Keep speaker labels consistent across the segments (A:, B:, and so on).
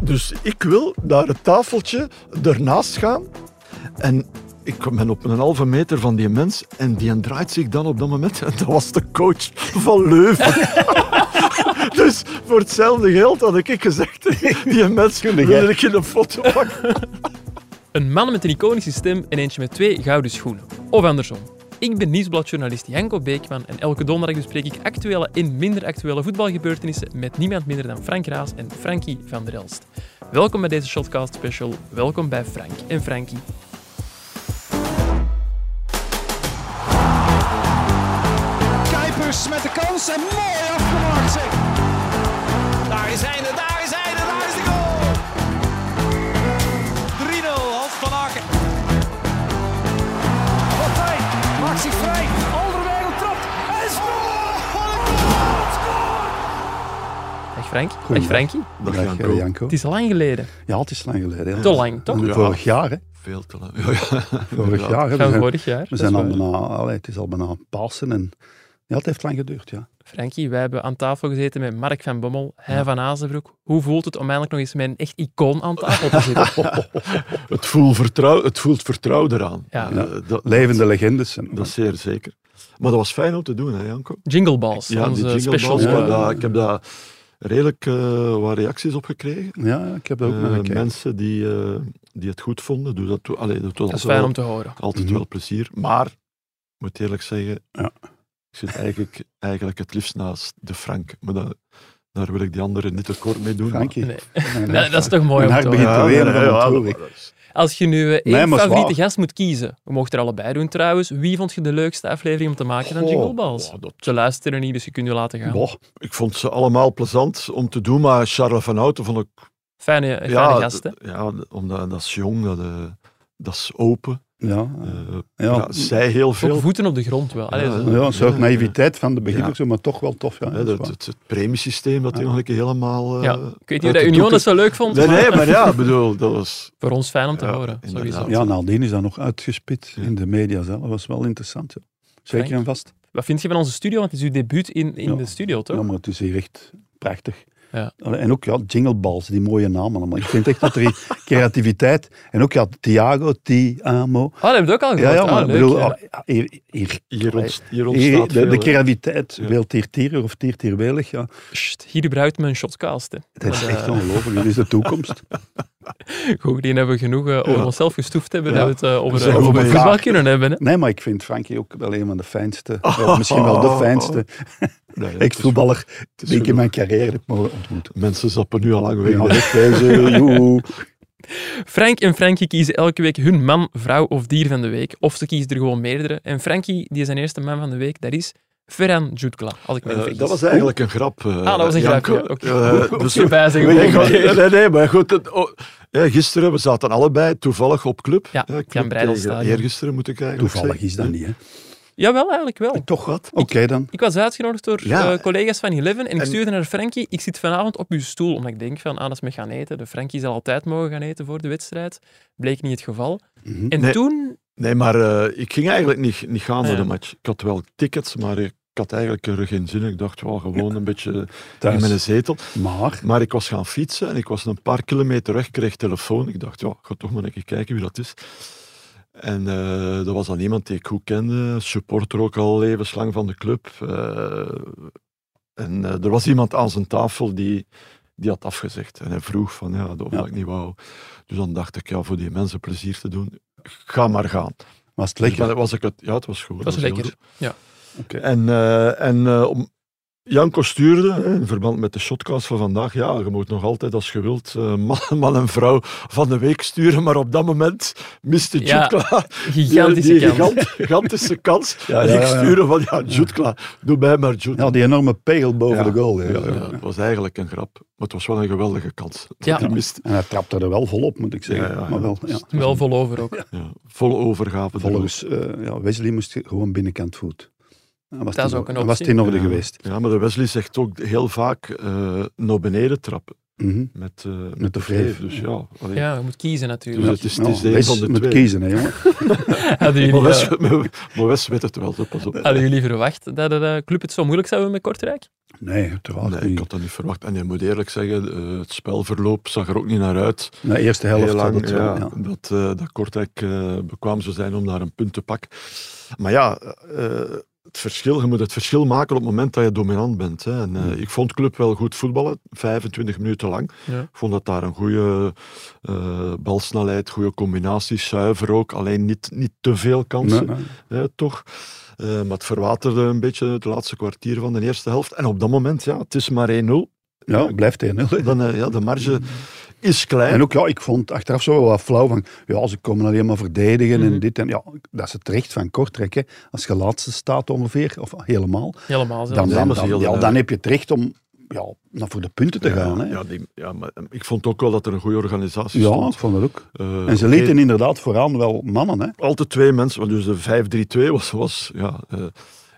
A: Dus ik wil naar het tafeltje ernaast gaan. En ik ben op een halve meter van die mens. En die draait zich dan op dat moment. En dat was de coach van Leuven. dus voor hetzelfde geld had ik gezegd... Die mens
B: Kunde jij?
A: wil ik in een foto pakken.
C: Een man met een iconische stem en eentje met twee gouden schoenen. Of andersom. Ik ben nieuwsbladjournalist Janko Beekman en elke donderdag bespreek ik actuele en minder actuele voetbalgebeurtenissen met niemand minder dan Frank Raas en Frankie van der Elst. Welkom bij deze Shotcast special. Welkom bij Frank en Frankie.
D: Kuipers met de kans en mooi afgemaakt zeg. Daar is hij, daar is hij, daar is de goal. 3-0, Hans van Aken. Partij, maakt zich vrij. Alderweireld trapt en scoort. Oh, Wat een goal, scoort.
C: Dag Frank. Dag
B: Goeiedag.
C: Frankie.
A: Dat
B: Dag, eh, Janko.
C: Het is lang geleden.
B: Ja, het is lang geleden. hè.
C: Te lang, toch?
A: Ja.
B: Vorig jaar, hè.
A: Veel te lang. Ja, ja.
B: Vorig
A: Inderdaad.
B: jaar. hè. We
C: Van
B: zijn,
C: vorig jaar.
B: we
C: dat
B: zijn
C: is
B: al
C: waar.
B: bijna, allee, het is al bijna Pasen en ja, het heeft lang geduurd, ja.
C: Frankie, wij hebben aan tafel gezeten met Mark van Bommel, hij van Azenbroek. Hoe voelt het om eindelijk nog eens met een echt icoon aan tafel te zitten?
A: Het, voelt vertrouw, het voelt vertrouwd eraan.
C: Ja.
A: Eh, dat,
B: Levende legendes. En,
A: dat is zeer zeker. Maar dat was fijn om te doen, hè, Janko?
C: Jingle Balls,
A: Ja, die
C: onze
A: jingle
C: special.
A: balls,
B: ja.
A: maar dat- ik heb daar redelijk eh, wat reacties op gekregen.
B: ja, ik heb dat ook
A: Eh,
B: nog een keer.
A: mensen die, eh, die het goed vonden. Dus dat, doe- allee, dat was
C: Dat is
A: wel-
C: fijn om te horen.
A: altijd
B: Mhm.
A: wel plezier. Maar, ik moet eerlijk zeggen,
B: Ja.
A: ik zit eigenlijk, eigenlijk het liefst naast de Frank. Maar dat- daar wil ik die anderen niet te kort mee doen.
B: Frankie.
C: Nee.
B: Mijn
C: Dat,
B: hart-
C: dat is toch mooi
B: Mijn
C: om
B: hart
C: te horen.
B: begint te wenen van ontroering.
A: dat is-
C: Als je nu eh,
B: Nee,
C: één
B: maar is
C: favoriete
B: waar.
C: gast moet kiezen, we mochten er allebei doen trouwens, wie vond je de leukste aflevering om te maken van
A: Goh,
C: Jingle Balls?
A: Oh, ja, dat-
C: Ze luisteren niet, dus je kunt je laten gaan.
A: Boah, ik vond ze allemaal plezant om te doen, maar Charles van Houten vond ik...
C: Fijne, fijne gast, hè?
A: d- ja, d- omdat dat is jong, dat, eh, dat is open.
B: Ja,
A: Eh,
B: ja.
A: ja, zij heel
C: Ook
A: veel.
C: voeten op de grond wel. Allee,
A: Ja,
C: zo.
B: ja, een soort
A: Ja,
B: naïviteit van de beginners, maar toch wel tof. Ja,
A: Hè,
B: dat is
A: dat,
B: waar.
A: het, het premiesysteem dat hij
B: Ja.
A: nog een keer helemaal... eh,
C: Ja, Ik weet niet of
A: uit
C: dat
A: de
C: Union
A: doeken-
C: dat zo leuk vond,
A: Nee,
C: maar
A: nee, maar ja, ik bedoel, dat was...
C: voor ons fijn om te
A: Ja,
C: horen.
A: inderdaad.
C: Sowieso.
B: ja, nadien is dat nog uitgespit
A: Ja.
B: in de media zelf. Dat was wel interessant. ja. Zeker
C: Frank?
B: en vast.
C: Wat vind je van onze studio? Want het is uw debuut in, in
B: Ja.
C: de studio, toch?
B: Ja, maar het is hier echt prachtig.
C: Ja.
B: Allee, En ook ja, Jingle Balls, die mooie namen allemaal. Ik vind echt dat er hier creativiteit... En ook ja, Thiago, Tiamo.
C: Ah, dat heb je ook
B: Ja,
C: al gehoord.
B: ja, maar
C: Ah,
B: ik
C: leuk,
B: bedoel,
C: ja.
B: ah, hier, hier,
A: Hier, ont, hier
B: hier-
A: ontstaat
B: de, de
A: veel, hè.
B: creativiteit
A: Ja.
B: wil tier tierer of tier tierwelig. Ja.
C: Sst, hier gebruikt men shotcast. Hè.
B: Dat is
C: Maar,
B: echt
C: eh,
B: ongelooflijk. Dit is de toekomst.
C: Goed, die hebben we genoeg eh, over onszelf gestoefd hebben.
B: Ja.
C: Dat we het eh, over,
A: Zijn
C: eh,
A: we
C: over
A: bij
C: voetbal
A: elkaar?
C: kunnen hebben. Hè.
B: Nee, maar ik vind Frankie ook wel een van de fijnste. wel, misschien wel de fijnste
A: Nee, Oh. het is
B: ex-voetballer
A: is
B: die ik in
A: genoeg.
B: mijn carrière heb mogen ontmoeten.
A: goed. Mensen zappen nu al lang weg.
B: Ja,
A: hè.
B: dat deze, joehoe.
C: Frank en Frankie kiezen elke week hun man, vrouw of dier van de week. Of ze kiezen er gewoon meerdere. En Frankie, die zijn eerste man van de week, dat is Ferran Jutkla. Als ik me
A: Eh,
C: niet vergis.
A: dat was eigenlijk een grap. eh,
C: Ah, dat was een grap.
A: Janko.
C: Ja, oké.
A: Eh,
C: Moet
A: dus-
C: je erbij zeggen,
A: Nee,
C: oké.
A: nee, nee, nee, maar goed. het- oh, ja, gisteren, we zaten allebei toevallig op club. Eh,
C: Ja,
A: club
C: Jan Breidelstadion.
A: tegen Eergisteren moet ik eigenlijk
B: Toevallig
A: zeggen.
B: is dat niet, hè.
C: Jawel, eigenlijk wel.
A: Toch wat?
B: Oké dan.
C: Ik was uitgenodigd door
A: Ja.
C: eh, collega's van Eleven en ik
A: En-
C: stuurde naar Frankie, ik zit vanavond op uw stoel, omdat ik denk van, ah, dat is me gaan eten. De Frankie zal altijd mogen gaan eten voor de wedstrijd. Bleek niet het geval.
B: Mhm.
C: En
A: Nee.
C: toen...
A: Nee, maar eh, ik ging eigenlijk niet, niet gaan naar
C: Ja.
A: de match. Ik had wel tickets, maar ik had eigenlijk er geen zin in. Ik dacht wel gewoon een beetje in
B: Thuis.
A: mijn zetel.
B: Maar,
A: Maar ik was gaan fietsen en ik was een paar kilometer weg, kreeg telefoon. Ik dacht, ja, ik ga toch maar een keer kijken wie dat is. En eh dat was dan iemand die ik goed kende, supporter ook al levenslang van de club. Eh, en eh, er was iemand aan zijn tafel die, die had afgezegd. En hij vroeg van, ja, dat
B: Ja.
A: ik niet wou. Dus dan dacht ik, ja, voor die mensen plezier te doen, ga maar gaan.
B: was het
A: Dus
B: lekker?
A: dan was ik het, ja, het was goed.
C: Het was
A: heel
C: lekker. Ja.
B: Oké.
A: En, eh, en eh, om, Janko stuurde, hè, in verband met de shotcast van vandaag, ja, je moet nog altijd als je wilt eh, man, man en vrouw van de week sturen, maar op dat moment miste
C: Ja,
A: Jutkla
C: Gigantische
A: die
C: kans.
A: gigant- gigantische kans.
B: Ja,
A: en
B: ja,
A: ik
B: ja, ja.
A: stuurde van, ja, Jutkla, doe mij maar Jut.
B: Ja, die enorme pegel boven
A: Ja.
B: de goal. hè.
A: Ja, ja, het was eigenlijk een grap, maar het was wel een geweldige kans. Dat
C: Ja.
A: hij miste.
B: En hij trapte er wel volop, moet ik zeggen.
A: Ja, ja, ja.
B: Maar wel, ja.
C: Wel vol over ook.
A: Ja, volle overgave.
B: Volgens eh, ja, Wesley moest gewoon binnenkant voet. Dan was
C: Dat is
B: die-
C: ook een
B: dan was het
C: optie.
B: in orde
A: Ja.
B: geweest.
A: Ja, maar de Wesley zegt ook heel vaak eh, naar beneden trappen
B: Mhm.
A: met, eh, met,
B: de
A: de
B: vreef.
A: vreef. Dus ja, allee.
C: Ja, je moet kiezen
A: Dus
C: natuurlijk.
A: het is- het is de een
B: Nou, Wes
A: van de
B: moet
A: twee.
B: kiezen, hè, jongen.
C: Hadden jullie,
A: Maar Wes,
C: eh,
A: maar Wes weet het wel, zo, pas op.
C: hadden jullie verwacht dat de eh, club het zo moeilijk zou hebben met Kortrijk?
B: Nee, uiteraard
A: Nee, ik
B: niet.
A: had dat niet verwacht. En je moet eerlijk zeggen, eh, het spelverloop zag er ook niet naar uit.
B: Na de eerste helft
A: Heel lang,
B: had het wel,
A: ja,
B: ja.
A: dat, eh, dat Kortrijk eh, bekwaam zou zijn om daar een punt te pakken. Maar ja, eh, het verschil, je moet het verschil maken op het moment dat je dominant bent. Hè. En, eh,
B: Hmm.
A: Ik vond Club wel goed voetballen, 25 minuten lang.
C: Ja.
A: Ik vond dat daar een goede eh, balsnelheid, goede combinaties, zuiver ook. Alleen niet, niet te veel kansen
B: Nee, nee.
A: hè, toch. Eh, maar het verwaterde een beetje het laatste kwartier van de eerste helft. En op dat moment, ja, het is maar 1-0.
B: Ja, het blijft 1-0.
A: Dan, eh, ja, de marge is klein.
B: En ook, ja, ik vond achteraf zo wel wat flauw van, ja, ze komen alleen maar verdedigen
C: Mhm.
B: en dit en ja, dat is het recht van Kortrijk, hè. Als je laatste staat ongeveer, of ah, helemaal,
C: Helemaal zelfs.
B: dan,
A: Ja,
B: dan,
A: maar ze
B: dan,
A: heel
B: ja,
A: erg.
B: dan heb je het recht om ja, naar voor de punten te
A: ja,
B: gaan. Hè. Ja,
A: Ja, die- ja, maar eh, ik vond ook wel dat er een goede organisatie
B: ik
A: stond.
B: vond dat ook.
A: Eh,
B: En ze
A: oké,
B: lieten inderdaad vooraan wel mannen, hè.
A: altijd twee mensen, want dus de 5-3-2 was, was ja, eh,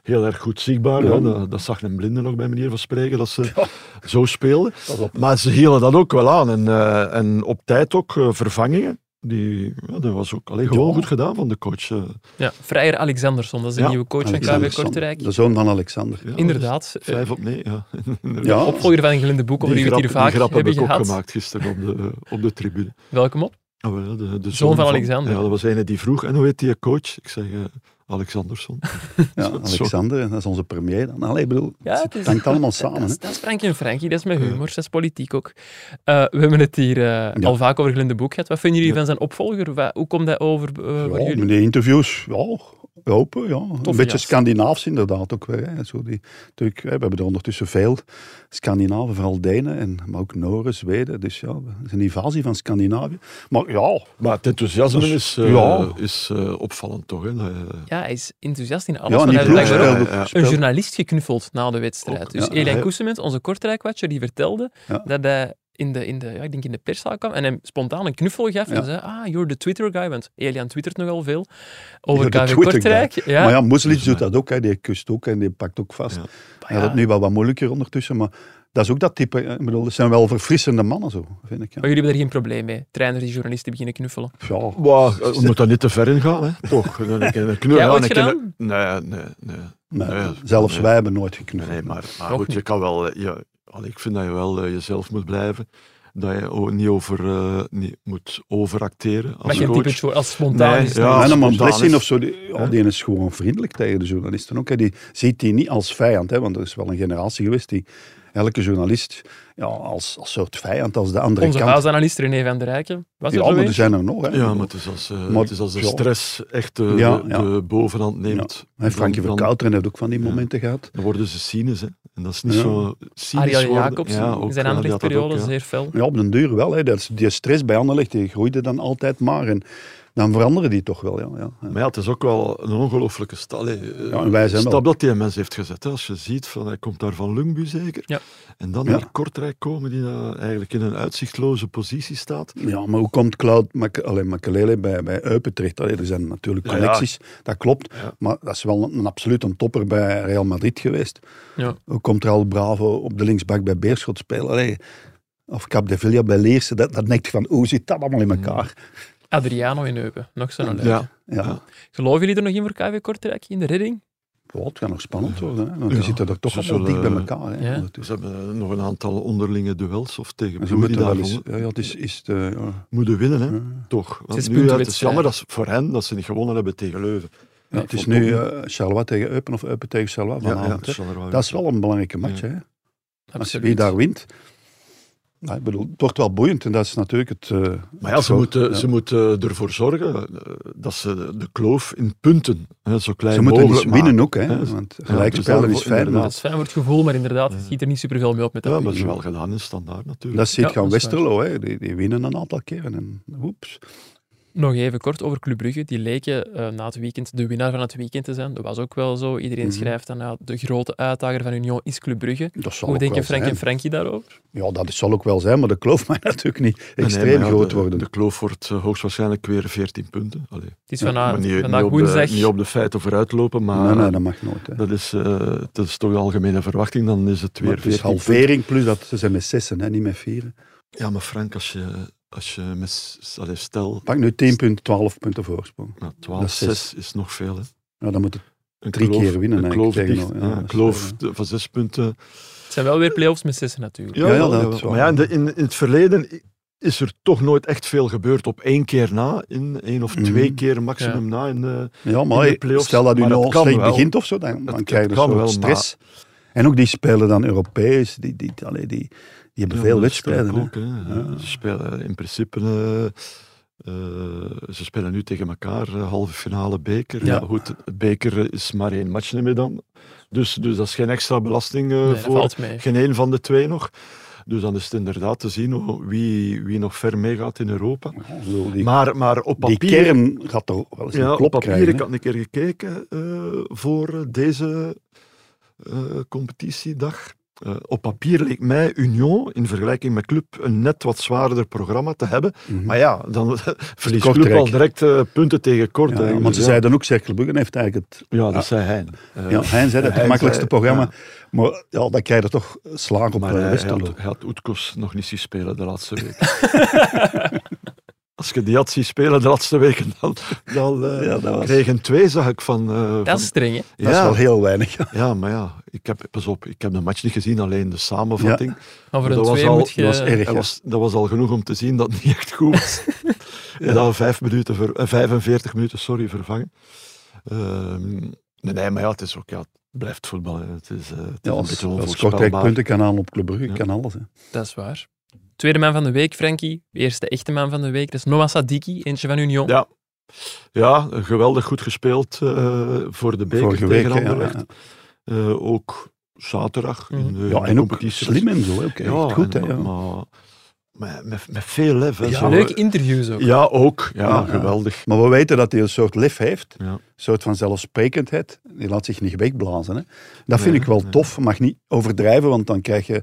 A: heel erg goed zichtbaar.
B: Ja.
A: hè. Dat, dat zag een blinde nog bij manier van spreken, dat ze zo speelden.
B: Pas op.
A: Maar ze hielden dat ook wel aan. En, eh, en op tijd ook eh, vervangingen. Die, ja, dat was ook alleen gewoon
B: Ja.
A: goed gedaan van de coach. eh.
C: Ja, Vrijer Alexandersson, dat is de
A: Ja,
C: nieuwe coach van
B: Alexander
C: KV
B: Sander,
C: Kortrijk.
B: De zoon van Alexander.
A: Ja,
C: Inderdaad.
A: dus Vijf op nee, ja. Inderdaad.
B: Ja,
C: Opvolger van Glinde Boek, over
A: Die
C: wie we
A: grap,
C: het hier
A: die
C: vaak
A: grap heb
C: hebben
A: ik ook
C: gehad.
A: gemaakt gisteren op de, op de tribune.
C: Welke mop?
A: Ah, wel, ja, de, de zoon,
C: van Alexander.
A: Ja, dat was ene die vroeg. En hoe heet die coach? Ik zeg eh, Alexanderson.
B: ja,
A: Zo-
B: Alexander, en dat is onze premier dan. Allee, ik bedoel,
C: Ja, het
B: het
C: is-
B: hangt allemaal samen,
C: Dat
B: hè.
C: is, dat is Frankie en Frankie, dat is met humor, dat is politiek ook. Eh, we hebben het hier eh, al vaak over Glinde Boek gehad. Wat vinden jullie
A: Ja.
C: van zijn opvolger? Wa- hoe komt dat over eh, voor
B: Ja,
C: jullie?
B: in de interviews, ja, open, ja. een beetje
C: gast.
B: Scandinaafs inderdaad ook weer. Hè. Zo die, natuurlijk, hè, we hebben er ondertussen veel Scandinaven, vooral Denen, en, maar ook Noren, Zweden. Dus ja, het is een invasie van Scandinavië. Maar ja,
A: Maar het enthousiasme
B: Dus-
A: is, eh,
B: ja.
A: is eh, opvallend toch? Hè? Dat, eh,
C: Ja, hij is enthousiast in alles.
B: ja, en
C: maar
B: die
C: hij
B: ploeg
C: heeft blijkbaar ook
A: ja,
B: speelde-
A: ja. Een
C: een
B: speelde-
C: journalist geknuffeld na de wedstrijd.
A: Ook,
C: dus
B: ja.
C: Elian
A: Ja.
C: Koesemens, onze Kortrijkwatcher, die vertelde
B: Ja.
C: dat hij in de, in de, ja, ik denk in de perszaal kwam en hem spontaan een knuffel gaf en
B: Ja.
C: zei, ah, you're the Twitter guy, want Elian twittert nogal veel over
B: You're the
C: KV
B: Twitter
C: Kortrijk. Ja,
B: Maar ja, Moeslic
A: Dus,
B: doet
A: ja.
B: dat ook, hè. die kust ook en die pakt ook vast.
A: Ja.
B: Hij had het nu wel wat moeilijker ondertussen, maar dat is ook dat type. hè. Ik bedoel, het zijn wel verfrissende mannen zo, vind ik. Ja,
C: Maar jullie hebben er geen probleem mee, trainers die journalisten beginnen knuffelen.
B: ja.
A: Wauw, je moet daar niet te ver in gaan, hè? toch? Dan een keer een knul,
C: Jij
A: ja,
C: ooit
A: een keer
C: gedaan?
A: een- Nee, nee, nee.
B: Nee,
A: Nee,
B: zelfs
A: nee.
B: wij hebben nooit geknuffeld.
A: nee maar, maar
C: Nog
A: goed, je
C: niet.
A: kan wel... eh, Je, allee, ik vind dat je wel eh, jezelf moet blijven. Dat je ook niet, over, eh, niet moet overacteren als
C: Maar geen
A: coach.
C: type jour- als spontaan
A: Nee,
C: is. het
A: ja.
C: niet.
B: Ja, maar
A: spontaan
B: Blessing
A: is.
B: of zo, die, ja, die is gewoon vriendelijk tegen de journalisten ook. hè. Die ziet die niet als vijand, hè, want er is wel een generatie geweest die elke journalist ja, als, als soort vijand, als de andere
C: Onze
B: kant.
C: huisanalist René van der Rijken was er
B: ja,
C: zo
B: maar
C: een.
B: er zijn er nog. Hè.
A: Ja, maar het is als, eh,
B: Maar-
A: het is als de
B: ja.
A: stress echt eh,
B: Ja,
A: de,
B: ja.
A: de bovenhand neemt.
B: en Frankie
A: dan- dan-
B: Verkouteren heeft ook van die
A: Ja.
B: momenten gehad.
A: Dan worden ze cynisch, hè. En dat is niet
B: Ja.
A: zo cynisch
C: Ariel
A: worden.
C: Jacobs
A: Ja,
C: in
A: ook, ja,
C: zijn
A: die had dat
C: aanrechtperiode,
A: ook, ja.
C: zeer fel.
B: Ja, op den duur wel. Hè. Dat is- Die stress bij Anderlecht die groeide dan altijd maar. En dan veranderen die toch wel. Ja, ja, ja.
A: Maar ja, het is ook wel een ongelofelijke sta- allee, eh,
B: Ja, en wij zijn
A: stap
B: wel-
A: dat die een mens heeft gezet. hè. Als je ziet, van, hij komt daar van Lungbu zeker.
C: Ja.
A: En dan
B: Ja.
A: naar Kortrijk komen, die dan eigenlijk in een uitzichtloze positie staat.
B: Ja, maar hoe komt Cloud Mac- allee, Makelele bij, bij Eupen terecht? Allee, er zijn natuurlijk
A: Ja, ja.
B: connecties, dat klopt.
A: Ja.
B: Maar dat is wel een, een absoluut een topper bij Real Madrid geweest.
C: Ja.
B: Hoe komt Raul Bravo op de linksbak bij Beerschot spelen? Allee, of Cap de Villa bij Leerse? Dat, dat denkt van, hoe zit dat allemaal in
A: Hmm.
B: elkaar?
C: Adriano in Eupen, nog zo'n lijst.
A: Ja.
B: Ja.
A: Ja.
C: Geloven jullie er nog in voor KV Kortrijk, in de redding?
B: Ja, het gaat nog spannend worden. Hè? Want
A: Ja.
B: die zitten er toch
A: Ze
B: allemaal dik
A: zullen-
B: bij elkaar. Hè,
C: Ja.
A: Dus
B: ondertussen.
A: ze hebben eh, nog een aantal onderlinge duels of tegen
B: En ze
A: ploegen die
B: moeten wel
A: daar
B: eens...
A: van-
B: Ja, ja, het is, is de, ja.
A: moeten winnen. Hè.
B: Ja.
A: Toch. Want
C: Zes
A: nu,
C: punten
A: ja, het is
C: wedstrijd.
A: jammer dat ze, voor hen dat ze niet gewonnen hebben tegen Leuven.
B: Ja, het is
A: vond
B: nu
A: ik
B: eh Charlois tegen Eupen of Eupen tegen Charlois vanavond. hè.
A: Charleroi.
B: dat is wel een belangrijke match.
A: Ja.
B: Hè? Als je
C: Absoluut.
B: wie daar wint. Nou, ik bedoel, het wordt wel boeiend en dat is natuurlijk het. eh,
A: Maar ja,
B: het
A: ze
B: groot-
A: moeten,
B: ja.
A: ze moeten ervoor zorgen eh, dat ze de- de kloof in punten hè, zo klein
B: Ze moeten
A: mogelijk
B: dus winnen ook, hè?
A: Ja, dus-
B: Want
A: ja,
B: gelijk
A: dus
B: spelen
A: daarvoor-
B: is fijn.
A: inderdaad.
C: Dat is fijn voor het gevoel, maar inderdaad, het schiet er niet superveel mee op met
A: Ja,
C: dat
A: maar dat
C: publiek.
A: is wel gedaan in standaard natuurlijk.
B: Dat ziet
C: Ja,
B: gaan
C: dat is waar.
B: Westerlo, hè? Die, die winnen een aantal keren. En, oeps.
C: Nog even kort over Club Brugge. Die leken eh, na het weekend de winnaar van het weekend te zijn. Dat was ook wel zo. Iedereen
B: Mhm.
C: schrijft dan nou, de grote uitdager van Union is Club Brugge.
B: Dat zal
C: Hoe
B: ook
C: denken
B: wel
C: Frank
B: zijn.
C: en Frankie daarover?
B: Ja, dat zal ook wel zijn, maar de kloof mag natuurlijk niet
A: Nee, nee,
B: extreem
A: maar ja,
B: groot
A: de-
B: worden.
A: De kloof wordt eh, hoogstwaarschijnlijk weer 14 punten. Allee,
C: Het is
B: Ja,
C: vandaag,
A: maar niet, niet
C: Ah, vandaag
A: op
C: woensdag.
A: De, niet op de feiten vooruitlopen, maar
B: nee, nee, dat mag nooit. Hè.
A: dat, is, eh, dat is toch de algemene verwachting. Dan is het weer
B: Maar het is
A: 14
B: halvering, plus dat ze zijn met zessen, hè, niet met vieren.
A: punten. Ja, maar Frank, als je, als je met, s- allee, stel,
B: Pak nu 10 punten, 12 punten voorsprong.
A: nou,
B: Dat is
A: 12,
B: zes.
A: 6 is nog veel. Hè.
B: Ja, dan moet het
A: Een
B: Drie keer winnen
A: Een
B: eigenlijk
A: kloof,
B: tegen
A: dicht,
B: Nol-
A: ja,
B: nou. ja,
A: een
B: dat is
A: kloof
B: waar,
A: de- van zes punten
C: Het zijn wel weer play-offs met zessen natuurlijk.
B: Ja, ja,
A: jawel,
B: dat
A: jawel.
B: is waar.
A: maar ja, in, de- in, in het verleden i- is er toch nooit echt veel gebeurd op één keer na, in één of
B: Mhm.
A: twee keer maximum na. In, eh,
B: Ja,
A: in
B: maar
A: de play-offs,
B: stel dat u
A: maar
B: nou
A: dat kan
B: slecht
A: wel.
B: begint of zo, dan, dan
A: het
B: krijg je een
A: kan
B: soort
A: wel,
B: stress. En ook die spelen dan Europees, die, die, allee, die, die hebben
A: ja,
B: veel
A: dat
B: wedstrijden.
A: spelen Ook,
B: hè.
A: hè.
B: Ja.
A: Ze spelen in principe... eh, eh, ze spelen nu tegen elkaar, eh, halve finale beker.
B: Ja.
A: Ja. goed, het beker is maar één match meer dan. Dus, dus dat is geen extra belasting eh,
C: Nee, dat
A: voor
C: valt mee.
A: geen één van de twee nog. Dus dan is het inderdaad te zien hoe- wie, wie nog ver meegaat in Europa.
B: Ja, ik bedoel, die,
A: Maar, maar op
B: die
A: papier...
B: kern gaat toch wel eens
A: Ja,
B: een
A: op
B: klop
A: papier.
B: krijgen.
A: Ik
B: hè.
A: had een keer gekeken eh, voor eh, deze eh, competitiedag. Eh, op papier leek mij Union in vergelijking met Club een net wat zwaarder programma te hebben.
B: Mhm.
A: Maar ja, dan verliest
B: Kortrijk.
A: Club al direct eh, punten tegen
B: Ja,
A: Kortrijk.
B: want ze
A: Dus ja.
B: zeiden ook, Cerkelbruggen heeft eigenlijk het,
A: Ja, dat zei hij. Eh,
B: ja, hij zei het
A: hij
B: gemakkelijkste
A: zei-
B: programma. Maar ja, dan krijg je er toch slaag op
A: Maar
B: eh,
A: hij, hij
B: Westerlo.
A: had, hij had Oetkos nog niet zien spelen de laatste week. Als je die had zien spelen de laatste weken, dan, dan eh,
B: Ja, dat was-
A: kreeg een twee, zag ik van... eh, van-
C: Dat is streng, hè?
B: Dat is wel heel weinig. ja.
A: Ja, maar ja, ik heb, pas op, ik heb de match niet gezien, alleen de samenvatting.
C: Maar voor een
A: dat, was
C: twee
A: al,
C: moet je...
A: dat, was
B: erg,
A: dat
B: ja.
A: was- dat was al genoeg om te zien dat het niet echt goed was. En dan vijf minuten ver- eh, 45 minuten sorry, vervangen. Ehm, nee, nee, maar ja, het is ook, ja, het blijft voetbal. hè. Het is, eh, het
B: Ja,
A: is een
B: als,
A: beetje
B: als Kortrijk
A: onvoorspelbaar.
B: punten kan halen op Club Brugge,
A: Ja.
B: kan alles. Hè.
C: Dat is waar. Tweede man van de week, Frankie. Eerste echte man van de week. Dat is Noah Sadiki, eentje van Union.
A: Ja. Ja, geweldig goed gespeeld eh, voor de beker
B: Vorige week.
A: tegen
B: hè, ja,
A: Anderlecht.
B: ja. Mm.
A: Eh, ook zaterdag in de, in
B: Ja,
A: de
B: en ook
A: competitie.
B: slim en zo. hè, Ook, echt goed, hè.
A: en-
B: ja.
A: maar maar met, met veel lef. hè,
B: Ja,
A: zo.
C: Leuke interviews ook.
A: Ja, ook. Ja,
B: Ja, ja.
A: geweldig.
B: Maar we weten dat hij een soort lef heeft,
A: Ja.
B: een soort van zelfsprekendheid. Die laat zich niet wegblazen. Hè. Dat vind
A: Nee,
B: ik wel
A: nee.
B: tof. Mag niet overdrijven, want dan krijg je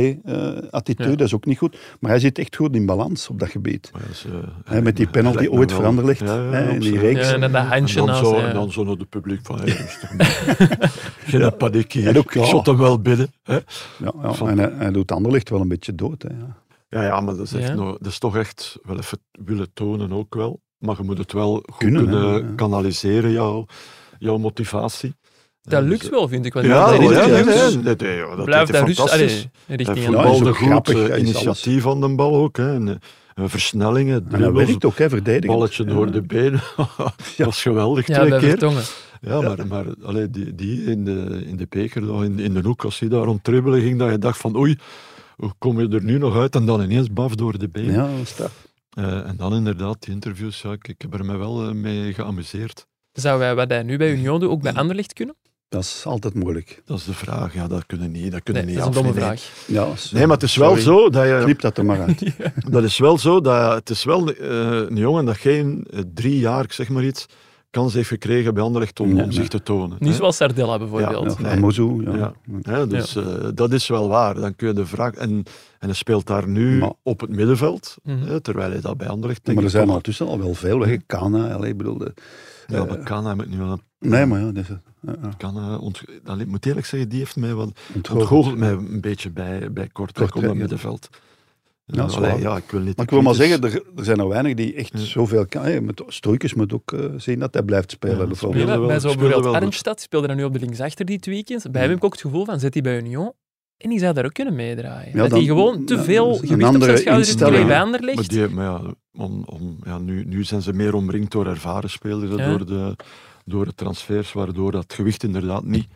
B: Lamkelzee-attitude.
C: Ja.
B: Dat is ook niet goed. Maar hij zit echt goed in balans op dat gebied.
A: Maar dat is, eh,
B: Hè, met die
A: dat lijkt
B: penalty
A: me
B: ooit
A: wel-
B: veranderd ligt.
A: Ja, ja,
B: hè, in die
A: absoluut.
B: reeks.
C: Ja, en dan dat
A: En
C: handje
A: dan,
C: naast.
A: zo,
C: ja.
A: en dan zo naar het publiek van, hey, rustig maar. Geen paniek hier.
B: En
A: ik
B: ook, ja.
A: zot hem wel binnen. Hè.
B: Ja, ja,
A: Van-
B: en hij, hij doet Anderlicht wel een beetje dood. Hè, ja.
A: Ja, ja, maar dat is, echt
C: Ja.
A: nog- dat is toch echt wel even willen tonen ook wel. Maar je moet het wel goed
B: Kunnen,
A: kunnen,
B: hè, ja.
A: kanaliseren, jouw, jouw motivatie.
C: Dat
A: Eh,
C: lukt
A: dus-
C: wel, vind ik. want
A: Ja,
C: dat
A: dat
B: wel,
C: is
A: ja, nee,
B: hè,
C: juist.
B: dus-
A: nee, nee, nee, joh, dat
C: Blijf
A: deed hij
C: daar rustig.
A: fantastisch.
C: Allee, richting
A: Hij
C: aan de
B: voetbal.
C: bal.
A: voetbalde
B: ook
A: goed,
B: grappig,
A: eh,
B: hij is
A: initiatief aan de bal ook. Hè, en, eh, versnellingen,
B: En dat
A: dribbles,
B: werkt ook, hè, verdedigend.
A: Balletje
B: Ja.
A: door de benen.
B: Ja.
A: dat was geweldig,
C: Ja,
A: twee
C: bij
A: keer.
C: Vertongen.
A: Ja, maar, maar allee, die, die in de, in de beker, daar in, in de hoek, als hij daar rond dribbelen ging, dat je dacht van oei, hoe kom je er nu nog uit? En dan ineens baf door de benen.
B: Ja, dat is dat.
A: Eh, en dan inderdaad, die interviews, ja, ik, ik heb er mij wel eh, mee geamuseerd.
C: Zou Dus wij wat hij nu bij Union doet, ook
A: Hmm.
C: bij Anderlicht kunnen?
B: dat is altijd moeilijk.
A: Dat is de vraag. Ja, dat kunnen niet. Dat
C: Nee,
A: kunnen
C: dat
A: niet
C: is een domme
A: af, nee, nee.
C: vraag.
B: Ja,
A: Nee, maar het is wel zo eh, dat je...
B: Knip dat er maar uit.
A: Dat is wel zo. Dat, het is wel eh, een jongen dat geen eh, drie jaar, ik zeg maar iets, kans heeft gekregen bij Anderlecht om,
B: Nee,
A: om
B: nee.
A: zich te tonen.
C: Niet
A: hè.
C: zoals Sardella
B: Ja,
C: bijvoorbeeld.
A: Nee.
B: van Mozu,
A: Ja.
B: ja.
A: Hè, dus eh, dat is wel waar. Dan kun je de vraag... En, en hij speelt daar nu
B: Maar-
A: op het middenveld,
C: Mhm.
A: hè, terwijl hij dat bij Anderlecht...
B: Maar
A: denk
B: er
A: ik
B: zijn
A: toch-
B: al tussen al wel veel weg. Kana, allee, ik bedoel... de-
A: Ja, maar Kana, moet nu wel een-
B: nee, maar ja, dat is het. Ja, ja.
A: Kana ont, dan, ik moet eerlijk zeggen, die heeft mij wat...
B: Ontgoocheld.
A: ontgoocheld mij een beetje bij, bij Kortrijk op
B: Kortrijk,
A: dat
B: ja.
A: middenveld.
B: Ja, dat is
A: Allee,
B: waar.
A: ja, ik wil niet...
B: Maar ik wil maar
A: kritisch-
B: zeggen, er, er zijn er weinig die echt zoveel kan. Hey, met, Stroeikens moet ook eh, zien dat hij blijft spelen.
A: Ja,
B: bijvoorbeeld.
A: speelde wel-
C: Bij bij zo
A: speelde wel Hmm.
C: bijvoorbeeld
A: goed.
C: Arnstad speelde dan nu op de linksachter dit weekend. Bij hem heb ik ook het gevoel van, zit hij bij Union? En die zou daar ook kunnen meedraaien.
B: Ja,
C: dat
B: dan-
C: hij gewoon te
B: ja,
C: veel
B: dat is een
C: gewicht op
B: andere
C: zijn schouders heeft gekregen bij
B: instelling.
A: Maar,
C: Anderlicht.
A: die, maar ja, om, om, ja, nu, nu zijn ze meer omringd door ervaren spelers,
C: Ja.
A: door, de, door de transfers, waardoor dat gewicht inderdaad niet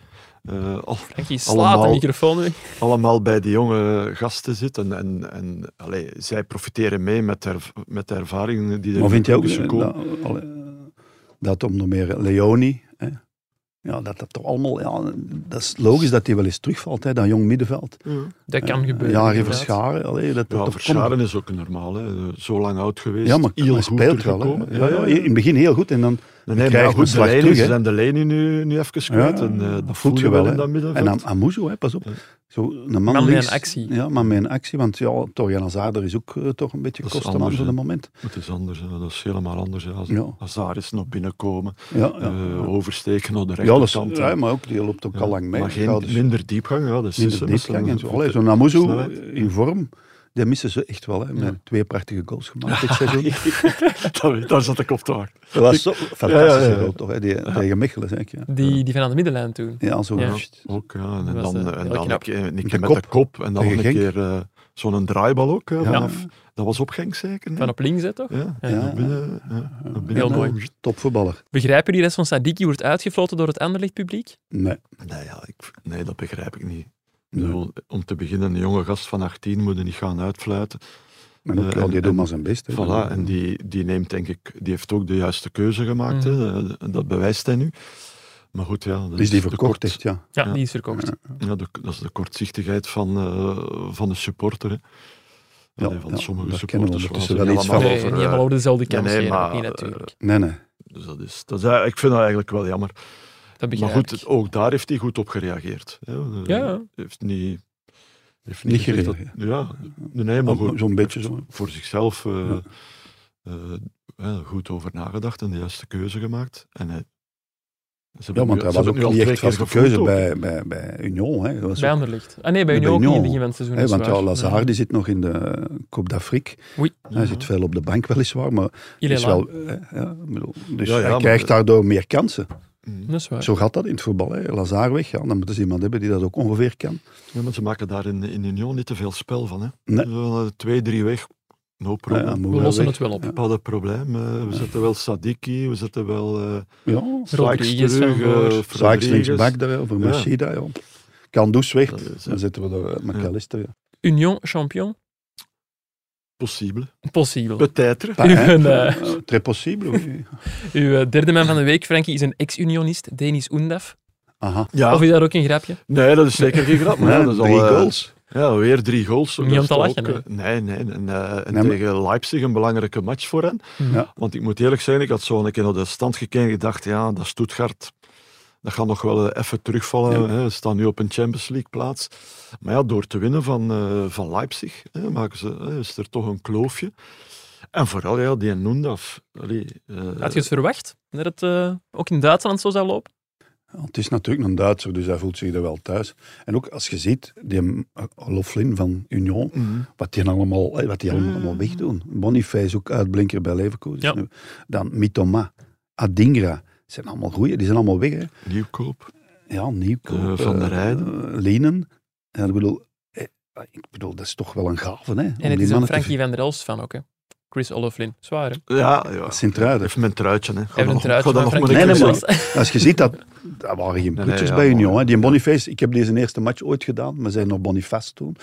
A: eh, al-
C: Frankie slaat de
A: Allemaal-
C: microfoon weg.
A: allemaal bij die jonge gasten zit. En, en, en allee, zij profiteren mee met de, erv- met de ervaring die er
B: Maar vind je ook
A: is
B: eh,
A: gekomen.
B: dat, allee, dat om nog meer eh, Leoni... Hè? Ja, dat dat toch allemaal... Ja, dat is logisch dat hij wel eens terugvalt, hè, dat jong middenveld.
A: Ja.
C: Dat kan gebeuren.
B: Ja, geen
C: inderdaad.
B: verscharen. Allee, dat, dat
A: Ja,
B: toch
A: Verscharen is ook normaal. Hè. Zo lang oud geweest.
B: Ja, maar
A: heel
B: hij
A: goed
B: speelt wel. hè.
A: teruggekomen.
B: Ja, ja, in het begin heel goed en dan...
A: Nee, nee, maar ja,
B: krijgt een
A: goed, de
B: slag
A: lijnen
B: terug, hè.
A: zijn de lijnen nu, nu even kwijt. en, eh, dat voel je wel
B: hè.
A: in dat middenveld.
B: En aan, aan Moezo, hè, pas op.
A: Ja.
B: Zo, een man,
C: Man met
B: links.
C: een actie.
B: Ja, maar met een actie. Want ja, Torian Hazard is ook eh, toch een beetje
A: Dat is
B: kostenman
A: anders,
B: voor het
A: hè.
B: moment.
A: Het is anders, hè. dat is helemaal anders. hè. Als,
B: Ja.
A: als daar is nog binnenkomen,
B: Ja, ja.
A: eh, oversteken naar de
B: ja, dat is,
A: rechterkant. hè.
B: ja, maar ook, die loopt ook
A: Ja,
B: al lang mee.
A: Maar geen,
B: Schouders,
A: minder diepgang, ja, dat is
B: minder
A: dus, hè, met
B: diepgang
A: zo'n-
B: en zo. Allee, Zo'n Amuzu
A: snelheid.
B: in vorm. Die missen ze echt wel, hè, met twee prachtige goals gemaakt dit seizoen.
A: Daar- Daar zat ik op te wachten.
B: Dat was zo fantastische
A: Ja, ja, ja.
B: goal, toch? Hè? Die, Tegen Mechelen, zeg ik. Ja,
C: Die, die van aan de middenlijn toen.
B: ja zo.
C: Ja.
B: juist.
A: Ook, ja. En,
C: Dat was,
A: dan,
C: eh,
A: en
C: heel
A: dan
C: knap.
A: een keer, een
B: Met
A: keer
B: de
A: met de
B: kop.
A: kop. En dan
B: Tegen
A: een
B: Genk.
A: keer eh, zo'n draaibal ook. hè,
B: Ja.
A: vanaf, dat was op Genk zeker. nee?
C: Van op links, hè, toch?
A: Ja,
C: Ja.
A: naar binnen, ja, naar binnen.
C: Heel mooi.
B: Topvoetballer.
C: Begrijpen die rest van Sadiki wordt uitgefloten door het Anderlecht-publiek?
B: Nee.
A: Nee, ja, ik, nee, dat begrijp ik niet. Ik
B: Nee.
A: bedoel, om te beginnen, een jonge gast van 18 moet je niet gaan uitfluiten.
B: Maar ook,
A: Eh,
B: ja, die
A: en-
B: doet
A: en-
B: maar zijn best. hè.
A: Voilà, en die, die neemt denk ik, die heeft ook de juiste keuze gemaakt.
C: Mhm.
A: hè. Dat bewijst hij nu. Maar goed, ja. dat
B: Dus die
A: is de
B: verkocht
A: kort-
B: echt, ja.
C: Ja,
A: Ja.
C: die is verkocht.
A: Ja, de- dat is de kortzichtigheid van, eh, van de supporter. Hè.
B: Ja,
A: Allee, van
B: ja,
A: sommige
B: daar kennen we
A: supporters ze
B: ondertussen wel
A: niet
B: iets van.
C: Nee,
A: allemaal
C: die hebben
A: eh,
C: al over dezelfde
A: nee,
C: kant
A: nee, maar,
C: niet,
A: eh,
C: natuurlijk.
B: Nee, nee.
A: dus dat is, dat is, eigenlijk- ik vind dat eigenlijk wel jammer.
C: Dat
A: eh, Maar
C: begrijp
A: goed,
C: ik.
A: ook daar heeft hij goed op gereageerd. Hè. Eh,
C: Ja, ja.
A: Heeft niet, heeft
B: Niet
A: gezegd dat-
B: gereageerd.
A: Ja, nee, maar goed.
B: Zo'n beetje zo.
A: voor zichzelf eh, eh, eh, goed over nagedacht en de juiste keuze gemaakt. En hij, ze hebben
B: Ja, want
A: nu-
B: hij
A: ze
B: was
A: hebben
B: ook
A: nu al
B: niet
A: twee
B: echt
A: keer
B: vaste
A: gevoeld
B: keuze
A: ook.
B: bij, bij, bij Union. Hè. Dat was
C: Bij
B: ook-
C: Anderlecht. Ah nee, bij
B: Bij
C: Union ook niet in
B: Union.
C: het begin van het seizoen.
B: hè,
C: is
B: want
C: waar.
B: ja, Lazar
C: Ja.
B: die zit nog in de Coupe d'Afrique. Hij
C: Mhm.
A: Ja.
B: zit veel op de bank weliswaar, maar
C: Ilela.
B: is wel, hè, ja, ik bedoel, dus
A: Ja, ja,
B: hij
A: maar-
B: krijgt daardoor meer kansen.
A: Mm.
C: Dat is waar.
B: Zo gaat dat in het voetbal. Hè. Lazar weg, ja, dan moeten ze iemand hebben die dat ook ongeveer kan.
A: Ja, maar ze maken daar in, in Union niet te veel spel van. Hè.
B: Nee.
A: Zo, eh, twee, drie weg, no
B: Ja,
A: problem.
B: Moura
C: We lossen
B: weg.
C: het wel op.
A: Pas het probleem. eh, we zetten wel Sadiki, we zetten wel eh
B: Ja,
A: Sykes
C: Rodriguez
A: terug.
C: van voor.
A: eh,
C: Sykes
B: Sykes
A: Rodriguez.
B: linksback daar, hè, over
A: Ja.
B: Machida. Ja. Kandus weg,
A: Dat is, eh,
B: dan zitten we er met McAllister. Ja.
C: Union champion?
A: Possible.
C: Possible.
A: Peut-être.
B: Pas, hè.
C: ben, eh,
B: Eh, Très possible. oui.
C: Uw eh, derde man van de week, Frankie, is een ex-unionist, Denis Oendaf.
B: Aha.
A: Ja,
C: Of is daar ook een grapje?
A: nee, dat is zeker geen grap. Maar ja,
B: Ja,
A: dat is al,
B: drie
A: eh,
B: goals.
A: Ja, weer drie goals.
C: Niet
A: Dat
C: om
A: is
C: te
A: toch
C: lachen,
A: ook, eh, Nee, nee. En, eh, en
B: Nee, maar-
A: tegen Leipzig een belangrijke match voor hen.
B: Ja.
A: Want ik moet eerlijk zijn, ik had zo een keer naar de stand gekeken en gedacht, ja, dat Stuttgart, dat gaat nog wel eh, even terugvallen.
B: Ja.
A: Hè. Ze staan nu op een Champions League plaats. Maar ja, door te winnen van, eh, van Leipzig, hè, maken ze, hè, is er toch een kloofje. En vooral ja, die Noendaf. Allee, eh,
C: Had je het verwacht dat het eh, ook in Duitsland zo zou lopen?
B: Ja, Het is natuurlijk een Duitser, dus hij voelt zich er wel thuis. En ook als je ziet, die eh, Loughlin van Union,
A: mhm.
B: wat die allemaal, eh, wat die
C: Mm.
B: allemaal,
A: Ja.
B: allemaal wegdoen. Boniface ook uitblinker bij Leverkusen.
C: Ja.
B: nu. Dan Mitoma, Adingra, zijn allemaal goeie, die zijn allemaal weg. Hè.
A: Nieuwkoop.
B: Ja, Nieuwkoop,
A: Eh, Van der
B: eh,
A: Heijden.
B: eh, Lienen. Ja, ik, bedoel, eh, ik bedoel, dat is toch wel een gave. Hè, om
C: En het
B: die
C: is een
B: mannen te-
C: Frankie van der Elst van ook, hè? Chris Oloflin. Zwaar, hè?
A: Ja, ja.
B: Sint-Truiden.
A: Even mijn truitje. Hè. Ga
C: Even
A: dan
C: een
A: nog-
C: truitje
A: ga dan
C: van
A: nog maar
C: Frankie
B: Nee,
A: een
B: nee,
A: keer
C: van
B: maar-
A: zeggen.
C: der Elst.
B: Als je ziet, dat, dat waren geen
A: Nee,
B: putters
A: nee, ja,
B: bij Union.
A: maar-
B: Hè. Die Boniface, ik heb deze eerste match ooit gedaan. We zijn nog Boniface toen.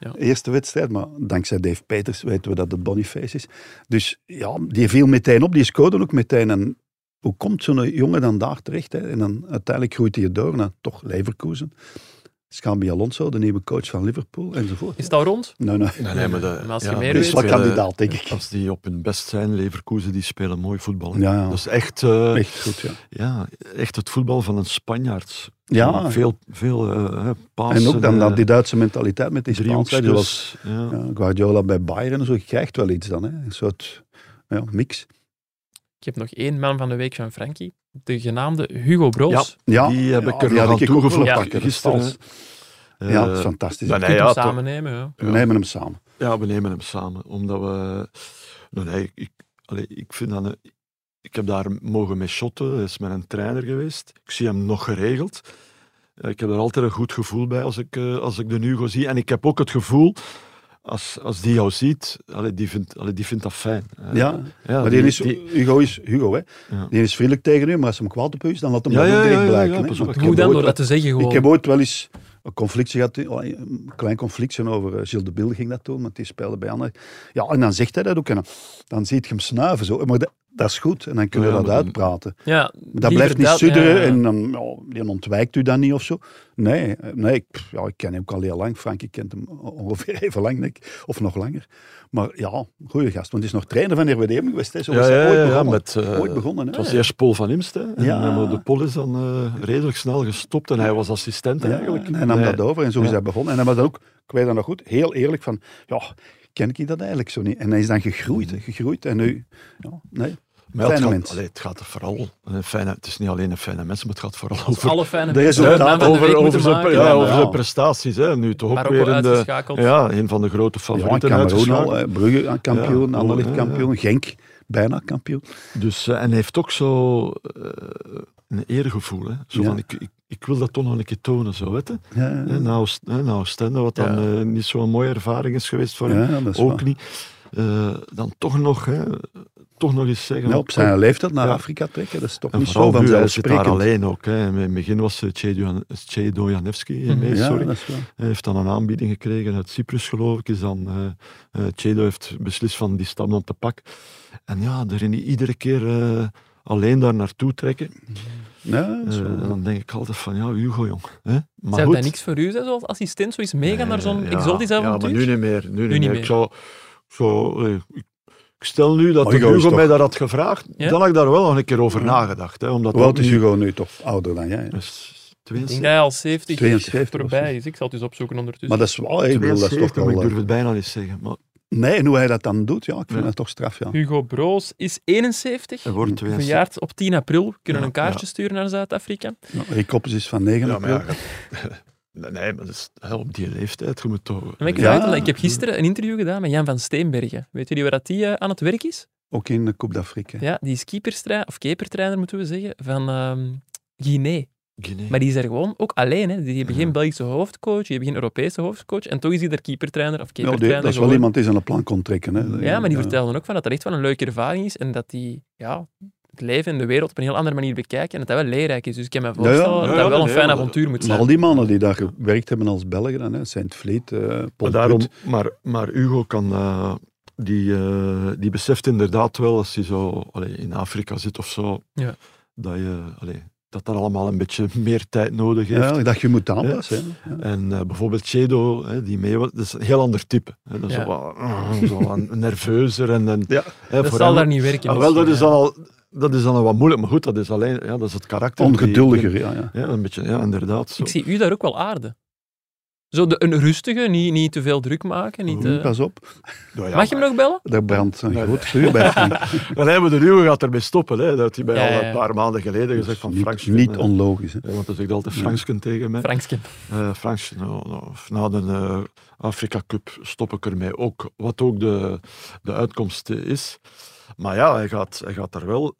C: Ja.
B: Eerste wedstrijd, maar dankzij Dave Peters weten we dat het Boniface is. Dus ja, die viel meteen op. Die scoorde ook meteen. En hoe komt zo'n jongen dan daar terecht? Hè? En dan uiteindelijk groeit hij door naar toch Leverkusen. Scambi Alonso, de nieuwe coach van Liverpool, enzovoort.
C: Is dat rond?
B: Nee, nee.
A: Nee, nee, maar, de,
C: Maar als je
A: ja, die
C: meer
B: Dat is wel
A: spelen-
B: kandidaat, denk ik.
A: Als die op hun best zijn, Leverkusen, die spelen mooi voetbal. hè.
B: Ja, ja.
A: Dat is echt, eh,
B: Echt goed, ja.
A: Ja, echt het voetbal van een Spanjaard.
B: Ja,
A: Veel, veel eh, hè,
B: en
A: pasen.
B: ook dan dat,
A: eh,
B: die Duitse mentaliteit met die Spaanse. Die was
A: driehoekjes, ja.
B: Ja, Guardiola bij Bayern en zo, je krijgt wel iets dan. Hè? Een soort ja, mix.
C: Ik heb nog één man van de week van Frankie. De genaamde Hugo Broos.
B: Ja,
A: Die heb ik er
B: die
A: nog aan
B: had ik ook willen
A: toegevoegd
C: pakken,
B: dat is
A: gisteren.
B: vals.
A: Eh,
B: Ja, dat is fantastisch.
A: maar
C: Je
A: nee,
C: kunt
A: ja,
C: hem
A: toch.
C: samen nemen, ja.
B: We nemen hem samen.
A: ja, we nemen hem samen. Omdat we... nou, Nee, nee, ik, allee, ik vind dat... een- ik heb daar mogen mee shotten. Hij is met een trainer geweest. Ik zie hem nog geregeld. Eh, Ik heb er altijd een goed gevoel bij als ik, eh, als ik de Hugo zie. En ik heb ook het gevoel... Als, als die jou ziet, allee, die, vindt, allee, die vindt dat fijn. Eh,
B: Ja,
A: ja,
B: maar die, is, Hugo is Hugo, hè.
A: Ja.
B: Die is vriendelijk tegen u, maar als hem kwaad op u is, dan laat hem
A: Ja,
B: dat
A: ja,
B: ook direct
A: ja, ja,
B: blijken.
A: ja,
B: hè.
A: pas op.
B: Want ik
C: Hoe
B: heb
C: dan?
B: ooit
C: Door dat te zeggen gewoon.
B: Ik heb ooit wel eens een conflictje gehad, Oh, een klein conflictje over eh, Gilles de Bille ging dat toen, want die speelde bij Anne. Ja, en dan zegt hij dat ook en dan, dan ziet je hem snuiven zo. Maar dat, dat is goed en dan kunnen we
A: Ja,
B: dat
A: maar dan-
B: uitpraten.
C: Ja,
B: Maar Dat
C: liever
B: blijft niet
C: dat-
B: sudderen
C: ja, ja.
B: en dan ja, die ontwijkt u dan niet of zo. Nee, eh, nee ik, pff, ja, ik ken hem ook al heel lang. Frank, ik kent hem o- ongeveer even lang, denk ik. Of nog langer. Maar ja, goede gast. Want hij is nog trainer van RWDM geweest. Hè. Zo
A: Ja,
B: is hij
A: ja,
B: ooit
A: ja, ja,
B: begonnen.
A: met, eh,
B: ooit begonnen, hè.
A: Het was eerst Paul van Imst. hè. En,
B: Ja.
A: eh, maar de Pol is dan eh, redelijk snel gestopt en hij was assistent
B: Ja,
A: eigenlijk.
B: en hij nam
A: eh, Nee.
B: dat over en zo is
A: Ja.
B: hij begonnen. En hij was dan ook, ik weet dat nog goed, heel eerlijk van... Ja, ken ik dat eigenlijk zo niet? En hij is dan gegroeid, hè, gegroeid. En nu... Ja, nee.
A: Maar ja, het,
B: Fijne
A: gaat,
B: mensen.
A: allee, het gaat er vooral, een fijne, het is niet alleen een fijne mensen, maar het gaat vooral over,
C: Alle fijne
B: de
C: mensen hebben
B: resultaten
C: naam en de
A: over,
C: week
A: over,
C: moeten
A: zijn,
C: maken,
A: ja,
B: ja,
A: over
B: ja.
A: zijn prestaties. Hè. Nu toch ook,
C: maar ook
A: weer
C: wel
A: in de,
C: uitgeschakeld.
A: ja, een van de grote
B: Ja,
A: favorieten
B: Cameroen
A: uitgeschakeld.
B: al, eh, Brugge eh, kampioen,
A: Ja,
B: Anderlecht
A: gewoon, hè,
B: kampioen, Genk bijna kampioen.
A: Dus, eh, en hij heeft ook zo eh, een eergevoel. Hè? Zo
B: Ja.
A: van, ik, ik, ik wil dat toch nog een keer tonen, zo weet je.
B: Ja, ja,
A: Hè, Nou, St- hè, nou Stende, wat dan
C: Ja.
A: eh, niet zo'n mooie ervaring is geweest voor hem,
B: ja, dat is
A: ook
B: waar.
A: niet. Eh, dan toch nog, hè, toch nog eens zeggen...
B: Ja, op zijn leeftijd naar
A: Ja.
B: Afrika trekken, dat is toch
A: En
B: niet
A: vooral
B: zo
A: nu, hij zit daar
B: vanzelfsprekend.
A: alleen ook. Hè. In het begin was eh, Cedjo- Cedjo Janevski eh,
C: Mhm.
A: mee,
B: Ja,
A: sorry.
B: dat is waar.
A: Hij heeft dan een aanbieding gekregen uit Cyprus, geloof ik. Is dan, eh eh, Cedo heeft beslist van die stap dan te pak. En ja, er niet iedere keer eh, alleen daar naartoe trekken.
B: Ja, dat is
A: Eh,
B: waar.
A: en dan denk ik altijd van, ja, Hugo, jong. Hè? Maar
C: Zou
A: goed.
C: dat niks voor u zijn, zoals assistent, zoiets meegaan naar zo'n
A: Eh,
C: exotisch
A: Ja, maar
C: avontuur?
A: nu niet meer. Nu, niet
C: niet
A: meer.
C: meer.
A: Ik, zou, zou, eh, ik- ik stel nu dat
B: Maar
A: de
B: Hugo
A: Hugo,
B: is toch-
A: mij dat had gevraagd,
C: Ja?
A: dan had ik daar wel nog een keer over nagedacht. Hè, omdat
B: Hoe oud is
A: nu-
B: Hugo nu toch? Ouder dan jij. hè?
A: is
C: Ik denk
A: 72.
C: dat hij al 70
B: 72 of
C: voorbij is. Ik zal het eens opzoeken
B: Maar
C: ondertussen.
B: dat is wel, ik bedoel, dat is toch
A: 72, maar
B: wel...
A: ik durf
B: eh,
A: het bijna niet zeggen. Maar
B: Nee, en hoe hij dat dan doet, ja, ik vind
A: Ja.
B: dat toch straf, ja.
C: Hugo Broos is 71,
A: er wordt 72.
C: verjaard op 10 april. Kunnen
A: Ja,
C: een kaartje sturen naar Zuid-Afrika.
B: Ja, Rick Koppers is van 9
A: Ja, maar
B: april.
A: ja, je- Nee, nee, maar dat is, hè, op die leeftijd, je moet toch...
C: En ik,
B: Ja.
C: verwijt hem dat- ik heb gisteren een interview gedaan met Jan van Steenbergen. Weet jullie waar dat die eh, aan het werk is?
B: Ook in de Coupe d'Afrique.
C: Ja, die is keeperstra- of keepertrainer, moeten we zeggen, van ehm, Guinea.
A: Guinea.
C: Maar die is er gewoon ook alleen. Hè. Die hebben geen
A: Ja.
C: Belgische hoofdcoach, die hebben geen Europese hoofdcoach. En toch is hij daar keepertrainer of
B: Ja, die-
C: keepertrainer.
B: dat is wel
C: gewoon.
B: iemand die zijn plan kon trekken. Hè.
C: Ja, maar die vertelde ook van dat dat echt wel een leuke ervaring is. En dat die ja, het leven en de wereld op een heel andere manier bekijken. En dat dat wel leerrijk is. Dus ik kan me voorstellen
B: ja,
C: dat
A: ja,
C: dat wel
A: ja,
C: een
A: ja,
C: fijn
A: maar-
C: avontuur moet
B: Maar
C: zijn.
B: al die mannen die daar gewerkt hebben als Belgen, dan, hè, Saint-Vliet, eh
A: Maar,
B: Paul
A: daarom,
B: Put.
A: maar, maar Hugo kan, eh, die, eh, die beseft inderdaad wel, als hij zo allee, in Afrika zit of zo,
C: Ja.
A: dat, je, allee, dat dat allemaal een beetje meer tijd nodig heeft.
B: Ja, dat je moet aanpassen. hè. Ja.
A: En eh, bijvoorbeeld Cedo, hè, die mee was, dat is een heel ander type. Hè. Dat is
C: Ja.
A: zo wat, mm, zo wat nerveuzer. En, en,
B: Ja.
A: hè,
C: Dat
A: voor
C: zal
A: hem-
C: daar niet werken. dus, eh,
A: Ah, wel, dat is,
C: misschien,
A: dan al, dat is dan al wat moeilijk, maar goed, dat is alleen ja, dat is het karakter. die-
B: Ongeduldiger, ja. ja.
A: Ja, een beetje, ja, inderdaad. Zo.
C: Ik zie u daar ook wel aarde. Zo de, een rustige, niet, niet te veel druk maken. Niet,
A: Mm-hmm.
B: Oeh,
C: eh.
B: Pas op,
A: Nou ja,
C: Mag je hem nog bellen?
B: daar brandt een
A: Nee,
B: groot vuur bij Frank.
A: Maar hij moet de Ruwe gaat ermee stoppen. Hè. Dat had hij bij
C: Ja,
A: al
C: ja.
A: een paar maanden geleden
B: Dat
A: gezegd
B: is
A: van
B: Dus niet,
A: Franks.
B: niet
A: eh,
B: onlogisch. Hè.
A: ja, want hij zegt altijd Franksken tegen mij.
C: Frankske.
A: Eh, Franks, nou, nou, of na de eh, Afrika Cup stop ik ermee ook. Wat ook de, de uitkomst eh, is. Maar ja, hij gaat, hij gaat daar wel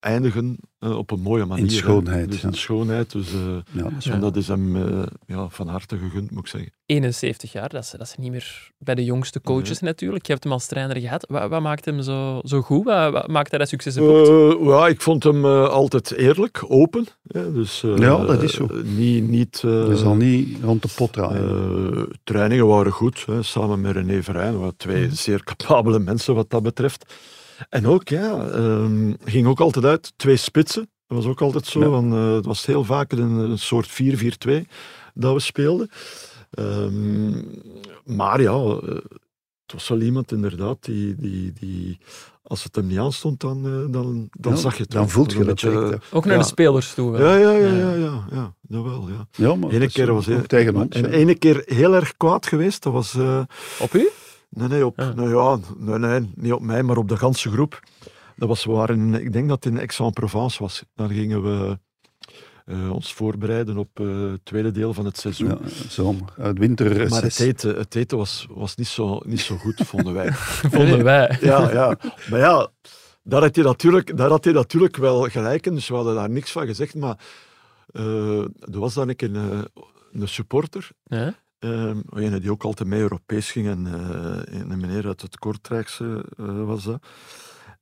A: eindigen eh, op een mooie manier. hè.
B: schoonheid,
A: Dus
B: ja.
A: in schoonheid. Dus, eh,
B: Ja, dat is
C: Ja.
A: En dat is hem eh, ja, van harte gegund, moet ik zeggen.
C: 71 jaar, dat is, dat is niet meer bij de jongste coaches natuurlijk. Je hebt hem als trainer gehad. Wat, wat maakt hem zo, zo goed? Wat, wat maakt hij dat succesvol?
A: Eh, ja, ik vond hem eh, altijd eerlijk, open. Hè, dus, eh,
B: Ja, dat is zo.
A: eh, Niet, niet, eh,
B: Dat zal niet rond de pot draaien.
A: eh, trainingen waren goed, hè, samen met René Verijn. We waren twee
B: Mhm.
A: zeer capabele mensen wat dat betreft. En ook, ja, ehm, ging ook altijd uit. Twee spitsen, dat was ook altijd zo.
B: Ja.
A: want, eh, het was heel vaak een, een soort 4-4-2 dat we speelden. Ehm, maar ja, eh, het was wel iemand inderdaad die... die, die als het hem niet aanstond, dan, eh, dan, dan
B: Ja,
A: zag je het.
B: dan
A: wel.
B: voelt je
A: een
B: dat
A: beetje, eh,
B: direct, hè.
C: Ook naar
A: ja.
C: de spelers toe. wel.
A: Ja, ja, ja,
C: Ja.
A: ja, ja, ja, jawel, ja.
B: Ja, maar
A: Ene
B: dat is
A: keer was
B: ook
A: hij-
B: tegen ons.
A: En
B: hè.
A: ene keer heel erg kwaad geweest. Dat was. eh,
C: Op u?
A: nee, nee, op,
C: Ah.
A: nou ja, nee, nee, niet op mij, maar op de ganse groep. Dat was, we waren, in- ik denk dat het in Aix-en-Provence was. Dan gingen we eh, ons voorbereiden op eh, het tweede deel van het seizoen.
B: Ja, zomer, uit
A: maar
B: winterreces.
A: het eten, het eten was, was niet, zo, niet zo goed, vonden wij.
C: Vonden wij.
A: ja, ja. Maar ja, daar had, hij natuurlijk, daar had hij natuurlijk wel gelijk in, dus we hadden daar niks van gezegd. Maar eh, er was dan een, keer een, een supporter
C: Ja.
A: Ehm, een die ook altijd mee Europees ging. En, eh, een meneer uit het Kortrijkse eh, was dat.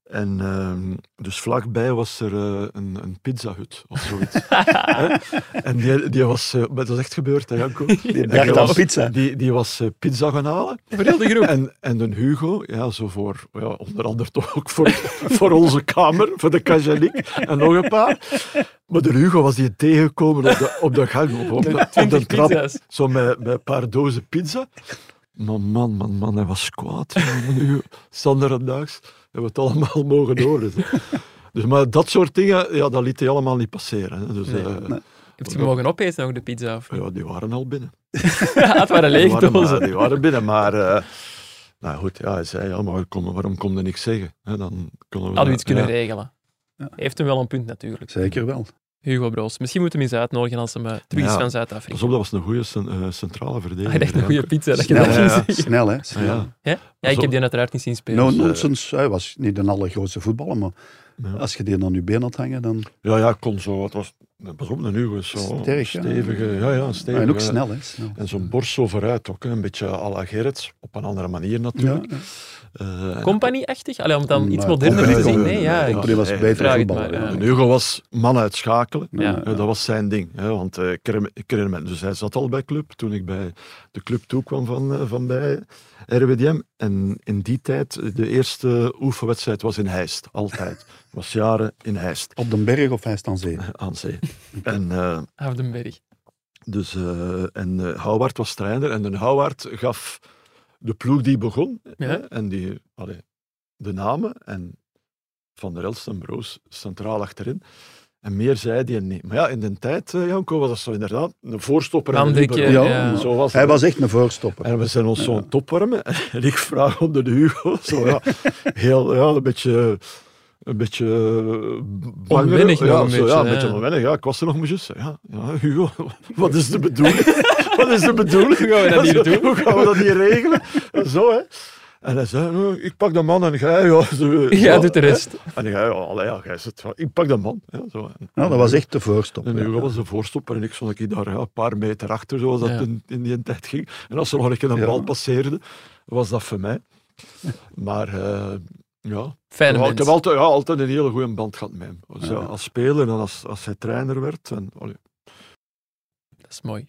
A: En ehm, dus vlakbij was er eh, een, een pizzahut of zoiets. Hè? en die, die was... eh, maar dat is echt gebeurd, hè, Janko?
B: Die
A: En die
B: bracht
A: was,
B: al pizza.
A: die, die was eh, pizza gaan halen.
C: Voor heel de groep.
A: En, en een Hugo, ja, zo voor, ja, onder andere toch ook voor, voor onze kamer, voor de Kajalik en nog een paar. Maar de Hugo was die tegengekomen op de, op de gang, op, op, de- op
C: 20
A: de trap.
C: pizza's.
A: Zo met, met een paar dozen pizza. Maar man, man, man, hij was kwaad. jongen. Nu, Sander en Daags hebben we het allemaal mogen horen. zeg. Dus, maar dat soort dingen, ja, dat liet hij allemaal niet passeren. Hè. Dus,
C: Nee,
A: eh,
B: nee.
C: Heb je mogen opeten nog de pizza? Of...
A: Ja, die waren al binnen.
C: Ja, het waren
A: Die
C: leeg
A: waren, maar-
C: dozen.
A: die waren binnen, maar eh, Nou goed, ja, hij zei, ja, maar kom, waarom kon hij niks zeggen? Hè, dan konden we
C: Hadden we iets kunnen
A: ja.
C: regelen.
B: Ja.
C: Hij heeft hem wel een punt natuurlijk.
B: Zeker wel.
C: Hugo Broos. Misschien moeten we hem eens uitnodigen als hem eh, terug is
A: Ja.
C: van
A: Pas
C: Zuid-Afrika.
A: op, dat was een goede cen- eh, centrale verdediger.
C: Hij dacht een
A: Ja,
C: goede pizza. Ah, Dat je
B: Snel,
C: dat
B: hè.
C: ging
A: ja.
C: zeggen.
B: Snel, hè.
A: Ah, ja.
C: Ja, ik
A: Zo-
C: heb die uiteraard niet zien spelen.
B: No
A: eh,
B: nonsense. Hij was niet een allergrootste voetballer, maar
A: Ja.
B: als je die aan je been had hangen, dan...
A: Ja, ja, kon zo. Het was, pas op, een Hugo is zo
B: Sterk, ja.
A: stevige. Ja, ja, stevige.
B: en ook snel, hè. Snel.
A: eh, En zo'n borst zo vooruit ook. hè, Een beetje à la Gerrits. Op een andere manier natuurlijk.
B: Ja, ja.
A: Eh, en-
C: Company-achtig? Allee, om het dan iets
B: Maar
C: moderner
A: Company
C: te zien.
A: kon-
C: Nee, ja.
A: Company
C: ik-
B: Company was
A: nee,
B: een betere
C: vraag het
B: voetballer.
C: maar,
B: ja.
A: en Hugo was man uitschakelen.
C: Ja.
A: Eh, dat was zijn ding. Hè, want eh Kerm- Kermen- dus hij zat al bij club toen ik bij de club toekwam van, eh, van bij RWDM. En in die tijd, de eerste oefenwedstrijd was in Heist. Altijd. was jaren in Heist.
B: Op den berg of hij is aan zee?
A: Aan zee. En... eh,
C: Afdenberg.
A: Dus, eh, en eh Houwaard was trainer en de Houwaard gaf de ploeg die begon
C: Ja.
A: hè, en die, allee, de namen en Van der Elst en Broos centraal achterin. En meer zei die niet. Maar ja, in de tijd, eh, Janko, was dat zo inderdaad een voorstopper en een
C: Mandekje,
A: libero.
B: ja.
A: Zo was
B: Hij
A: het.
B: was echt een voorstopper.
A: En we zijn ons zo aan het opwarmen. En ik vraag om de Hugo. Zo, ja, heel, ja, een beetje... Een beetje eh, bang.
C: Onwennig
A: ja,
C: nog een
A: zo,
C: beetje,
A: ja,
C: hè.
A: een beetje onwennig. Ja, ik was er nog maar juist. Ja, ja, Hugo, wat is de bedoeling? Wat is de bedoeling?
C: Hoe gaan we dat hier doen?
A: Hoe gaan we dat hier regelen? Zo, hè. En hij zei, "Nou, ik pak de man en jij... Ja, zo,
C: Ja,
A: zo,
C: doet de
A: hè."
C: rest.
A: En jij, ja, allee, ja, jij zit... van, Ik pak de man. Ja, zo.
B: Ja, Nou, dat was echt de
A: En
B: voorstopper.
A: nu
B: ja.
A: was de voorstopper en ik stond ik daar ja, een paar meter achter, zoals dat
C: Ja.
A: in, in die tijd ging. En als er nog een keer een
B: Ja.
A: bal passeerde, was dat voor mij. Maar eh, ja,
C: Fijne
A: ja, ik heb
C: mens.
A: altijd, ja, altijd een hele goede band gehad met hem. Zo,
B: Ja.
A: Als speler en als, als hij trainer werd. En, allee,
C: Dat is mooi.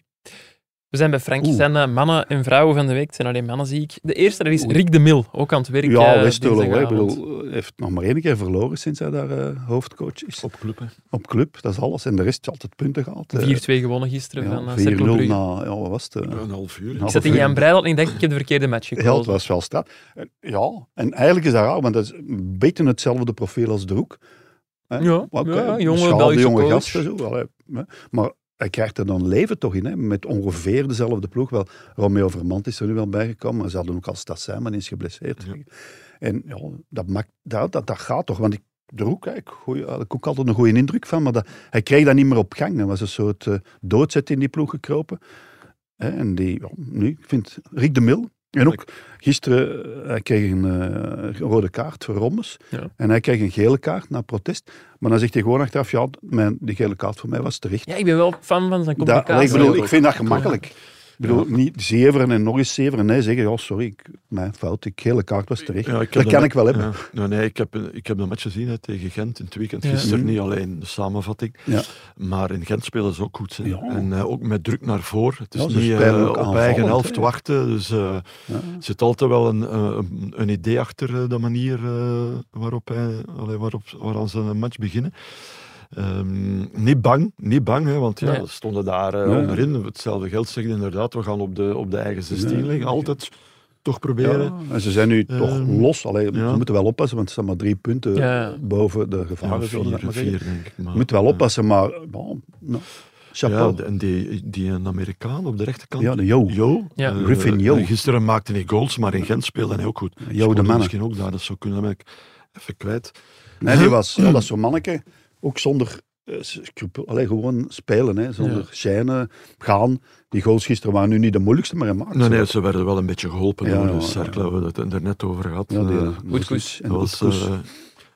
C: We zijn bij Frank.
B: Oeh.
C: zijn eh, mannen en vrouwen van de week. Het zijn alleen mannen, zie ik. De eerste, dat is
B: Oei.
C: Rick de Mil. Ook aan het werk.
B: ja,
C: eh,
B: Westerlo. hè. Ik
C: dinsdagavond.
B: bedoel, Hij heeft nog maar één keer verloren sinds hij daar eh, hoofdcoach is.
A: op club. hè.
B: Op club, dat is alles. En de rest is altijd punten gehaald. eh.
C: 4-2 gewonnen gisteren
B: Ja,
C: van uh,
B: 4-0
C: Brugge.
B: na, ja, wat was het? eh,
A: Een half uur. hè.
B: Ja.
C: Ik zat in
B: half uur.
C: Jan Breidel en ik denk, ik heb de verkeerde match
B: Ja, het
C: gekozen.
B: was wel straat. En Ja, en eigenlijk is dat raar, want dat is een beetje hetzelfde profiel als Droek. Hè?
C: Ja,
B: Oké,
C: ja,
B: een
C: jonge
B: schaalde
C: Belgische
B: eh, jonge
C: coach.
B: gasten zo, wel, hè. Maar- Maar hij krijgt er dan leven toch in, hè? met ongeveer dezelfde ploeg. Wel, Romeo Vermand is er nu wel bijgekomen, maar ze hadden ook al Stadsijmen is geblesseerd.
A: Ja.
B: En ja, dat, maakt, dat, dat, dat gaat toch, want ik, Droek, hè, ik gooi- had ik ook altijd een goede indruk van, maar dat, hij kreeg dat niet meer op gang. Er was een soort eh, doodzet in die ploeg gekropen. Hè, en die, ja, nu, ik vind Rick de Mil. En ook gisteren, eh, hij kreeg een eh, rode kaart voor Rommes.
C: Ja.
B: En hij kreeg een gele kaart na protest. Maar dan zegt hij gewoon achteraf, ja, mijn, die gele kaart voor mij was terecht.
C: Ja, ik ben wel fan van zijn
B: Dat-
C: communicatie.
B: ik bedoel,
A: Ja.
B: ik vind dat gemakkelijk. Ik bedoel, niet zeveren en nog eens zeveren. Nee, zeggen, ja, sorry, ik, mijn fout, die gele kaart was terecht.
A: Ja, ik heb
B: dat
A: de
B: kan
A: ma-
B: ik wel hebben.
A: Ja. Nou, nee, ik heb, een- ik heb een match gezien hè, tegen Gent in het weekend.
C: Ja.
A: Gisteren
B: Mhm.
A: niet alleen de samenvatting.
B: Ja.
A: Maar in Gent spelen ze ook goed. hè.
B: Ja.
A: En eh, ook met druk naar voren. Het is
B: Ja, ze
A: niet
B: spelen
A: eh,
B: ook
A: op
B: aanvallend,
A: eigen helft
B: hè.
A: wachten. Dus eh,
B: Ja.
A: er zit altijd wel een, eh, een, een idee achter eh, de manier eh, waarop, hij, allee, waarop waaraan ze een match beginnen. Ehm, niet bang, niet bang, hè, want ja,
C: Nee.
A: we stonden daar eh,
B: Nee.
A: onderin. Hetzelfde geld zegt inderdaad, we gaan op de, op de eigen 16
B: Nee.
A: liggen. Altijd toch
B: Ja,
A: proberen.
B: En ze zijn nu toch
A: Ehm,
B: los. Alleen,
A: ja.
B: we moeten wel oppassen, want ze staan maar drie punten
C: Ja.
B: boven de gevaren.
A: Ja,
B: zullen we dat maar
A: vier,
B: zeggen.
A: vier, denk ik. Maar,
B: Je moet wel
A: ja.
B: oppassen, maar bon,
A: Ja,
B: nou, chapeau.
A: en die, die een Amerikaan op de rechterkant.
B: Ja, de Jo.
A: Jo.
C: Ja.
A: eh,
B: Griffin Jo.
A: Gisteren maakte hij goals, maar in Gent speelde hij ook goed.
B: Jo de
A: Scoorde
B: mannen.
A: Misschien ook daar, dat zou kunnen. Dat ben ik even kwijt.
B: Nee, die was, ja, dat is zo'n manneke. Ook zonder eh, scrupel. Allee, gewoon spelen, hè, zonder schijnen, gaan. Die goals gisteren waren nu niet de moeilijkste, maar hij maakte
A: Nee,
B: ze
A: nee,
B: wel.
A: ze werden wel een beetje geholpen
B: Ja,
A: door
B: ja,
A: de cirkel.
B: ja.
A: We hebben het er net over gehad.
B: Ja, die,
A: Eh,
B: eh,
A: dat
B: Moeskous
C: Moeskous.
B: en
A: was
B: Goedkoes.
A: eh,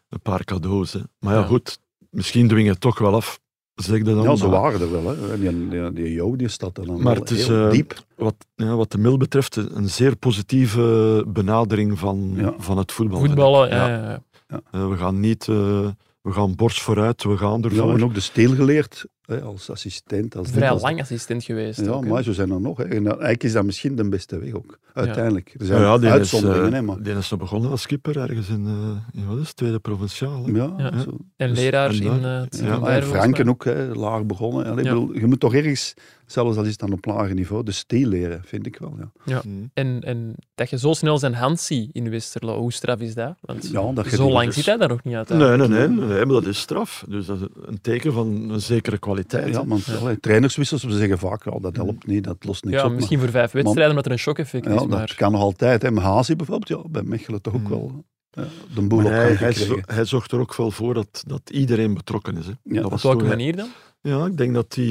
A: een paar cadeaus. Hè. Maar ja,
C: Ja.
A: goed, misschien dwing je het toch wel af. Zeg dat dan.
B: ja, ze
A: maar-
B: waren er wel. Hè. Die, die, die Jo, die staat er dan
A: Maar
B: wel
A: het is,
B: heel
A: eh,
B: diep.
A: Wat, ja, wat de Mil betreft, een een zeer positieve benadering van,
B: Ja.
A: van het voetbal.
C: Voetballen,
A: Ja.
C: ja. ja, ja.
A: Eh, we gaan niet... eh, we gaan borst vooruit, we gaan
B: Ja,
A: ervoor.
B: en ook de stil geleerd hè, als assistent. Als dit,
C: Vrij
B: als dat.
C: lang assistent geweest.
B: Ja,
C: ook, hè.
B: maar zo zijn er nog. Hè. En dat- eigenlijk is dat misschien de beste weg ook. Uiteindelijk. Er zijn
A: Ja, die is,
B: uitzonderingen,
A: eh,
B: hè, maar...
A: die is nog begonnen als skipper ergens in, eh, in wat is het, tweede provinciaal. hè?
B: Ja,
C: Ja.
B: zo.
C: En leraar
A: en
C: in
A: daar-
C: eh, het
A: Ja,
B: dus- Ah Ja,
C: Zuid-Vlaanderen,
B: en
C: volgens mij.
B: Franken ook, hè, laag begonnen. Allee, ik
C: Ja.
B: bedoel, je moet toch ergens Zelfs al is het dan op lager niveau. Dus stil leren, vind ik wel. Ja,
A: Hm.
C: En, en dat je zo snel zijn hand ziet in Westerlo, hoe straf is dat? Want
B: ja dat je
C: zo
B: die
C: lang
B: dus-
C: zit hij daar nog niet uit. hè?
A: Nee, nee, nee, nee, nee, maar dat is straf. Dus dat is een teken van een zekere kwaliteit.
B: Ja, want allee, trainerswissels, we zeggen vaak, ja, dat helpt niet, dat lost niks
C: ja,
B: op. maar-
C: misschien voor vijf wedstrijden, omdat er een shock-effect
B: Ja,
C: is.
B: dat
C: Maar
B: kan nog altijd. Hè. Maar Hazi bijvoorbeeld, ja, bij Mechelen toch ook
A: Hmm.
B: wel eh, de boel
A: Maar
B: op
A: hij,
B: kan
A: hij,
B: gekregen.
A: zo- hij zorgt er ook wel voor dat, dat iedereen betrokken is. Hè.
B: op
A: was
C: op welke
A: toen, hè.
C: manier dan?
A: Ja, ik denk dat hij...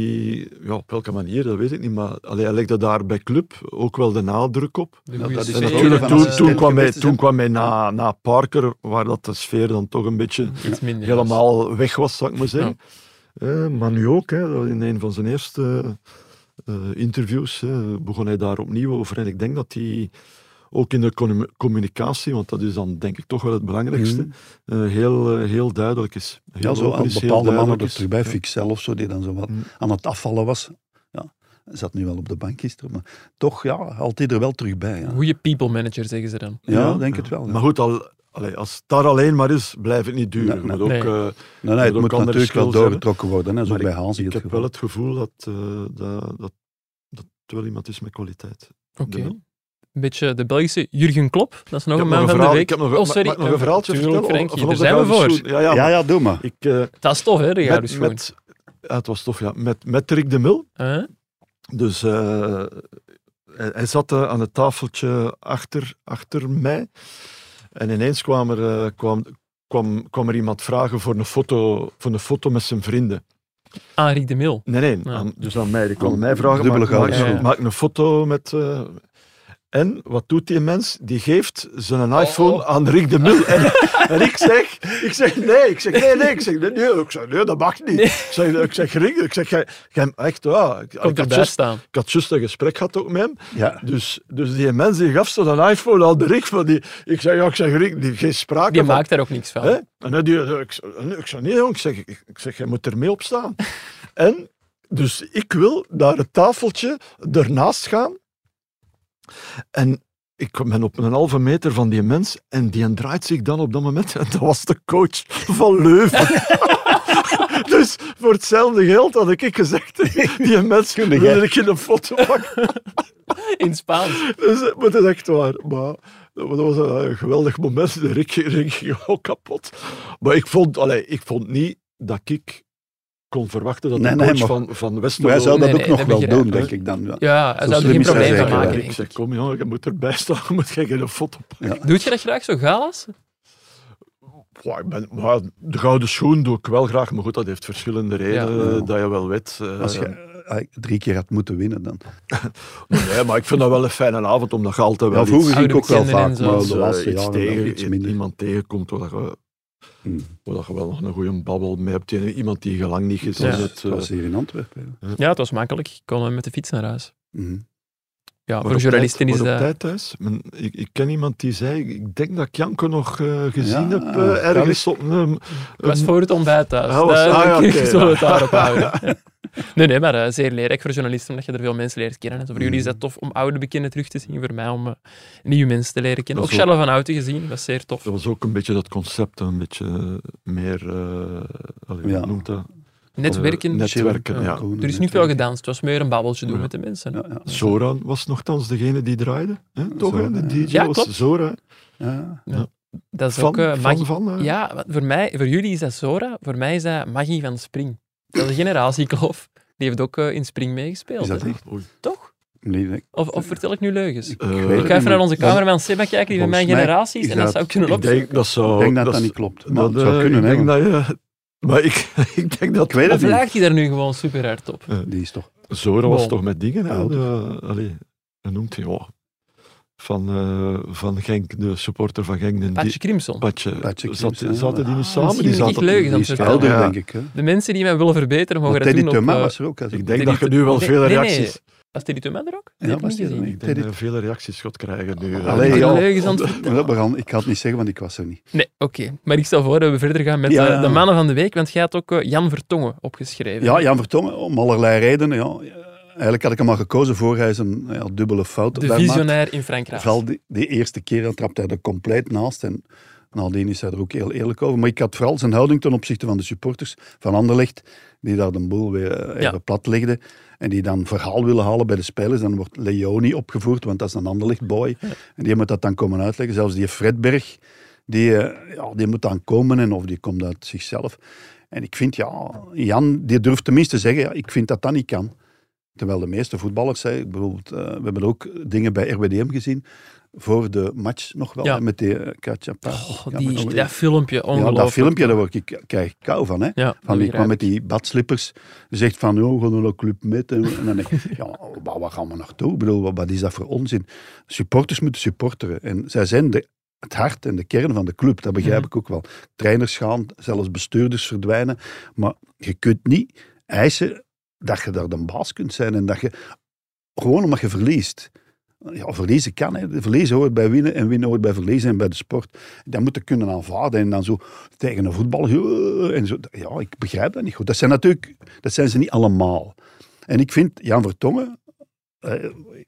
A: Ja, op welke manier, dat weet ik niet. Maar allee, hij legde daar bij Club ook wel de nadruk op.
C: De
B: Ja,
C: goede
B: dat is
A: En
C: sfeer,
B: natuurlijk
A: natuurlijk,
C: van
B: van
A: toen,
C: de-
A: toen, kwam hij,
B: assistenten
A: toen
B: beste
A: kwam hij na, na Parker, waar dat de sfeer dan toch een beetje
C: iets minder.
A: helemaal weg was, zou ik maar zeggen. Eh, maar nu ook, hè, dat in een van zijn eerste eh, interviews hè, begon hij daar opnieuw over. En ik denk dat hij ook in de commu- communicatie, want dat is dan denk ik toch wel het belangrijkste,
B: Mm.
A: eh, heel, eh, heel duidelijk is. Heel
B: Ja, zo
A: open
B: aan
A: is, heel
B: bepaalde mannen
A: duidelijk
B: er
A: is.
B: terug bij,
A: Ja.
B: Fixel of zo, die dan zo wat
A: Hmm.
B: aan het afvallen was. Ja, hij zat nu wel op de bank gisteren, maar toch, ja, haalt hij er wel terug bij. Ja,
C: Goede people manager, zeggen ze dan.
B: ja, denk het wel. ja.
A: Maar goed, al, allee, als het daar alleen maar is, blijft het niet duren.
B: Nee, nee.
A: Maar ook,
C: Nee.
A: eh,
B: nee, nee,
A: moet
B: het
A: ook
B: moet
A: andere
B: natuurlijk wel
A: skills hebben.
B: doorgetrokken worden, hè, zo
A: Maar
B: bij Hazi.
A: ik
B: het
A: heb
B: geval.
A: wel het gevoel dat, eh, dat, dat, dat het wel iemand is met kwaliteit.
C: Oké.
A: Ja.
C: Een beetje de Belgische Jurgen Klop. Dat is nog
A: Ik
C: een
A: heb nog
C: man van
A: een
C: de
A: verhaal-
C: week.
A: Ik heb nog,
C: oh, sorry.
A: mag ik nog een verhaaltje
C: Tuurlijk,
A: vertellen.
C: Frankie,
A: vanaf
C: daar
A: de
C: zijn we
A: Gouden
C: voor.
A: Schoen. Ja, ja,
B: Ja,
A: maar
B: ja, doe maar.
A: Ik, eh,
C: Dat is tof, hè, de
A: met,
C: gouden schoen.
A: met, ja, het was tof, ja. Met, met Rick de Mil.
C: Huh?
A: Dus eh, hij, hij zat eh, aan het tafeltje achter, achter mij. En ineens kwam er, eh, kwam, kwam, kwam er iemand vragen voor een, foto, voor een foto met zijn vrienden.
C: Henri de Mil.
A: Nee, nee.
C: Ja.
A: aan- dus aan mij. Die kwam
B: Aan
A: mij vragen.
B: dubbele
A: Maak, maak,
B: gouden
C: schoen.
A: maak een foto met... eh, en wat doet die mens? Die geeft zijn iPhone
C: oh.
A: aan Rick de Mil. En, en ik zeg, ik zeg nee, ik zeg nee, nee, ik zeg nee, nee, ik zeg, nee dat mag niet. Ik, zeg, ik zeg Rick, ik zeg jij, jij- echt, ja, ik, ik
C: Komt
A: had
C: erbij
A: juist-
C: staan.
A: ik had juist een gesprek gehad ook met hem.
B: Ja.
A: Dus, dus die mens die gaf ze een iPhone aan de Rick. Van die, ik zeg ja, ik zeg Rick, die, geen sprake
C: Die
A: van.
C: maakt daar ook niks van.
A: Hè? En hij die, ik, ik zei, nee jong, ik zeg, ik, ik zeg, jij moet er mee op staan. en dus ik wil naar het tafeltje ernaast gaan. En ik ben op een halve meter van die mens en die draait zich dan op dat moment. En dat was de coach van Leuven. dus voor hetzelfde geld had ik gezegd, die mens
B: Kunde
A: wilde
B: jij-
A: ik in een foto pakken.
C: In Spaans.
A: Dus, eh, maar dat is echt waar. Maar dat was een, eh, geweldig moment. De Rick, Rick ging ook kapot. Maar ik vond, allee, ik vond niet dat ik kon verwachten dat
B: Nee,
A: de
B: nee,
A: coach
B: maar-
A: van, van
B: Maar hij
A: Westerlo...
B: zou dat
C: Nee,
B: ook
C: nee,
B: nog
C: dat
B: wel
C: begrijp
B: doen,
A: ik.
B: denk ik dan. Ja.
C: Ja, hij zou er
B: slim
C: geen
B: is hij
C: probleem van
B: zeker,
C: maken.
B: ja.
C: denk
A: Ik
C: ik.
A: zeg, kom jongen, je moet erbij staan. Moet jij geen foto pakken.
C: Doet je dat graag zo, galas?
A: Goh, ik ben, maar de gouden schoen doe ik wel graag. Maar goed, dat heeft verschillende redenen
B: Ja.
A: dat je wel weet. eh,
B: Als je eh, drie keer had moeten winnen dan.
A: nee, maar ik vind dat wel een fijne avond, omdat je altijd wel
B: Ja, vroeger
A: iets,
B: ging ik ook wel
C: Oude
B: vaak,
C: bekenden en
B: maar
C: zo.
B: de
A: eh,
B: laatste
A: iets
B: jaren wel
A: tegen,
B: iets minder.
A: iemand tegenkomt waar je
B: Hmm.
A: Waar dat je wel nog een goede babbel mee hebt. Tegen Iemand die je lang niet gezien
C: Ja.
B: Dat
A: hebt.
B: was,
A: eh.
B: was hier in Antwerpen. ja.
C: Ja, het was makkelijk. Ik kon eh, met de fiets naar huis.
B: Mhm.
C: Ja,
A: Maar
C: voor
A: op
C: journalisten
A: tijd-
C: is
A: maar op
C: dat...
A: tijd thuis. Men- ik, ik ken iemand die zei, ik denk dat ik Janko nog eh, gezien
B: Ja,
A: heb eh, ergens op een...
C: Het was
A: een-
C: voor het ontbijt thuis.
A: Ah, was-
C: Daar-
A: ah, ja, oké,
C: zullen we het
A: ja.
C: daarop houden. Nee, nee, maar eh, zeer leerrijk voor journalisten, omdat je er veel mensen leert kennen. En Voor jullie is
A: Mm.
C: dat tof om oude bekenden terug te zien. Voor mij om eh, nieuwe mensen te leren kennen. Ook
A: Dat is ook-
C: Charles van Houten gezien, dat is zeer tof.
A: dat was ook een beetje dat concept, een beetje meer, eh allee,
B: Ja.
A: hoe noemt dat?
C: Netwerken.
A: Eh, netwerken,
C: Chillen.
A: ja.
B: Koenen,
C: Er is niet
B: hè.
C: veel gedanst. Het was meer een babbeltje doen
A: Ja.
C: met de mensen.
B: Ja, ja.
A: Zoran was nogthans degene die draaide, hè? toch? hè?
B: Zoran,
A: De DJ
C: ja. Ja,
A: was
C: klopt.
A: Zora.
B: Ja.
C: Dat is
A: Van,
C: ook... eh,
A: van,
C: Maggie-
A: van, eh,
C: Ja, want voor, mij, voor jullie is dat Zora. Voor mij is dat Maggie van Spring. Dat is een generatiekloof. Die heeft ook eh, in Spring meegespeeld.
B: Is dat
C: hè.
B: echt?
A: Oei.
C: Toch?
B: Nee, nee.
C: Of, of vertel ik nu leugens?
B: Ik
A: Eh,
B: weet
A: ik
C: Ik ga even naar onze
B: Dat-
C: cameraman Seba kijken, die van mijn
B: Volgens mij
C: generatie is.
B: is
C: En dat
B: dat-
C: zou kunnen
A: Ik
C: opzoeken.
A: denk dat zou...
B: Ik denk dat dat,
A: dat
B: niet
A: zou-
B: klopt. Maar het
A: dat,
B: zou
A: eh,
B: kunnen,
A: ik
B: hè,
A: denk
B: want
A: dat je... Maar ik, ik denk dat...
B: Ik weet
C: Of
B: het niet.
C: laagt hij daar nu gewoon super hard op?
B: Die is toch...
A: Zora was
C: Bon.
A: toch met dingen, hè?
B: Ja.
A: De- allee, hoe noemt hij? Ja. Van, eh, van Genk, de supporter van Genk. De
C: Patje
A: die-
C: Crimson.
B: Oh.
A: Patje.
B: Patje
A: Zat-
B: Crimson, ja.
A: zaten die niet
C: Ah,
A: samen?
C: misschien
A: Die
C: is het
A: zaten,
C: niet leuk.
B: Die is
C: vertellen.
B: helder,
A: Ja.
B: denk ik. Hè.
C: De mensen die mij willen verbeteren mogen
B: Maar
C: dat
B: Teddy
C: doen op...
B: Thuma
C: eh,
B: was er ook. hè.
A: Ik
C: Teddy
A: denk dat je
C: Te-
A: nu wel
C: Nee,
A: veel
C: nee, nee.
A: reacties...
C: Was Teddy Thuma er ook?
B: Ja,
C: Die heb ik
B: was
C: niet
B: die er
C: gezien.
B: niet?
A: Ik denk dat
B: Teddy-
A: je veel reacties gaat krijgen nu. eh.
B: Allee,
C: Ik ben
B: ja.
C: leugens aan het vertellen.
B: Maar dat begon- Ik kan het niet zeggen, want ik was er niet.
C: Nee, oké. Maar ik stel voor dat we verder gaan met
B: Ja.
C: eh, de mannen van de week, want jij had ook eh, Jan Vertongen opgeschreven.
B: Ja, Jan Vertongen, oh, om allerlei redenen. Ja. Eigenlijk had ik hem al gekozen voor hij zijn ja, dubbele fout
C: de
B: daar maakte.
C: visionair in Frankrijk.
B: Vooral die, die eerste keer dan trapte hij er compleet naast. En Nadien is hij er ook heel eerlijk over. Maar ik had vooral zijn houding ten opzichte van de supporters van Anderlecht, die daar de boel weer eh,
C: Ja.
B: even plat legden. En die dan verhaal willen halen bij de spelers. Dan wordt Leoni opgevoerd, want dat is een Anderlecht-boy. En die moet dat dan komen uitleggen. Zelfs die Fredberg, die, eh, ja, die moet dan komen en of die komt uit zichzelf. En ik vind, ja, Jan, die durft tenminste zeggen, ja, ik vind dat dat niet kan. Terwijl de meeste voetballers, hè, ik bedoel, eh, we hebben ook dingen bij RWDM gezien, voor de match nog wel,
C: Ja.
B: hè, met die eh, Kachapa.
C: Oh,
B: Ja,
C: die,
B: maar-
C: dat filmpje,
B: ja,
C: ongelooflijk.
B: dat filmpje, daar word ik, eh, krijg ik kou van. Hè?
C: Ja, dat
B: van die
C: begrijp
B: kwam
C: ik.
B: met die badslippers. Zegt van, oh, we gaan naar de club met. En, en dan denk ik, ja, waar, waar gaan we naartoe? Ik bedoel, wat, wat is dat voor onzin? Supporters moeten supporteren. En zij zijn de, het hart en de kern van de club. Dat begrijp
C: Mhm.
B: ik ook wel. Trainers gaan, zelfs bestuurders verdwijnen. Maar je kunt niet eisen dat je daar de baas kunt zijn. En dat je, gewoon omdat je verliest. Ja, verliezen kan. Hè. Verliezen hoort bij winnen en winnen hoort bij verliezen en bij de sport. Dat moet je kunnen aanvaarden. En dan zo tegen een voetballer. "Eh," En zo. Ja, ik begrijp dat niet goed. Dat zijn natuurlijk, dat zijn ze niet allemaal. En ik vind Jan Vertongen, eh,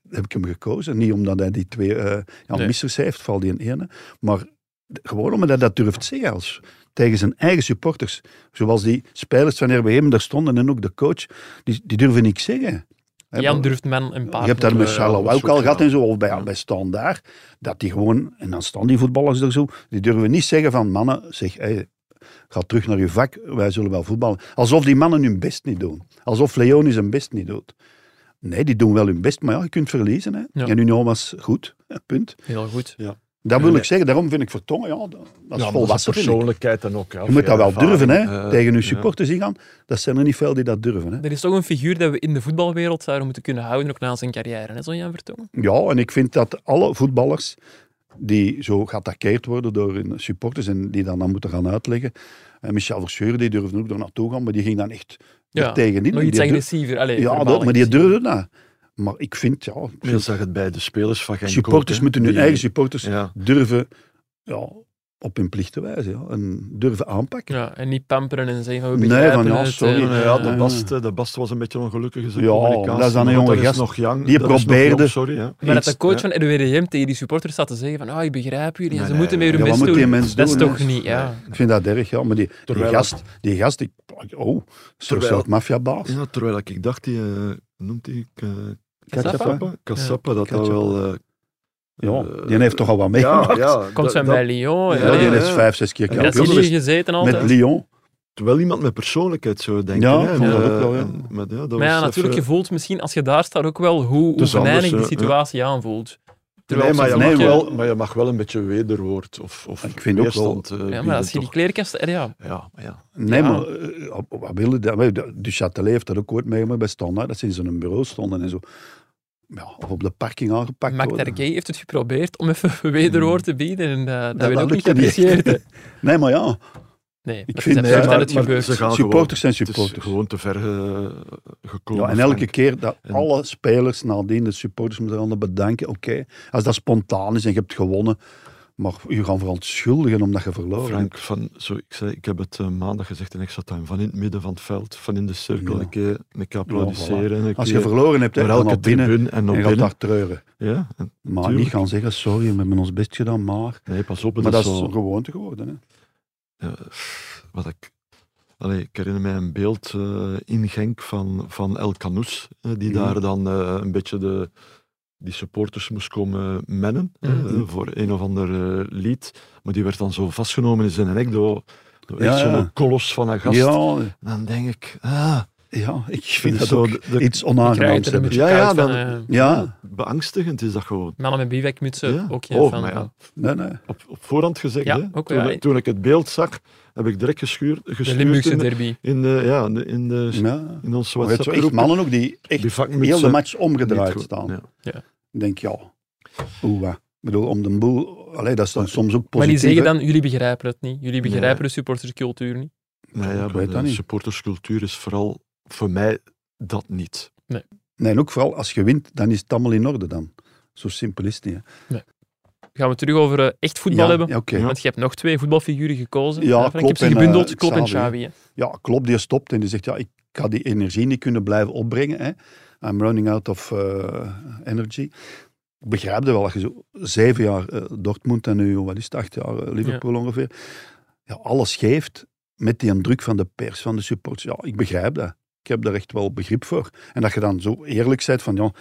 B: heb ik hem gekozen. Niet omdat hij die twee eh ja,
C: Nee.
B: missers heeft, vooral die ene. Maar d- gewoon omdat hij dat durft zeggen als, tegen zijn eigen supporters. Zoals die spelers van RWM daar stonden en ook de coach. Die, die durven niks zeggen. Hè,
C: Jan
B: maar-
C: durft men een paar eh,
B: je hebt dat met Charleroi ook al gehad en zo, of bij,
C: Ja.
B: bij Standaard, dat die gewoon, en dan staan die voetballers er zo, die durven niet zeggen van mannen, zeg, hey, ga terug naar je vak, wij zullen wel voetballen. Alsof die mannen hun best niet doen. Alsof Leoni zijn best niet doet. Nee, die doen wel hun best, maar ja, je kunt verliezen. Hè.
C: Ja.
B: En Union was goed, hè, punt.
C: Heel goed.
B: Dat wil
A: Nee.
B: ik zeggen, daarom vind ik Vertongen, ja, dat, dat is eh,
A: Ja, maar
B: volwassen. vind ik.
A: persoonlijkheid en ook.
B: Je moet dat wel durven, hè,
A: Eh,
B: tegen hun supporters ingaan. Dat zijn er niet veel die dat durven. Hè.
C: Er is toch een figuur dat we in de voetbalwereld zouden moeten kunnen houden, ook na zijn carrière, hè, zo'n Jan Vertongen?
B: Ja, en ik vind dat alle voetballers die zo geattaqueerd worden door hun supporters en die dan, dan moeten gaan uitleggen. En Michel Verscheur, die durfde ook er naartoe gaan, maar die ging dan echt
C: Ja,
B: er tegenin.
C: Nog
B: Die
C: iets
B: durf-
C: agressiever. Allee,
B: Ja,
C: verbaal
B: dat, maar die
C: agressiever.
B: durfde dat. Maar ik vind, ja,
A: Je zag het bij de spelers van Genk.
B: supporters
A: ook, hè,
B: moeten hun
A: die-
B: eigen supporters
A: Ja.
B: durven ja, op hun plicht te wijzen ja, en durven aanpakken.
C: Ja, en niet pamperen en zeggen van we
B: Nee,
C: begrijpen
B: van, ja,
C: het,
B: sorry,
A: Ja,
C: eh,
A: nou ja, de,
B: Ja.
A: Bast, eh, de Bast was een beetje ongelukkig in zijn
B: Ja,
A: communicatie,
B: dat is dan een
A: maar
B: jonge
A: is
B: gast.
A: nog jong,
B: Die
A: dat is nog
B: probeerde-
A: jong, sorry, hè.
C: Maar dat de coach
A: Ja.
C: van RWDM tegen die supporters staat te zeggen van ah, ik begrijp jullie en
A: Nee,
C: ze
A: nee,
C: moeten
A: nee.
C: meer hun
B: Ja, wat
C: best
B: moet
C: doen.
B: die mens
C: dat is
B: doen,
C: toch
B: hè?
C: niet, ja.
B: Ik vind dat erg, ja. Maar die, die
A: Terwijl-
B: gast, die gast, ik, oh, zo'n
A: Terwijl-
B: soort maffiabaas.
A: Ja, terwijl ik dacht, die, eh, noemt die eh,
C: Katsapa?
A: Katsapa? Katsapa, dat dat
B: Katsapa.
A: wel... eh,
B: Ja,
A: eh,
B: die heeft toch al wat meegemaakt.
C: Komt zijn bij Lyon.
A: Ja,
B: Ja, die
A: ja,
B: is
A: ja.
B: vijf, zes keer
A: En
C: Dat
B: kampioen
C: is hier
B: geweest.
C: gezeten
B: Met
C: altijd.
B: Lyon.
A: Wel iemand met persoonlijkheid, zou je denken.
B: Ja,
A: hè.
B: ik
A: En,
B: vond dat
A: eh,
B: ook wel, ja.
A: en- maar ja, dat
C: Maar ja,
A: was
C: natuurlijk, je
A: even-
C: voelt misschien als je daar staat ook wel hoe, hoe
A: is anders,
C: venijnig die
A: hè, ja.
C: situatie aanvoelt. Terwijl
A: Nee, maar je,
C: soms
B: nee,
A: mag
C: moet je-
A: wel, maar je mag wel een beetje wederwoord of, of
B: Ik vind ook
A: weerstand, eh,
C: Ja, maar
A: bieden,
C: als je die
A: toch?
C: kleerkast... eh, Ja,
A: Ja, maar ja.
B: Nee,
C: Ja.
B: maar eh, op- op- wat wilde dat? Wij- dat- Du Châtelet heeft dat ook ooit meegemaakt bij Standaard. Dat ze in zo'n bureau stonden en zo. Ja, of op de parking aangepakt
C: Mac
B: worden.
C: Tergay heeft het geprobeerd om even
A: Mm.
C: wederhoor te bieden en eh, dat,
B: dat
C: werd ook
B: lukte
C: niet
B: niet.
C: geapprecieerd. hè.
B: Nee, maar ja,
C: Nee,
B: Ik
C: dat
B: vind-
C: is
B: nee,
C: absurd
B: maar-
C: dat het
B: maar
C: gebeurt.
A: ze gaan
B: supporters zijn
A: gewoon, Het is
B: supporters.
A: gewoon te ver eh, gekomen.
B: dus. Ja, en
A: Frank.
B: elke keer dat
A: En-
B: alle spelers nadien, de supporters moeten elkaar bedanken. Oké, als dat spontaan is en je hebt gewonnen, maar je gaat vooral schuldigen omdat je verloren hebt.
A: Frank, van, zo, ik, zei, ik heb het eh, maandag gezegd in extra time. Van in het midden van het veld, van in de cirkel.
B: Ja.
A: Een keer, een keer
B: voilà.
A: applaudisseren. Een
B: Als je
A: keer
B: verloren hebt, hè,
A: naar
B: dan
A: eh, elke
B: naar binnen
A: tribune en naar
B: en je gaat
A: binnen.
B: daar treuren.
A: Ja, en-
B: Maar niet
A: Tuurlijk.
B: gaan zeggen, sorry, we hebben ons best gedaan, maar...
A: nee, pas op.
B: Maar dat is
A: zo-
B: een gewoonte geworden. Hè?
A: Ja, pff, wat ik, allee, ik herinner mij een beeld eh, in Genk van, van El Canoes, eh, die
B: Mhm.
A: daar dan eh, een beetje de, die supporters moest komen mennen eh,
C: Mhm.
A: voor een of ander eh, lied. Maar die werd dan zo vastgenomen in zijn nek door, door
B: Ja,
A: echt zo'n
B: ja.
A: kolos van een gast.
B: Ja,
A: Dan denk ik, ah,
B: ja, ik
A: vind
B: vind
A: ik
B: dat
A: zo
B: ook
A: de- de-
B: iets
C: Ik krijg het
B: onaangenaams
C: er een
B: hebben.
C: beetje
A: Ja, ja,
C: koud van.
A: dan-
C: eh.
B: Ja,
A: beangstigend is dat gewoon.
C: Mannen met bivakmutsen
A: Ja.
C: ook.
A: Oh,
C: van,
A: maar ja.
C: eh,
B: nee, nee.
A: Op, op voorhand gezegd,
C: Ja,
A: hè.
C: ook,
A: toen,
C: ja.
A: ik- toen ik het beeld zag, heb ik direct geschuurd,
C: De
A: gestuurd
C: Limburgse
A: in, de-
C: derby.
A: in de, ja, in de, in de-
B: Ja.
A: in onze
B: Maar je hebt zo echt
A: WhatsApp-groep.
B: mannen ook die echt
A: Die vakmutsen
B: heel de match
A: niet
B: omgedraaid
A: goed,
B: staan.
A: ja.
B: Ik denk, ja, hoe wat? Ik bedoel, om de boel... Allee, dat is dan soms ook positief.
C: Maar die
B: hè.
C: zeggen dan, jullie begrijpen het niet. Jullie begrijpen
A: Nee.
C: de supporterscultuur niet.
A: Nou ja,
B: Ik
A: maar
B: weet dat
A: de
B: niet.
A: supporterscultuur is vooral voor mij dat niet.
B: Nee, en ook vooral als je wint, dan is het allemaal in orde dan. Zo simpel is het niet. hè.
C: Gaan we terug over eh, echt voetbal
B: ja,
C: hebben?
B: Ja, oké.
A: Ja.
C: Want je hebt nog twee voetbalfiguren gekozen.
B: Ja,
C: hè, Frank? ik
B: Klopp
C: heb ze
B: en, eh,
C: gebundeld, Klopp en
B: Xavi, hè.
C: Xavi. hè.
B: ja, klopt, die stopt en die zegt, ja, ik ga die energie niet kunnen blijven opbrengen. Hè. I'm running out of eh, energy. ik begrijp dat wel, als je zo zeven jaar eh, Dortmund en nu, wat is het, acht jaar eh, Liverpool ongeveer, ja, alles geeft met die druk van de pers, van de supporters. Ja, ik begrijp dat. Ik heb daar echt wel begrip voor. En dat je dan zo eerlijk bent van, ja,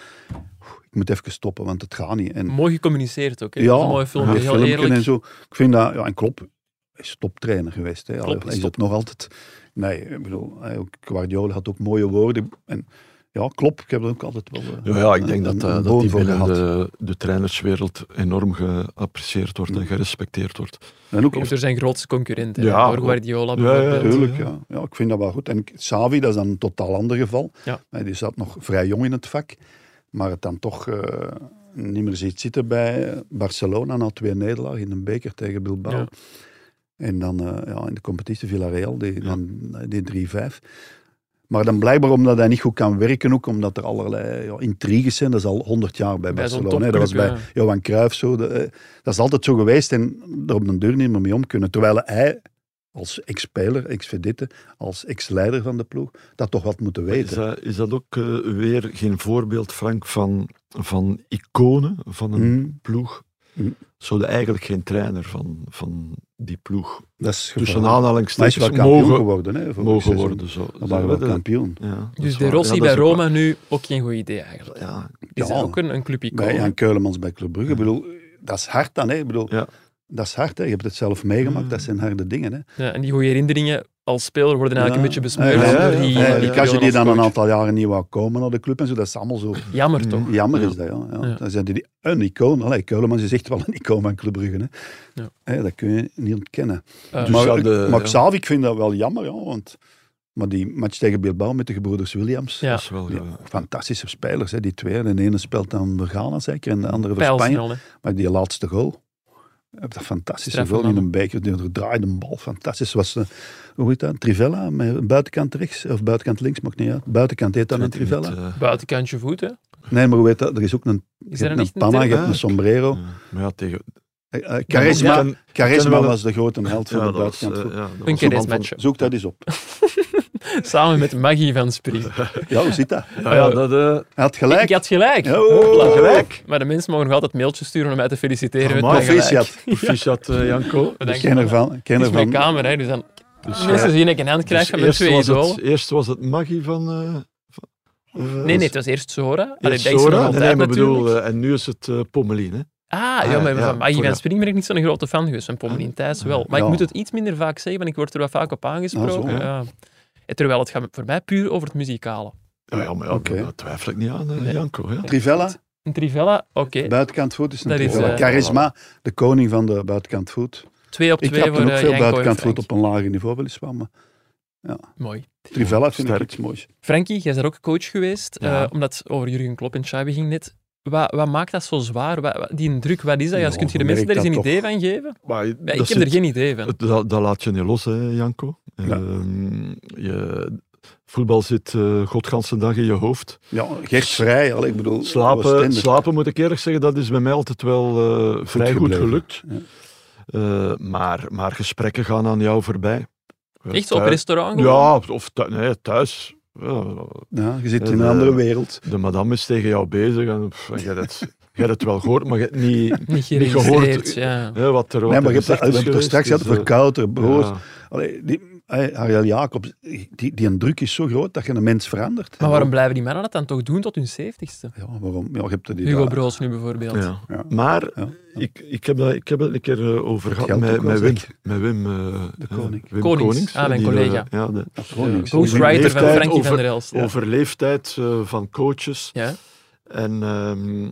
B: ik moet even stoppen, want het gaat niet. En
C: Mooi gecommuniceerd ook. Hè? Dat is een mooie film,
B: een
C: heel
B: Hm. filmpje
C: eerlijk.
B: En zo. Ik vind dat, ja, en Klopp is toptrainer geweest. Hè.
C: Klopp is
B: hij is
C: top.
B: het nog altijd. Nee, ik bedoel, hij ook- Guardiola had ook mooie woorden. En ja, Klopp, ik heb er ook altijd wel. eh,
A: Ja, ja ik denk
B: een-
A: dat,
B: een-
A: eh,
B: een
A: dat
B: boon
A: die
B: voor
A: binnen
B: gehad.
A: de, de trainerswereld enorm geapprecieerd wordt
B: Mm.
A: en gerespecteerd wordt.
B: En ook
C: Of er zijn grootste concurrent. hè.
A: Ja,
C: Door Guardiola
A: Ja, ja,
C: bijvoorbeeld.
B: Tuurlijk, ja. ja. Ik vind dat wel goed. En ik- Xavi, dat is dan een totaal ander geval.
C: Ja.
B: Hij Die zat nog vrij jong in het vak. Maar het dan toch eh, niet meer ziet zitten bij eh, Barcelona. Na twee nederlagen in een beker tegen Bilbao.
C: Ja.
B: En dan eh, ja, in de competitie Villarreal, die,
A: Ja.
B: dan, eh, die 3-5. Maar dan blijkbaar omdat hij niet goed kan werken, ook omdat er allerlei ja, intriges zijn. Dat is al 100 jaar bij,
C: Bij zo'n
B: Barcelona. hè. Dat was bij
C: topclub,
B: Johan Cruijff zo. De, eh, dat is altijd zo geweest en daar op de deur niet meer mee om kunnen. Terwijl hij als ex-speler, ex-vedette, als ex-leider van de ploeg, dat toch wat moeten
A: Is
B: weten.
A: dat, is dat ook eh, weer geen voorbeeld, Frank, van, van iconen van een
B: Hm,
A: ploeg?
B: Hm.
A: Zo de eigenlijk geen trainer van, van die ploeg
B: dat is
A: tussen
B: gevaarlijk. Maar hij is
A: aanhalingstekens
B: wel kampioen
A: mogen,
B: geworden. Hè, vorig
A: mogen
B: seizoen.
A: worden. Zo.
B: We waren wel
A: Dat-
B: kampioen.
A: ja, dat is
C: Dus De
A: waar.
C: Rossi
A: Ja, dat
C: bij
A: is ook
C: Roma nu ook geen goed idee eigenlijk.
A: waar. Ja,
C: Is
B: Ja.
C: dat ook een, een club
B: Bij
C: icoon?
B: Jan Keulemans bij Club Brugge. Ik bedoel, dat is hard dan. Hè. Ik bedoel,
A: Ja.
B: Dat is hard. Hè. Je hebt het zelf meegemaakt. Dat zijn harde dingen. Hè.
C: Ja, en die goede herinneringen als speler worden eigenlijk een
B: Ja.
C: beetje besmeurd
A: Ja, ja, ja.
C: door die...
A: Ja,
B: Eh,
A: ja,
B: die
A: ja.
B: Kaji die dan
C: Jonas
B: een
C: Koch.
B: aantal jaren niet wou komen naar de club en zo. Dat is allemaal zo
C: Jammer toch?
B: jammer
A: Ja.
B: is dat, ja. ja.
C: Ja.
B: Dat zijn die, een icoon. Allee, Keulemans is echt wel een icoon van Club Brugge. Hè.
C: Ja.
B: Hè, dat kun je niet ontkennen.
C: Eh,
A: Dus-
B: maar
A: zou
B: ik-
A: de-
B: maar
A: ja.
B: Xavi, ik vind dat wel jammer, ja, want... Maar die match tegen Bilbao met de gebroeders Williams...
C: Ja.
A: dat is wel... ja.
B: Fantastische spelers, hè, die twee. De ene speelt dan voor Ghana zeker en de andere voor Spanje.
C: pijlsnel, hè.
B: Maar die laatste goal, eh, dat fantastische
C: Straffe
B: goal in
C: man.
B: een beker, die draaide een bal, fantastisch. Was, eh, hoe heet dat? Trivella, met buitenkant rechts, of buitenkant links, maakt niet uit. Buitenkant heet dan een
A: Ik weet
B: Trivella.
A: niet, eh,
C: Buitenkantje voet, hè?
B: Nee, maar hoe heet dat? Er is ook een,
C: Is
B: je hebt
C: er een
B: een
C: echt
B: panna, je
C: een
B: hebt
A: term?
B: een sombrero.
A: ja. Maar ja, tegen...
B: Eh, eh, Oh. charisma
A: Ja,
B: charisma
A: wel een-
B: was de grote held van
A: ja,
B: de
A: dat was,
B: buitenkant.
A: eh,
B: voet.
A: ja, dat
C: Een
A: was-
C: kennismatch.
B: Zoek dat eens op.
C: Samen met Maggie van Spring.
B: Ja, hoe zit dat?
A: Ja, ja, dat... eh,
B: Hij had
C: Ik
B: gelijk.
C: had gelijk.
B: Ja, oh,
C: Hopla.
A: gelijk.
C: Maar de mensen mogen nog altijd mailtjes sturen om mij te feliciteren met
A: Amai.
C: mijn gelijk.
B: Proficiat.
A: Proficiat, eh, Janko.
C: Bedankt.
B: Kenner van...
C: Het
B: Kenner
C: is mijn
B: van eh,
C: kamer, hè, dus dan...
A: Dus,
C: mensen zien dat ik een hand krijg
A: Dus
C: van mijn twee
A: was het,
C: idolen.
A: eerst was het Maggie van... eh, van- eh,
C: Nee, nee, het was eerst Zora. Allee,
A: eerst
C: dat is er
A: Zora.
C: nog
A: Nee,
C: altijd
A: maar bedoel,
C: natuurlijk.
A: eh, en nu is het eh Pommelien, hè?
C: Ah,
A: Ah, ja,
C: ja, maar van Maggie
A: voor
C: van
A: jou.
C: Spring ben ik niet zo'n grote fan geweest. Van Pommelien Thijs wel. Maar ik
B: Ja.
C: moet het iets minder vaak zeggen, want ik word er wel vaak op aangesproken.
B: Ah, zo,
C: ja. En Terwijl het gaat voor mij puur over het muzikale.
A: Ja, ja, maar ja,
B: Oké.
A: daar twijfel ik niet aan, eh,
C: Nee.
A: Janko. Ja.
B: Trivella,
C: Een Trivella, oké.
B: buitenkant voet is een
C: Dat is,
B: Trivella.
C: eh,
B: Charisma, de koning van de buitenkant voet.
C: Twee op
B: Ik
C: twee
B: had
C: voor
B: toen ook
C: eh,
B: veel
C: Janko en
B: buitenkant voet
C: Frank.
B: op een lager niveau weliswaar, maar
C: Mooi.
B: Trivella vind ik
A: Sterk.
B: iets moois.
C: Frankie, jij bent ook coach geweest,
A: Ja.
C: eh, omdat het over Jurgen Klopp en Xabi ging net. Wat, wat maakt dat zo zwaar? Wat, wat- die druk, wat is dat? Ja,
B: Ja,
C: dus kun je de
B: je
C: mensen daar
B: merkt
C: eens een
B: dat
C: idee van geven?
A: Maar
C: Ja, ik
A: dat
C: heb
A: zit-
C: er geen idee van.
A: het- dat, dat laat je niet los, hè, Janko. Ehm, je, voetbal zit eh godganse dag in je hoofd.
B: Ja, Gert Vrij, al, ik bedoel... was
A: Slapen,
B: tender.
A: slapen, moet ik eerlijk zeggen, dat is bij mij altijd wel eh, vrij goed
B: gebleven.
A: gelukt.
B: Ja.
A: Eh, maar, maar gesprekken gaan aan jou voorbij. Eh,
C: Echt zo op
A: thuis-
C: restaurant? gewoon?
A: Ja, of thu- nee, thuis. Ja,
B: Ja, je zit
A: En,
B: in een
A: eh,
B: andere wereld.
A: de madame is tegen jou bezig en pff, en jij hebt het- jij hebt het wel gehoord, maar je hebt niet
C: Niet
A: niet gehoord.
C: geregistreerd, ja.
A: hè, wat er wat
B: Nee,
A: er
B: maar je hebt,
A: gezegd
B: we hebben
A: is
B: het er straks
A: geweest,
B: gehad,
A: dus, eh,
B: verkouter, brood.
A: ja.
B: Allee, die, hey, Ariel Jacobs, die, die een druk is zo groot dat je een mens verandert.
C: Maar waarom blijven die mannen dat dan toch doen tot hun 70ste?
B: Ja, waarom? Ja, je hebt er die
C: Hugo
B: daar-
C: Broos nu bijvoorbeeld.
A: Ja.
B: Ja.
A: Maar
B: Ja.
A: Ik, ik, heb, dat- ik heb het een keer eh, over gehad
B: geldt
A: met,
B: ook wel,
A: met Wim.
B: zeker.
A: Met Wim, eh,
B: De
A: eh,
B: koning.
A: Wim
C: Konings.
A: Konings,
C: Ah,
A: eh,
C: mijn
A: die
C: collega.
A: de- ja, de,
B: Dat gewoon niks.
C: eh, Ghostwriter van
A: Leeftijd
C: Frankie van
A: over-
C: der Elst. Ja.
A: Over leeftijd eh, van coaches.
C: Ja.
A: En ehm,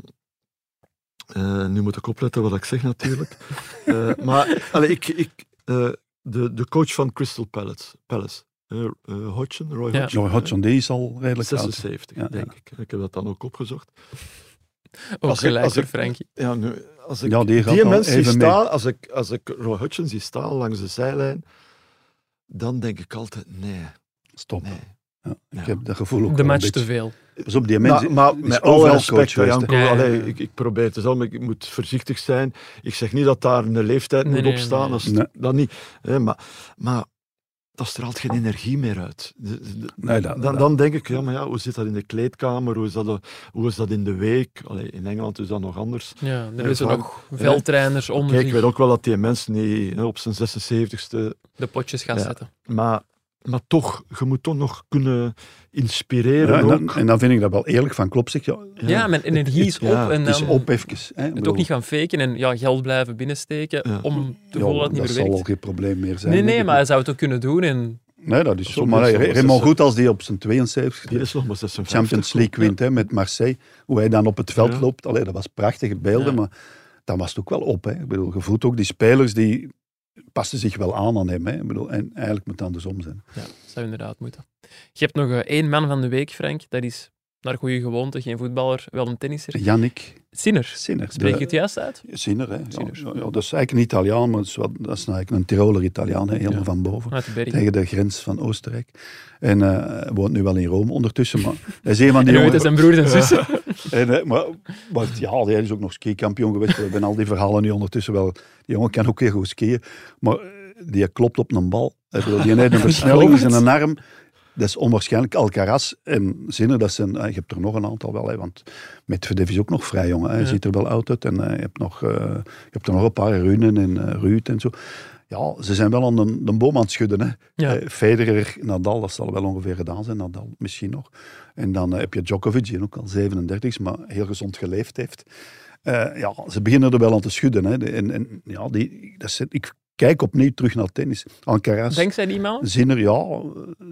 A: eh, nu moet ik opletten wat ik zeg natuurlijk. Eh, maar allee, ik, ik, eh, de, de coach van Crystal Palace, Palace eh, eh, Hodgson, Roy
C: Ja.
A: Hodgson.
B: Joy Hodgson, die is al redelijk oud.
A: 76,
B: Ja,
A: denk ik. Ik heb dat dan ook opgezocht.
C: Ook
A: Als ik-
C: gelijk
A: als
C: voor
A: ik-
C: Frankie.
A: Ja, nu, als ik
B: Ja, die gaat
A: die
B: al
A: mensen die
B: even mee.
A: staan, als ik, als ik Roy Hodgson zie staan langs de zijlijn, dan denk ik altijd, nee,
B: Stop.
A: nee.
B: Ik heb dat gevoel ook
C: De
B: wel
C: match
B: een
C: te
B: beetje.
C: veel.
B: Pas op, die
A: Maar,
B: mensen...
A: maar
B: is
A: met
B: overal
A: alle
B: coach
A: respect, hè,
B: geweest,
A: Janko,
C: hè? Ja, ja, ja.
A: allee, ik, ik probeer het zelf, maar ik moet voorzichtig zijn. Ik zeg niet dat daar een leeftijd
C: Nee,
A: moet
C: nee,
A: opstaan,
C: nee.
A: als-
B: Nee.
A: dat niet. Hè, maar, maar dat straalt geen energie meer uit. De- de- de-
B: Nee, dat-
A: Nou, dan,
B: dat-
A: dan denk ik, ja, maar ja, hoe zit dat in de kleedkamer? Hoe is dat, eh, hoe is dat in de week? Allee, in Engeland is dat nog anders.
C: Ja, er
A: Eh,
C: is er
A: van-
C: nog veldtrainers onder
A: Kijk, ik
C: zich
A: weet ook wel dat die mensen niet hè, op zijn 76ste
C: de potjes gaan
A: Ja.
C: zetten.
A: Maar, maar toch, je moet toch nog kunnen inspireren.
B: Ja, en,
A: ook.
B: dan, en dan vind ik dat wel eerlijk van Klopp zegt, ja,
C: Ja, mijn energie
B: het-
C: is op.
A: ja,
C: en
B: het is
C: dan
B: op even. Hè. Ik
C: het
B: bedoel,
C: ook niet gaan faken en ja, geld blijven binnensteken
A: Ja.
C: om te
B: ja,
C: voelen dat het
B: dat
C: niet meer
B: zal
C: werkt.
B: ook geen probleem meer zijn.
C: Nee,
B: denk
C: nee,
B: ik.
C: maar hij zou het ook kunnen doen. En
B: Nee, dat is
A: is
B: zo.
A: ook
B: Maar
A: niet
B: hey,
A: zo, maar
B: Raymond
A: ze-
B: Goed, als die op zijn 72
A: Die is nog maar 56.
B: Champions League wint hè, met Marseille, hoe hij dan op het veld
A: Ja.
B: loopt, Allee, dat was prachtige beelden,
C: Ja.
B: maar dan was het ook wel op. Hè. Ik bedoel, je voelt ook die spelers, die pasten zich wel aan aan hem. Hè. Ik bedoel, en eigenlijk moet het andersom zijn.
C: ja, dat zou inderdaad moeten. Je hebt nog eh, één man van de week, Frank. Dat is naar goede gewoonte, geen voetballer, wel een tennisser.
B: Yannick
C: Sinner.
B: Sinner. de-
C: Spreek ik het juist uit?
B: Sinner, hè. Ja,
C: Sinner.
B: ja, ja, dat is eigenlijk niet Italiaan, maar het is wel- dat is nou eigenlijk een Tiroler Italiaan, hè, helemaal
C: Ja.
B: van boven.
C: Vanuit de berg.
B: Tegen de grens van Oostenrijk. En eh, woont nu wel in Rome ondertussen, maar hij is een van die
C: En hoe
B: jongens.
C: heet zijn broers en zussen?
B: En, hè, maar, maar ja, hij is ook nog skikampioen geweest. We hebben al die verhalen nu ondertussen wel. Die jongen kan ook heel goed skiën. Maar eh, die klopt op een bal. Ik bedoel, Die heeft een versnelling in zijn arm. Dat is onwaarschijnlijk. Alcaraz en Zinnen, dat zijn, eh, je hebt er nog een aantal wel. Hè, want Medvedev is ook nog vrij jong. Hè, hij
C: Ja.
B: ziet er wel oud uit. En eh, je, hebt nog, eh, je hebt er nog een paar. Runen en eh, Ruud en zo. Ja, ze zijn wel aan de, de boom aan het schudden. Hè.
C: Ja.
B: Eh, Federer, Nadal, dat zal wel ongeveer gedaan zijn, Nadal misschien nog. En dan eh, heb je Djokovic, die ook al 37 is, maar heel gezond geleefd heeft. Eh, ja, ze beginnen er wel aan te schudden. Hè. De- En, en ja, die, dat zijn- ik kijk opnieuw terug naar tennis. Alcaraz,
C: Dankzij die man?
B: Zinner, ja,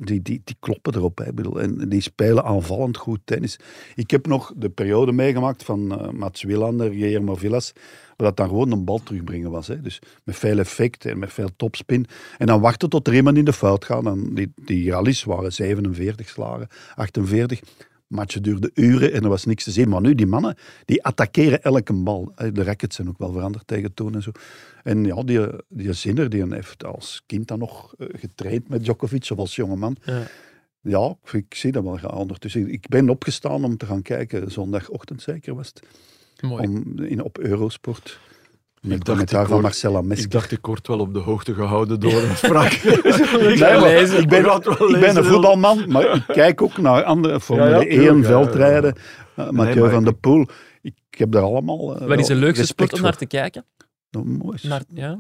B: die, die, die kloppen erop. Hè. Ik bedoel, en die spelen aanvallend goed tennis. Ik heb nog de periode meegemaakt van eh Mats Wilander, Guillermo Villas, waar dat dan gewoon een bal terugbrengen was. Hè. Dus met veel effect en met veel topspin. En dan wachten tot er iemand in de fout gaat. En die, die rallies waren 47 slagen, 48. Matchen duurde uren en er was niks te zien. Maar nu, die mannen, die attackeren elke bal. hè. De rackets zijn ook wel veranderd tegen toen en zo. En ja, die, die Zinner die heeft als kind dan nog eh, getraind met Djokovic, of als jongeman.
C: Ja.
B: Ja, ik, ik zie dat wel geanderd. Dus ik, ik ben opgestaan om te gaan kijken. Zondagochtend zeker was het.
C: Mooi.
B: Om, in, op Eurosport. Met
A: dacht,
B: commentaar
A: ik
B: van
A: hoor-
B: Marcella Mesker.
A: Ik dacht, ik word wel op de hoogte gehouden door een spraak. ik,
B: maar
C: lezen.
A: ik ben, wat wel
B: Ik ben
A: lezen
B: een
A: wil.
B: voetbalman, maar ik kijk ook naar andere Formule
A: Ja, ja,
B: 1,
A: tuurlijk, ja, ja.
B: veldrijden, eh, Mathieu
A: maar
B: van
A: ik-
B: der Poel. Ik heb daar allemaal eh,
C: Wat is de
B: wel
C: leukste
B: respect
C: sport om naar te kijken?
B: voor. Nou, mooi.
C: Naar, ja.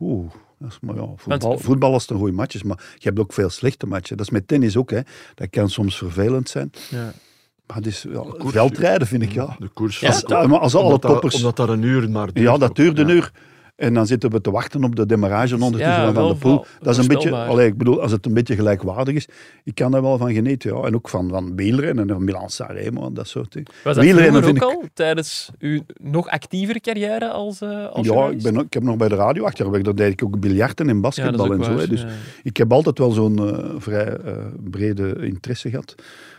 B: Oeh, dat is maar ja, voetbal, voetbal is een goede matches, maar je hebt ook veel slechte matchen. Dat is met tennis ook, hè. Dat kan soms vervelend zijn.
C: Ja.
B: Maar het is ja,
A: koers-
B: veldrijden, vind ik, ja.
A: De koers
C: Ja,
B: Als,
A: van...
C: toch?
B: maar als alle
A: omdat, dat,
B: toppers...
A: omdat dat een uur maar duurt.
B: ja, dat
A: ook.
B: duurt een
A: Ja.
B: uur. En dan zitten we te wachten op de demarrage ondertussen
C: Ja,
B: van Van
C: wel
B: de Poel.
C: wel
B: Dat is een beetje,
C: voorspelbaar.
B: allee, ik bedoel, als het een beetje gelijkwaardig is, ik kan daar wel van genieten. Ja. En ook van, van wielrennen en van Milan Sanremo en dat soort dingen.
C: Was dat
B: Wielrennen
C: vroeger ook
B: vind ik-
C: al, tijdens uw nog actievere carrière als, eh als
B: Ja, ik,
C: journalist?
B: ben, ook- ik heb nog bij de radio achtergewerkt. Dat deed ik ook biljarten en
C: Ja, dat is
B: basketbal
C: ook
B: en zo.
C: waar,
B: hè. Dus
C: ja.
B: ik heb altijd wel zo'n eh, vrij eh, brede interesse gehad.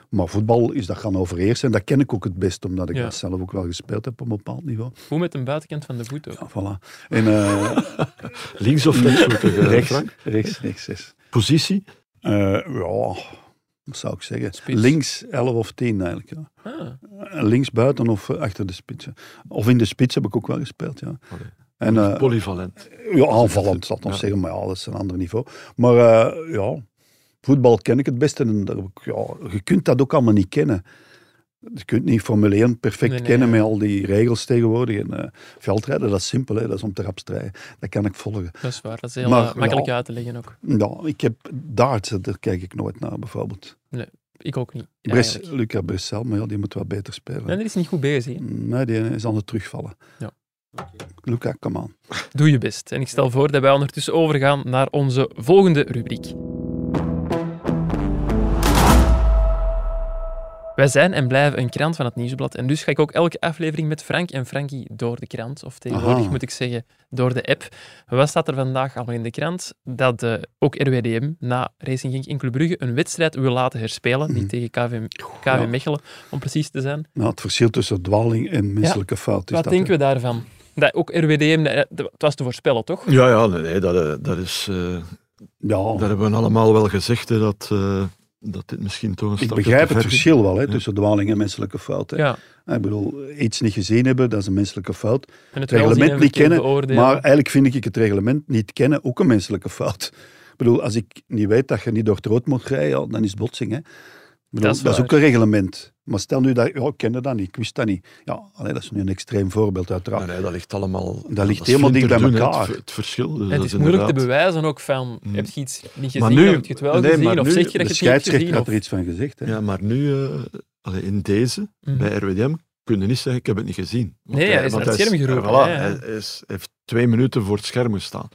B: Maar voetbal is dat gaan overheersen. En dat ken ik ook het best, omdat ik
C: Ja.
B: dat zelf ook wel gespeeld heb op een bepaald niveau.
C: Hoe met een buitenkant van de voet ook.
B: Ja, voilà. En eh,
A: Links of rechts moeten je,
B: rechts,
A: Frank?
B: rechts, rechts, rechts.
A: Positie?
B: Eh, ja, wat zou ik zeggen?
C: Spits.
B: Links 11 of 10 eigenlijk. Ja.
C: Ah,
B: Eh, Links buiten of eh, achter de spits. ja. Of in de spits heb ik ook wel gespeeld, ja.
A: Allee.
B: En, eh,
A: Polyvalent.
B: ja, aanvallend, zal ik nog
A: Ja.
B: zeggen, maar ja, dat is een ander niveau. Maar eh, ja, voetbal ken ik het beste. En daar heb ik- ja, je kunt dat ook allemaal niet kennen. Je kunt niet Formule 1 perfect
C: Nee, nee,
B: kennen
C: ja.
B: met al die regels tegenwoordig. En, eh, veldrijden, dat is simpel, hè, dat is om te rapstrijden. Dat kan ik volgen.
C: dat is waar. Dat is heel
B: Maar,
C: eh, makkelijk
B: ja.
C: uit te leggen ook.
B: Ja, ik heb darts, daar kijk ik nooit naar bijvoorbeeld.
C: Ik ook niet.
B: Bres,
C: eigenlijk.
B: Luca Bressel, maar ja, die moet wel beter spelen.
C: Nee, dat is niet goed bezig. hè.
B: Nee, die is aan het terugvallen.
C: Ja.
B: Luca, kom aan.
C: Doe je best. En ik stel voor dat wij ondertussen overgaan naar onze volgende rubriek. Wij zijn en blijven een krant van het Nieuwsblad. En dus ga ik ook elke aflevering met Frank en Frankie door de krant. Of tegenwoordig
B: Aha.
C: moet ik zeggen, door de app. Wat staat er vandaag allemaal in de krant? Dat eh, ook RWDM na Racing Genk in Club Brugge een wedstrijd wil laten herspelen. Niet tegen KV, KV
B: Mhm. Ja.
C: Mechelen, om precies te zijn.
B: Nou, het verschil tussen dwaling en menselijke fout is
C: Wat
B: dat.
C: denken
B: hè.
C: we daarvan? Dat ook RWDM, eh, dat was te voorspellen, toch?
A: Ja, ja, nee, nee dat, eh, dat is... eh,
B: Ja,
A: dat hebben we allemaal wel gezegd, hè, dat, eh, dat dit misschien toch een
B: ik
A: stapje te
B: begrijp het
A: ver ging.
B: verschil wel hè, tussen dwaling en menselijke fout. Hè.
C: Ja.
B: Ik bedoel, iets niet gezien hebben, dat is een menselijke fout.
C: En het
B: reglement
C: welzijn en
B: niet
C: verkeerd
B: kennen,
C: beoordelen.
B: Maar eigenlijk vind ik het reglement niet kennen ook een menselijke fout. Ik bedoel, als ik niet weet dat je niet door het rood moet rijden, ja, dan is het botsing. Hè. Ik bedoel,
C: Dat
B: dat,
C: is
B: is ook een reglement. Maar stel nu dat, ja, ik kende dat niet, ik wist dat niet. Ja, allee, dat is nu een extreem voorbeeld uiteraard.
A: Maar eh, nee, dat ligt allemaal...
B: Dat ligt helemaal dicht bij
A: flinterdun, hè,
B: elkaar.
A: Het, het verschil. Dus
C: En het
A: dat
C: is moeilijk te
A: inderdaad-
C: bewijzen ook van,
A: Hmm.
C: heb je iets niet
A: Maar
C: gezien,
A: nu-
C: of heb je het wel
A: nee,
C: gezien,
A: maar
C: of
A: nu-
C: zeg je
B: de
C: dat je het niet hebt
B: scheidsrechter
C: gezien?
B: had
C: Of...
B: er iets van gezegd. Hè.
A: Ja, maar nu, eh, allee, in deze,
C: Mhm.
A: bij RWDM, kun je niet zeggen, ik heb het niet gezien. Want
C: Nee, hij is
A: want
C: naar het scherm geroepen,
A: voilà,
C: ja, ja.
A: hij is, heeft twee minuten voor het scherm gestaan.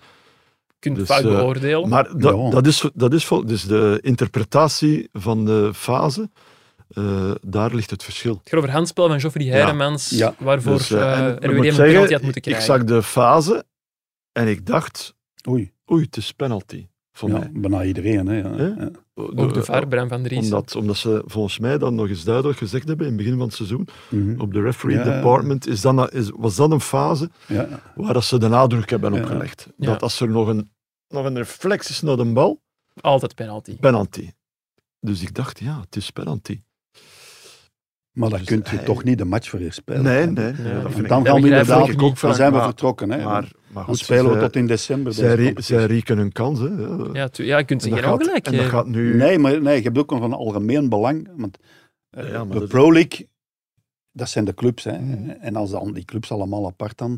C: Je kunt het
A: Dus,
C: fout
A: eh,
C: beoordelen.
A: Maar dat,
B: Oh. Ja.
A: dat is, dat is vol, dus de interpretatie van de fase, eh, daar ligt het verschil.
C: Het gaat over handspel van Joffrey Heiremans,
B: Ja.
C: waarvoor
A: Dus, eh, en
C: eh,
A: ik
C: RWDM
A: moet
C: een
A: zeggen,
C: penalty had moeten
A: Ik
C: krijgen.
A: zag de fase en ik dacht,
B: Oei,
A: oei, het is penalty voor
B: ja,
A: mij.
B: bijna iedereen. Hè, ja.
A: Hè?
B: Ja.
C: Ook de VAR, Bram van Dries.
A: eh, omdat, omdat ze volgens mij dat nog eens duidelijk gezegd hebben in het begin van het seizoen.
B: Mhm.
A: Op de referee
B: Ja, ja.
A: department is dat, nou- is, was dat een fase
B: Ja, ja.
A: waar dat ze de nadruk hebben
B: Ja.
A: opgelegd.
C: Ja.
A: Dat als er nog een, nog een reflex is naar de bal,
C: Altijd penalty.
A: penalty. Dus ik dacht, ja, het is penalty.
B: Maar dan
A: Dus
B: kunt je
A: hij-
B: toch niet de match voor spelen.
A: Nee,
B: hè.
A: nee.
C: Ja,
A: dat
C: want
A: vind ik
B: dan
A: ook-
B: gaan we
A: dat
B: inderdaad-
A: vind ik ook
B: Dan
A: vaak,
B: zijn we
A: maar-
B: vertrokken. Hè.
A: Maar, maar
B: dan
A: goed,
B: spelen we
A: zij-
B: tot in december. deze
A: zij, rie-
B: competitie.
A: zij rieken een kans. Hè. Ja.
C: Ja, tu- ja, je kunt ze
A: En dat
C: geen
A: gaat-
C: ongelijk
A: En dat
C: geven.
A: gaat nu...
B: Nee, maar nee, je hebt ook een van algemeen belang. Want eh,
A: Ja, maar
B: de
A: dat-
B: Pro League, dat zijn de clubs. Hè.
A: Mhm.
B: En als dan die clubs allemaal apart dan...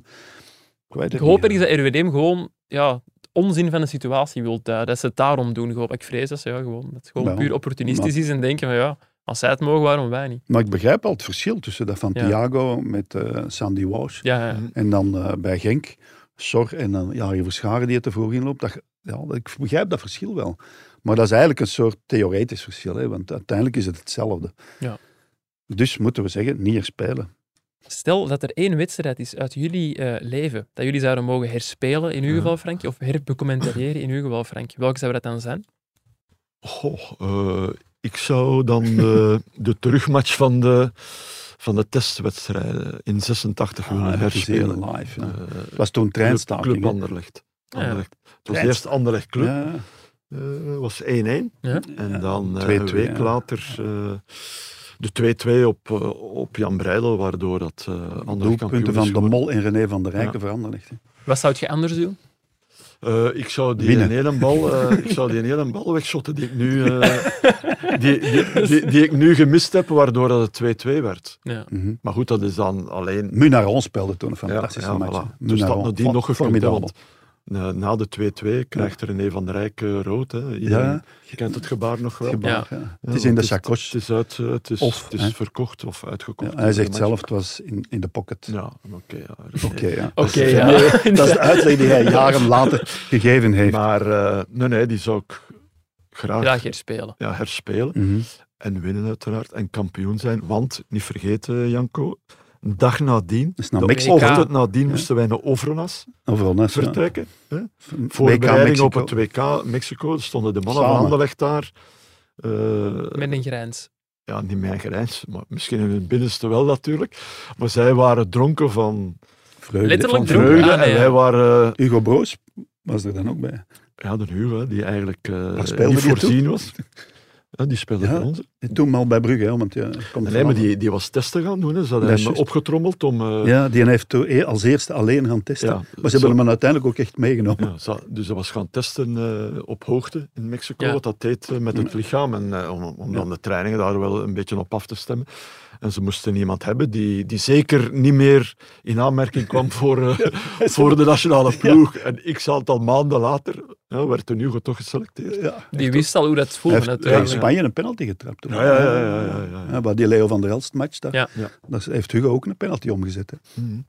B: Ik weet het
C: Ik hoop
B: niet.
C: ergens dat RWDM gewoon ja, het onzin van de situatie wil duiden. Dat ze het daarom doen. Gewoon. Ik vrees dat ze ja, gewoon, dat het gewoon
B: Ja.
C: puur opportunistisch is en denken van ja, als zij het mogen, waarom wij niet?
B: Maar ik begrijp wel het verschil tussen dat van
C: Ja.
B: Thiago met eh, Sandy Walsh.
C: Ja, ja.
A: Mhm.
B: En dan eh, bij Genk, Sor en dan Jari Verscharen die het ervoor inloopt. Dat, ge- ja, dat- ik begrijp dat verschil wel. Maar dat is eigenlijk een soort theoretisch verschil, hè, want uiteindelijk is het hetzelfde.
C: Ja.
B: Dus moeten we zeggen, niet herspelen.
C: Stel dat er één wedstrijd is uit jullie eh, leven, dat jullie zouden mogen herspelen in uw
A: Ja.
C: geval, Frank, of herbecommentariëren in uw geval, Frank. Welke zou dat dan zijn?
A: Goh, eh, ik zou dan de, de terugmatch van de, van de testwedstrijden in 86 willen
B: Ah, dat is
A: herspelen.
B: heel live. ja.
A: Eh,
B: Het was toen
A: club,
B: treinstaking.
A: club
B: hè.
A: Anderlecht.
C: Ja.
A: Anderlecht. Het was
B: Treinst-
A: eerst Anderlecht Club.
B: Ja, ja.
A: Eh, was 1-1.
C: Ja.
A: En
B: Ja,
A: dan eh,
B: 2-2,
A: een week
B: ja.
A: later eh, de 2-2 op, eh, op Jan Breidel, waardoor dat eh andere
B: Doelpunten van De Mol en René van der Rijken
A: Ja.
B: veranderd. hè.
C: Wat zou je anders doen?
A: Eh, ik zou die
B: Winnen.
A: ene bal, eh, ik zou die ene bal wegschotten die ik nu, eh, die, die, die, die ik nu gemist heb, waardoor dat het 2-2 werd.
C: Ja.
B: Mhm.
A: Maar goed, dat is dan alleen.
B: Munaron speelde toen een fantastische
A: ja,
B: match. hè.
A: voilà. Dus dat
B: Munaron,
A: nadien nog gekund, hè,
B: formidabel.
A: want eh, na de 2-2 krijgt René van der Rijk eh, rood. Hè. Iedereen
B: Ja,
A: kent het gebaar nog wel.
B: gebaar,
C: Ja.
B: ja.
A: Ja,
B: Het is in de
A: want Het
B: sakos.
A: is, uit, eh, het is,
B: Of,
A: het is
B: hè?
A: verkocht of uitgekocht.
B: hij zegt
A: Ja,
B: zelf, het was in, in de pocket.
A: Ja, maar oké. Dus, eh, ja,
B: Oké, ja.
C: Oké,
B: dat, is,
C: ja.
B: nee, dat is de uitleg die hij jaren later gegeven heeft.
A: Maar eh, nee, nee, die zou ik graag
C: Graag herspelen.
A: ja, herspelen.
B: Mhm.
A: En winnen uiteraard. En kampioen zijn. Want, niet vergeten Janko, een dag nadien,
B: Dat is naar
A: de
B: Mexico.
A: ochtend nadien moesten wij naar Overnas
B: Overal net, ja.
A: vertrekken.
B: WK
A: Voorbereiding
B: Mexico.
A: op het WK Mexico. Er stonden de mannen van
B: Samen.
A: Anderlecht daar. Eh,
C: Met een grijns.
A: ja, niet mijn gereis, maar misschien in het binnenste wel natuurlijk. Maar zij waren dronken van
B: Vreugde
C: Letterlijk
B: van
C: dronken.
A: vreugde
C: Ah, nee,
A: en
C: ja.
A: wij waren eh,
B: vreugde. Hugo Broos was er dan ook bij.
A: Ja, de Hugo, hè, die eigenlijk eh,
B: speelde
A: niet
B: die
A: voorzien was. Ja, die speelde
B: Ja,
A: bij ons.
B: En toen al bij Brugge, hè, want ja, het komt
A: Nee,
B: van
A: maar
B: alle-
A: die, die was testen gaan doen. Hè. Ze hadden
B: Dat
A: hem
B: is juist.
A: opgetrommeld om... eh,
B: Ja, die heeft toen e- als eerste alleen gaan testen.
A: ja,
B: Maar ze
A: zo-
B: hebben hem dan uiteindelijk ook echt meegenomen.
A: ja, ze- dus hij was gaan testen eh, op hoogte in Mexico,
C: Ja.
A: wat dat deed eh, met het lichaam. En, eh, om om dan de trainingen daar wel een beetje op af te stemmen. En ze moesten iemand hebben die, die zeker niet meer in aanmerking kwam voor, eh, voor de nationale ploeg. En ik zat al maanden later, ja, werd de Hugo toch geselecteerd.
B: Ja.
C: Die wist al hoe dat
B: Hij
C: voelde
B: heeft
C: natuurlijk.
B: tegen Spanje een penalty getrapt. toen.
A: Ja, ja, ja, ja, ja, ja.
B: Bij die Leo van der Elst match, daar,
C: Ja.
A: Ja.
B: daar heeft Hugo ook een penalty omgezet. Hè.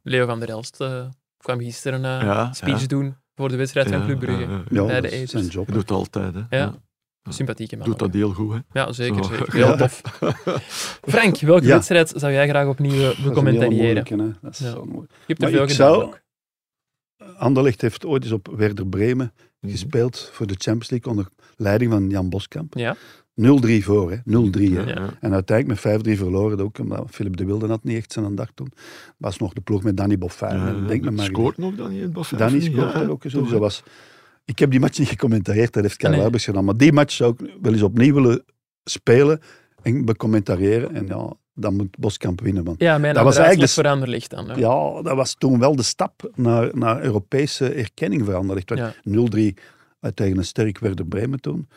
C: Leo van der Elst eh, kwam gisteren eh,
A: Ja,
C: speech
A: ja.
C: doen voor de wedstrijd van
A: Ja,
C: Club Brugge.
A: ja, ja.
B: Ja,
C: Bij de
B: dat is
C: Eters.
B: zijn job.
A: Hij
B: hè.
A: doet het altijd, hè.
C: Ja. Sympathieke man.
A: Doet
C: ook.
A: dat heel goed, hè.
C: Ja, zeker.
A: Zo.
C: zeker. Heel
B: Ja.
C: tof. Frank, welke
B: Ja.
C: wedstrijd zou jij graag opnieuw eh,
B: Dat is een hele
C: becommentariëren?
B: moeilijke, hè. Dat is
C: Ja.
B: zo'n moeilijke.
C: Je hebt er
B: Maar
C: veel
B: ik
C: gedaan
B: zou-
C: ook.
B: Anderlecht heeft ooit eens op Werder Bremen
A: Mhm.
B: gespeeld voor de Champions League onder leiding van Jan Boskamp.
C: Ja.
B: 0-3 voor, hè. 0-3. Hè.
A: Ja, ja.
B: En uiteindelijk met 5-3 verloren ook, omdat Philip de Wilde had niet echt zijn dag toen. Was nog de ploeg met Danny Boffin.
A: Ja,
B: hè. Denk me maar.
A: Scoort nog dan niet in het Baffin?
B: Danny
A: of niet?
B: scoort
A: Ja,
B: daar ook eens. Dus
A: toch,
B: dat was... Ik heb die match niet gecommentarieerd, dat heeft Karel
C: Nee.
B: Huibers gedaan. Maar die match zou ik wel eens opnieuw willen spelen en becommentariëren. En ja, dan moet Boskamp winnen, man.
C: Ja, mijn
B: Dat was
C: apparaat
B: eigenlijk dus-
C: ligt
B: de-
C: verander ligt dan. hè.
B: Ja, dat was toen wel de stap naar, naar Europese erkenning veranderd. Want
C: Ja.
B: 0-3 eh, tegen een sterk Werder Bremen toen.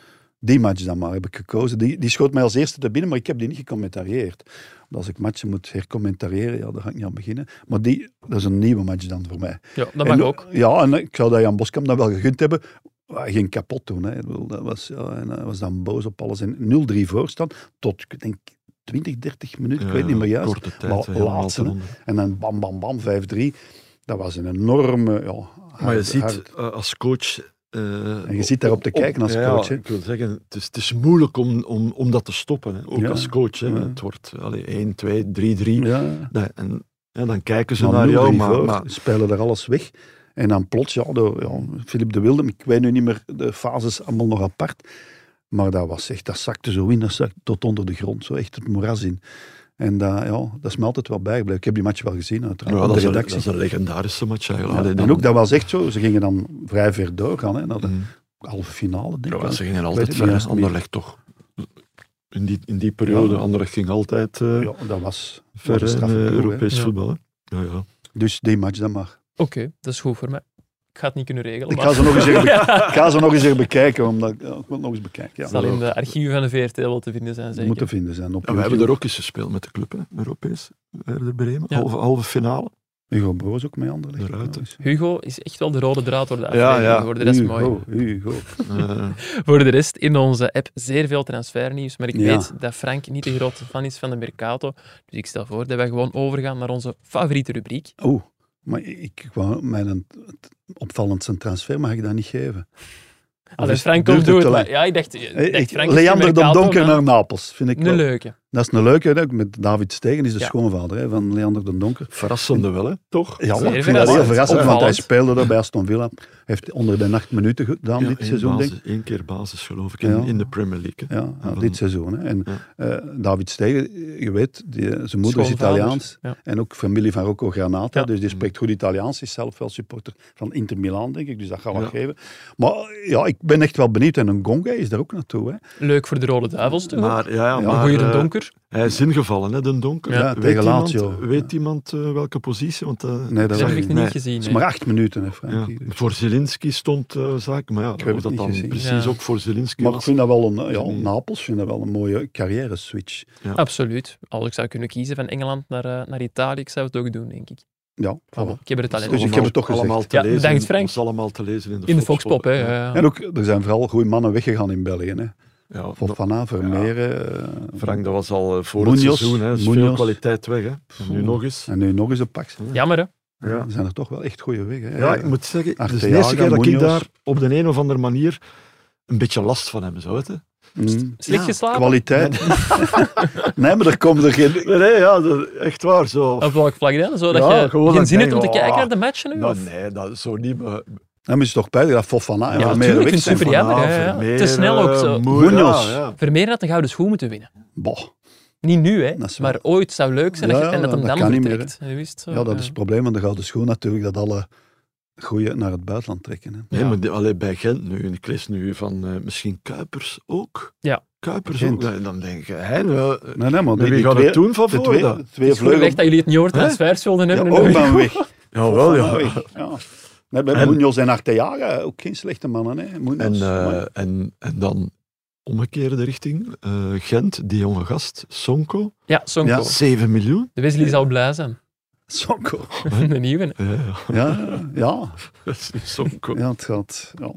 B: Die match dan maar heb ik gekozen. Die, die schoot mij als eerste te binnen, maar ik heb die niet gecommentarieerd. Want als ik matchen moet hercommentariëren, ja, daar ga ik niet aan beginnen. Maar die, dat is een nieuwe match dan voor mij.
C: Ja, dat mag
B: En,
C: ook.
B: Ja, en ik zou dat Jan Boskamp dan wel gegund hebben. Hij ging kapot toen. Hè. Ik bedoel, Dat was, ja, en hij was dan boos op alles. En 0-3 voorstand tot, ik denk, 20, 30 minuten. ik weet niet meer juist.
A: Korte tijd.
B: Maar
A: hè, helemaal
B: laatste,
A: te
B: hè.
A: onder.
B: En dan bam, bam, bam, 5-3. Dat was een enorme... Ja,
A: Maar je
B: hard-
A: ziet
B: hard-
A: eh, als coach. eh,
B: En je zit daarop te
A: om-
B: kijken als
A: ja,
B: coach, hè.
A: ik wil zeggen, het is, het is moeilijk om, om, om dat te stoppen. Hè. Ook
B: Ja.
A: als coach. Hè.
B: Ja.
A: Het wordt allee, 1, 2, 3, 3.
B: Ja.
A: Nee, en ja, dan kijken ze
B: Maar
A: naar
B: 0-3
A: jou. Maar,
B: voor,
A: maar
B: spelen daar alles weg. En dan plots, ja, door, ja Philippe de Wilde, ik weet nu niet meer de fases allemaal nog apart. Maar dat was echt, dat zakte zo in, dat zakte tot onder de grond, zo echt het moeras in. En dat, ja, dat is me altijd wel bijgebleven. Ik heb die match wel gezien, uiteraard,
A: ja,
B: op
A: dat,
B: de
A: is een, dat
B: redactie.
A: is een legendarische match.
B: Ja,
A: eigenlijk. Allee,
B: en
A: dan-
B: ook, dat was echt zo. Ze gingen dan vrij ver doorgaan, hè, naar de
A: Mm.
B: halve finale, denk
A: Ja,
B: ik.
A: want ze
B: Ja,
A: gingen
B: weet
A: altijd
B: het
A: ver.
B: niet
A: hè.
B: juist meer.
A: Anderlecht toch. In die, in die periode,
B: Ja.
A: Anderlecht ging altijd eh,
B: dat was
A: ver
B: wat een
A: hè, in
B: straffe
A: eh,
B: ploeg, hè.
A: Europees
C: Ja.
A: voetbal. Hè. Ja, ja.
B: Dus die match dan maar.
C: Oké, dat is goed voor mij. Ik ga het niet kunnen regelen.
B: Ik
C: maar-
B: ga ze nog eens even, ik ga ze nog eens even bekijken, omdat ik- ja, ik wil het nog eens bekijken. Ja.
C: Het zal in de archieven van de VRT wel te vinden zijn,
B: Die
C: zeker.
B: moeten vinden zijn. Op
A: En we hebben er ook eens gespeeld met de club, hè, Europees. Werder Bremen,
C: Ja.
A: halve, halve finale.
B: Hugo Broos ook mee Anderlecht.
A: De Ruiter.
B: trouwens.
C: Hugo is echt wel de rode draad door de
A: Ja,
C: aflevering.
A: ja.
C: Voor de rest
B: Hugo,
C: mooi.
B: Hugo.
A: Eh,
C: Voor de rest, in onze app zeer veel transfernieuws. Maar ik
B: Ja.
C: weet dat Frank niet de grote fan is van de Mercato. Dus ik stel voor dat wij gewoon overgaan naar onze favoriete rubriek.
B: Oh, maar ik wou mijn opvallend zijn transfer mag ik dat niet geven.
C: Allee,
B: is-
C: Frank,
B: duurt
C: komt
B: het
C: doe
B: dus te
C: het.
B: lang?
C: maar- Ja, ik dacht, ik dacht,
B: Ik-
C: Frank is
B: Leander de
C: Mercato,
B: Donker
C: maar
B: naar Napels, vind ik
C: Een
B: wel.
C: leuke.
B: Dat is een leuke, hè, ook met David Stegen is de
C: Ja.
B: schoonvader hè, van Leander de Donker.
A: verrassende wel, hè? toch?
B: Ja,
C: Zeer
B: maar ik vind dat heel
C: verrassend.
B: verrassend, want hij
C: Opvallend.
B: speelde daar bij Aston Villa. Heeft onder de nacht minuten gedaan
A: Ja,
B: dit
A: één
B: seizoen, denk ik.
A: basis, één keer basis, geloof ik, in,
B: Ja.
A: in de Premier League. hè.
B: Ja,
A: Van-
B: dit seizoen. Hè. En
A: Ja.
B: eh, David Stegen, je weet, die, zijn moeder is
C: Schoonvader,
B: Italiaans.
C: ja.
B: En ook familie van Rocco Granata.
C: Ja.
B: Dus
A: Mm.
B: die spreekt goed Italiaans. Is zelf wel supporter van Inter Milan, denk ik. Dus dat gaat wel
A: Ja.
B: geven. Maar ja, ik ben echt wel benieuwd. En een Gonga is daar ook naartoe. Hè.
C: Leuk voor de rode duivels, toch? ook?
A: Maar, ja, ja,
B: Ja,
A: maar
C: Goeie de
A: eh,
C: donker.
A: hij is ingevallen, hè, Den Donker.
C: Ja,
A: weet
B: tegen
A: iemand,
B: Lazio.
A: weet iemand eh, welke positie? Want, eh,
B: Nee, dat
C: Dat heb
B: was
C: ik
B: niet.
C: nog
A: nee.
C: niet gezien.
B: Het is
C: nee.
B: maar acht minuten, hè,
A: ja.
B: Frankie. Dus-
A: Voor Zelinski stond eh zaak, maar ja,
B: heb
A: of
B: het
A: dat
B: niet
A: dan
B: gezien.
A: precies
C: Ja.
A: ook voor Zelinski
B: Maar ik
A: was.
B: vind dat wel een, ja,
A: Nee.
B: Napels vind dat wel een mooie carrière-switch.
C: Absoluut. Als ik zou kunnen kiezen van Engeland naar, eh, naar Italië, ik zou het ook doen, denk ik.
B: Ja, voilà.
C: Ik heb er het talent
B: Dus ik
C: voor.
B: heb het toch gezegd.
A: allemaal te
C: Ja,
A: lezen.
C: bedankt,
A: in-
C: Frank.
A: was allemaal te lezen in de,
C: In de Foxpop, hè. eh.
A: Ja,
C: ja, ja.
B: En ook, er zijn vooral goede mannen weggegaan in België. Hè.
A: Ja,
B: Van
A: dat-
B: Van Vermeeren. eh,
A: Frank, dat was al eh, voor het
B: Munoz,
A: seizoen. Hè. is veel
B: Munoz.
A: kwaliteit weg. Hè. En nu
B: Oeh.
A: nog eens.
B: En nu nog eens een pak.
C: Jammer, hè.
A: Ja.
B: Er zijn er toch wel echt goede weg. Hè.
A: Ja, ik moet zeggen, het is de
B: Arteaga,
A: eerste keer dat ik
B: Munoz.
A: daar op de een of andere manier een beetje last van heb. Zo, hè.
B: Mm.
C: Slecht
A: Ja,
C: geslapen?
B: Kwaliteit. Nee, maar er komen er geen...
A: Nee, nee, ja, dat- echt waar. Zo.
C: Op welk vlak dan? Zodat
A: Ja,
C: je
A: gewoon dat
C: geen
A: ik
C: zin hebt om
A: denk,
C: te
A: oh,
C: kijken naar de matchen nu?
A: Nou,
C: of?
A: nee, dat is zo niet. maar-
B: Dan is het toch pijnlijk dat Fofana en
C: Ja,
B: Van
C: natuurlijk,
B: Meeren
C: ik
B: weg
C: vind
B: zijn.
C: het super jammer.
A: Ah,
C: ja, ja.
A: Vermeer,
C: Te snel ook zo.
A: eh, Moer,
B: Munoz.
A: ja, ja.
C: Vermeer had een gouden schoen moeten winnen.
B: Boh.
C: Niet nu, hè.
B: Dat is wel-
C: Maar ooit zou leuk zijn dat
B: Ja,
C: je, en dat
B: ja,
C: hem
B: dat
C: dan
B: kan niet meer,
C: vertrekt. Nu is het zo,
B: Ja, dat
C: ja.
B: is het probleem van de Gouden Schoen natuurlijk, dat alle goeie naar het buitenland trekken. Hè.
A: Nee,
C: Ja.
A: maar die- allee, bij Gent nu. En ik lees nu van eh, misschien Kuipers ook.
C: Ja.
A: Kuipers
B: Gent.
A: ook. En dan denk je, hè, nou, eh,
B: Nee, nee, maar
A: met
B: die,
A: wie
B: die
A: gaat
B: twee,
A: het doen van
B: de twee,
A: Florida?
B: twee
C: Het is
B: vleugels...
C: echt dat jullie het niet over
A: Hè?
C: transfers wilden
B: Ja, oh,
C: hebben. en
B: ook
C: nu-
B: van weg.
A: Jawel,
B: Van
A: ja.
B: weg, ja. Nee, bij
A: En-
B: Munoz en Arteaga, ook geen slechte mannen. Hè.
A: En,
B: Munoz,
A: eh,
B: maar-
A: en, en dan omgekeerde richting. eh, Gent, die jonge gast, Sonko.
C: Ja, Sonko.
B: Ja.
A: 7 miljoen.
C: De Wesley zal blij zijn.
B: Sonko.
C: De nieuwe. hè.
A: Ja,
B: Ja, ja,
A: Sonko.
B: ja, het gaat... Ja.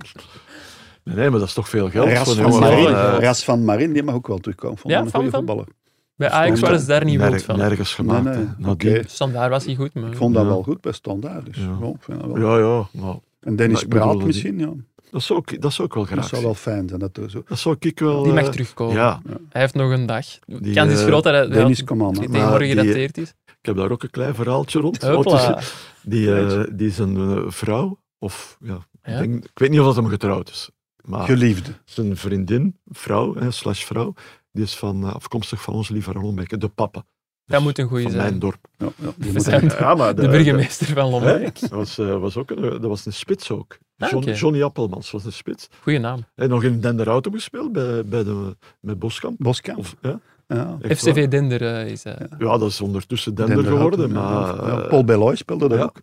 A: Nee, nee, maar dat is toch veel geld.
B: Ras,
A: voor
B: van
A: een jongen
B: Marin,
A: van, eh,
B: Ras van Marin, die mag ook wel terugkomen. Vond
C: Ja,
B: ja, een
C: van-
B: goede
C: van-
B: voetballer.
C: Bij Ajax
B: Stond
C: waren ze daar niet
A: nerg-
C: wild van.
A: nergens gemaakt.
B: Nee, nee.
A: hè.
B: Oké.
A: Nadien-
C: Standaard was hij goed, maar...
B: Ik vond dat
A: Ja.
B: wel goed bij Standaard. Dus.
A: Ja.
B: ja, ik vind dat
A: Ja,
B: wel-
A: ja. Maar
B: En Dennis
A: Maar ik bedoel
B: Praat
A: dat
B: misschien, ja.
A: dat, zou ik, dat zou ik wel graag
B: Dat zou
A: zien.
B: wel fijn zijn. Dat er zo.
A: Dat zou ik wel...
C: Die mag
A: eh,
C: terugkomen.
A: Ja,
C: Hij heeft nog een dag. De
A: Die,
C: kans is
A: eh,
C: groot dat hij dat
B: Dennis,
C: hij
B: kom aan. hè.
A: maar
C: tegenwoordig
A: die-
C: gedateerd is.
A: ik heb daar ook een klein verhaaltje rond.
C: Hopla.
A: Die, eh, die zijn eh, vrouw, of ja,
C: Ja.
A: Ik, denk, ik weet niet of dat hem getrouwd is. Maar
B: Geliefde.
A: zijn vriendin, vrouw, hè, slash vrouw, die is van, eh, afkomstig van ons lieve Rollenbeek, de papa.
C: Dat moet een goeie
A: van
C: zijn.
A: mijn dorp.
B: Ja, ja, die
C: We
B: moet-
C: zijn
A: Ja, maar
B: eh,
C: de burgemeester van Lombard.
A: hè, dat, was, eh, was ook een, dat was een spits ook.
C: Ah,
A: John-
C: oké.
A: Johnny Appelmans was een spits.
C: Goeie naam.
A: En nog in Denderauto gespeeld bij, bij de, met Boskamp.
B: Boskamp.
A: Of, ja,
B: Ja.
A: echt
C: FCV Dender eh, is... eh,
A: waar. Ja, dat is ondertussen Dender,
B: Denderhouten,
A: geworden.
B: ja.
A: Maar,
B: Ja,
A: eh,
B: Paul Beloy speelde daar
A: ja.
B: ook.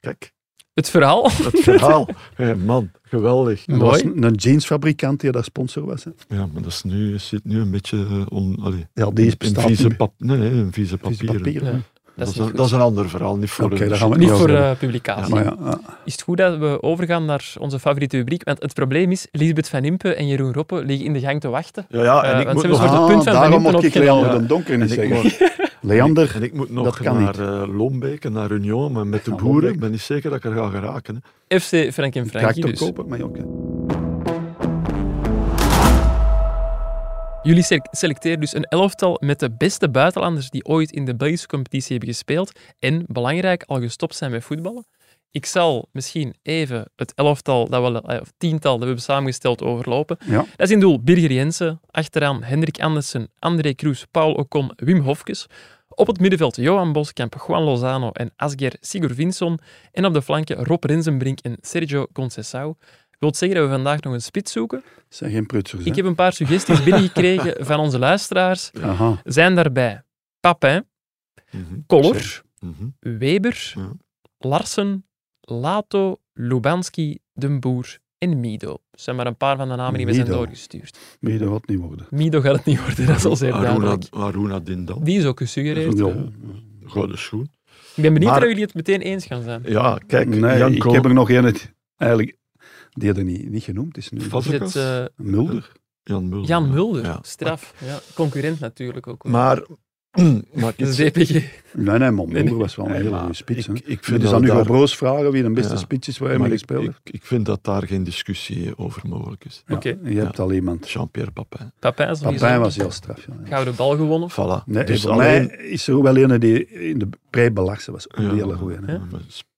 A: Kijk,
C: Het verhaal.
A: Het verhaal. Hé, man, geweldig.
B: Er was een een jeansfabrikant die daar sponsor was. Hè.
A: Ja, maar dat is nu, zit nu een beetje eh, on, allee,
B: Ja, die is
A: een
B: bestaat
A: vieze,
B: niet
A: pap, nee, nee, een vieze
B: meer. Vieze
A: papieren.
C: Ja,
B: papieren. hè.
A: Dat,
C: Dat is
A: is
C: niet
A: een,
C: goed.
A: dat is een ander verhaal, niet voor
B: Oké,
A: de
B: daar gaan we
C: Niet
B: Ja,
C: voor
B: sorry.
C: eh, publicatie.
B: Maar ja, ah,
C: Is het goed dat we overgaan naar onze favoriete rubriek? Want het probleem is, Lisbeth van Impe en Jeroen Roppe liggen in de gang te wachten.
A: Ja, ja,
C: Eh,
A: en ik
C: want
A: moet
C: ze hebben
A: nog...
C: een soort- wordt het punt van Van
B: Ah, daarom
C: Impen
B: mocht ik
C: opgenomen.
B: Leander den Donker niet
A: En ik
B: zeggen. Leander,
A: En ik moet
B: Dat
A: nog
B: kan
A: naar eh, Lombeek en naar Union, maar met de
B: Ja,
A: boeren.
B: Lombeek.
A: Ik ben niet zeker dat ik er ga geraken. hè.
C: FC Frank en
B: krijg
C: Frankie
B: toch
C: dus.
B: koper, maar ja, oké.
C: Jullie sel- selecteren dus een elftal met de beste buitenlanders die ooit in de Belgische competitie hebben gespeeld en, belangrijk, al gestopt zijn met voetballen. Ik zal misschien even het elftal, dat we, eh, of tiental dat we hebben samengesteld, overlopen.
B: Ja.
C: Dat is in doel Birger Jensen, achteraan Hendrik Andersen, André Kroes, Paul Ocon, Wim Hofkes. Op het middenveld Johan Boskamp, Juan Lozano en Asger Sigurvinsson. En op de flanken Rob Rensenbrink en Sergio Conceição. Wilt zeggen dat we vandaag nog een spits zoeken?
B: Het zijn geen prutsers.
C: Ik heb een paar suggesties binnengekregen van onze luisteraars.
B: hè. Aha.
C: Zijn daarbij Papin,
A: Mhm,
C: Koller,
A: mhm.
C: Weber,
A: Ja.
C: Larsen, Lato, Lubanski, Den Boer en Mido. Dat zijn maar een paar van de namen die we zijn
B: Mido.
C: doorgestuurd.
B: Wil je dat wat niet worden?
C: Mido gaat het niet worden, dat is al zeer
A: Aruna,
C: duidelijk.
A: Aruna Dindal.
C: Die is ook gesuggereerd.
B: Ja.
A: Gouden schoen.
C: Ik ben benieuwd
A: Maar-
C: of jullie het meteen eens gaan zijn.
A: Ja, kijk,
B: nee,
A: Jan
B: ik
A: Kool-
B: heb er nog één. het- Eigenlijk, die er niet, niet genoemd is nu.
A: Vast-
C: Is het eh,
B: Mulder.
A: Jan Mulder.
C: Jan Mulder?
A: Ja.
C: Straf. Ja, concurrent natuurlijk ook. hoor.
A: Maar, maar
C: De
A: iets-
C: CPG.
B: Nee, nee, maar
C: Nee,
B: Mulder
C: nee.
B: was wel een
A: Nee,
B: hele
A: maar
B: goede spits. hè.
A: Ik, ik
B: Dus
A: vind
B: is
A: dat
B: aan Hugo
A: daar-
B: Broos vragen wie de beste
A: Ja.
B: spits is waar hij
A: maar
B: mee
A: ik-
B: gespeeld heeft.
A: ik, ik vind dat daar geen discussie over mogelijk is.
B: Ja,
C: Oké.
B: Je hebt al iemand.
A: Jean-Pierre Papin.
C: Papijn is nog eens
B: Papijn
C: een
B: was heel straf. Ja.
C: Gouden bal gewonnen.
A: Voilà.
B: Nee,
A: dus
B: voor
A: alleen...
B: mij is er ook wel een die in de pre-Belarse was. Een
A: Ja.
B: hele goeie. Hè?
C: Ja.
A: maar sp-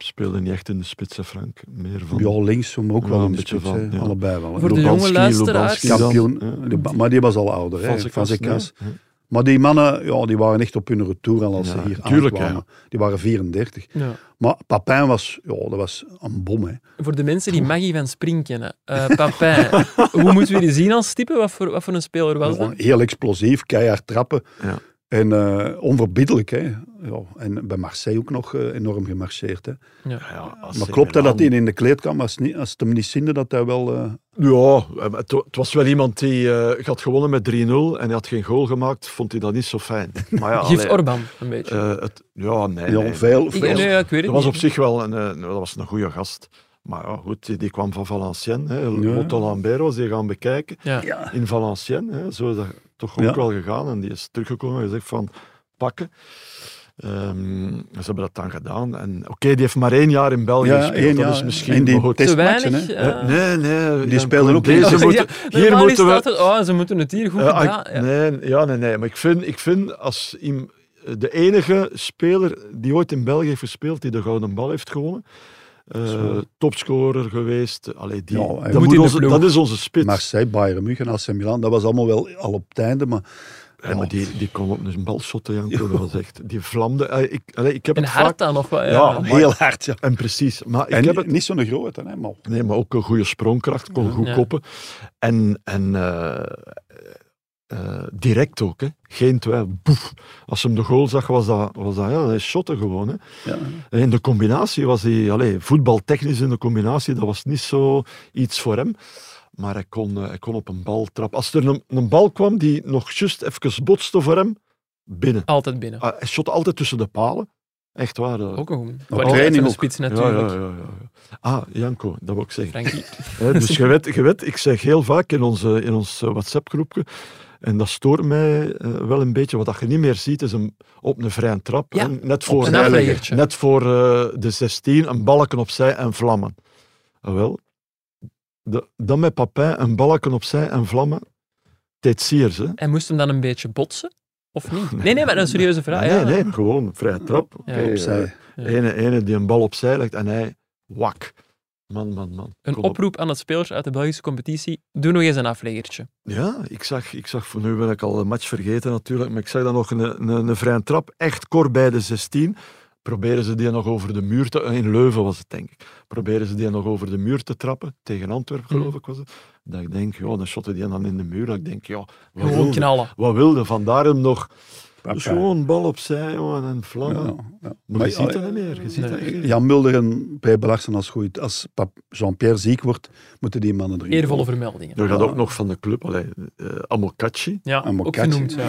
A: Speelde niet echt in de spits, hè, Frank. Meer van...
B: Ja, links hem ook
A: Ja,
B: wel
A: een
B: een
A: beetje
B: beetje
A: van, ja.
B: van. Allebei wel. hè.
C: Voor de
A: Lubanski,
C: jonge luisteraars.
A: Lubanski dan,
B: Kampioen.
A: hè.
B: Die ba- Maar die was al ouder. hè?
A: Vazekas,
B: Vazekas.
A: nee.
B: Maar die mannen ja, die waren echt op hun retour al als
A: Ja,
B: ze hier
A: tuurlijk,
B: aankwamen. Die waren 34.
C: Ja.
B: Maar Papijn was, ja, dat was een bom. Hè.
C: Voor de mensen die Maggie van Spring kennen. Eh Papijn, hoe moeten we die zien als type? Wat voor, wat voor een speler was
B: Gewoon
C: dat?
B: heel explosief, keihard trappen.
A: Ja.
B: En eh, onverbiddelijk. Hè. Ja, en bij Marseille ook nog eh, enorm gemarcheerd. Hè.
A: Ja, als
B: Maar
A: ze
B: klopt dat
A: Milan-
B: dat hij in de kleedkamer, als, niet, als het hem niet zinde, dat hij wel... eh,
A: Ja, eh, maar het, wa- het was wel iemand die eh, had gewonnen met 3-0 en hij had geen goal gemaakt, vond hij dat niet zo fijn. Maar ja,
C: Geeft
A: allee,
C: Orban een beetje.
A: eh, het, ja nee,
B: ja,
A: nee.
B: veel,
C: ik,
B: veel-
C: nee, ja, ik weet het
A: Dat was
C: niet.
A: op zich wel een, eh, dat was een goede gast. Maar ja, goed, die, die kwam van Valenciennes. Hè.
B: Ja.
A: Lotto Lamberos, die gaan bekijken.
C: Ja.
B: Ja.
A: In Valenciennes, hè. zo is dat toch ook
B: Ja.
A: wel gegaan. En die is teruggekomen en gezegd van, pakken. Ehm, ze hebben dat dan gedaan. En oké, die heeft maar één jaar in België
B: Ja,
A: gespeeld.
B: één
A: dat
B: jaar.
A: is misschien...
B: En die
A: maar goed,
B: test-
C: Te
B: Testmatchen,
C: weinig.
B: hè.
C: eh,
A: Nee, nee.
B: Die
A: Jan
B: spelen ook
A: Koen,
B: niet.
A: Deze
C: Ja,
A: moeten, hier
C: normaal
A: moeten
C: staat
A: we...
C: het, oh, ze moeten het hier goed
A: Eh,
C: gedaan.
A: ah,
C: ja.
A: nee, ja, nee, nee. Maar ik vind, ik vind als iem- de enige speler die ooit in België heeft gespeeld die de gouden bal heeft gewonnen, eh,
B: Zo.
A: topscorer geweest, allee, die,
B: Ja, hij
A: dat,
B: moet
A: moet
C: in de
A: onze-
C: ploeg.
A: dat is onze
C: eh,
A: spits.
B: Marseille, Bayern München, AC Milan, dat was allemaal wel al op het einde, maar
A: Ja, maar die, die kon op een balshotte, Jan Koen, dat was echt... Die vlamde... eh, ik, allee, ik heb
C: Een
A: het vaak...
C: hart aan of wat? Ja.
A: Ja. maar-
B: heel hard. Ja.
A: En precies, maar ik
B: En
A: heb
B: niet-
A: het...
B: niet zo'n grote, hè, maar
A: Nee, maar ook een goede sprongkracht, kon goed
C: Ja.
A: koppen. En, en eh, eh, direct ook, hè. geen twijfel. Boef. Als hem de goal zag, was dat, was dat ja, hij shotte gewoon. Hè.
B: ja.
A: En in de combinatie was hij, allee, voetbaltechnisch in de combinatie, dat was niet zo iets voor hem. Maar hij kon, eh, hij kon op een bal trappen. Als er een, een bal kwam die nog just even botste voor hem, binnen.
C: Altijd binnen.
A: Ah, hij shot altijd tussen de palen. Echt waar. eh.
C: Ook een goeie.
B: Op
C: Kwaliteit
B: training
C: van de
B: ook.
C: spits
A: ja, ja,
C: natuurlijk.
A: ja, ja, ja. Ah, Janko, dat wil ik zeggen.
C: Frankie.
A: Hè, dus je weet, je weet, ik zeg heel vaak in, onze, in ons eh, WhatsApp-groepje, en dat stoort mij eh, wel een beetje, wat dat je niet meer ziet is een, op een vrije trap,
C: Ja,
A: hè, net voor,
C: Een afleggertje.
A: net voor eh, de 16, een balken opzij en vlammen. Ah, wel, de- dan met Papin, een balken opzij en vlammen, deed Siers, hè.
C: En moest hem dan een beetje botsen? Of niet? Nee, nee, maar dat is een serieuze vraag.
A: nee,
C: ja.
A: nee, gewoon vrije trap.
C: Ja,
A: Oké,
B: opzij.
A: eh, Ene, ene die een bal opzij legt en hij, wak. Man, man, man.
C: Een
A: Kom op.
C: oproep aan de spelers uit de Belgische competitie. Doe nog eens een aflegertje.
A: Ja, ik zag, ik zag voor nu ben ik al een match vergeten natuurlijk, maar ik zag dan nog een, een, een vrije trap, echt kort bij de 16. Proberen ze die nog over de muur te... In Leuven was het, denk ik. Proberen ze die nog over de muur te trappen, tegen Antwerpen
C: Mhm.
A: geloof ik was het. Dat ik denk, ja, dan shotten die dan in de muur. Dat ik denk, ja, wat
C: Gewoon
A: wilde,
C: knallen.
A: wat wilde? Vandaar hem nog Dus gewoon bal opzij jongen, en vlammen.
B: Ja, ja.
A: Maar,
B: Maar
A: je
B: ja,
A: ziet dat niet meer. Je ziet
C: Nee.
A: dat echt niet.
B: Jan Mulder en P. Belarsen als goed. Als pap- Jean-Pierre ziek wordt, moeten die mannen erin.
C: Eervolle vermeldingen.
A: Er gaat
B: Ja.
A: ook nog van de club, allee, eh, Amokachi.
C: Ja,
B: En
C: ook
B: Mokatje.
C: genoemd. Ja.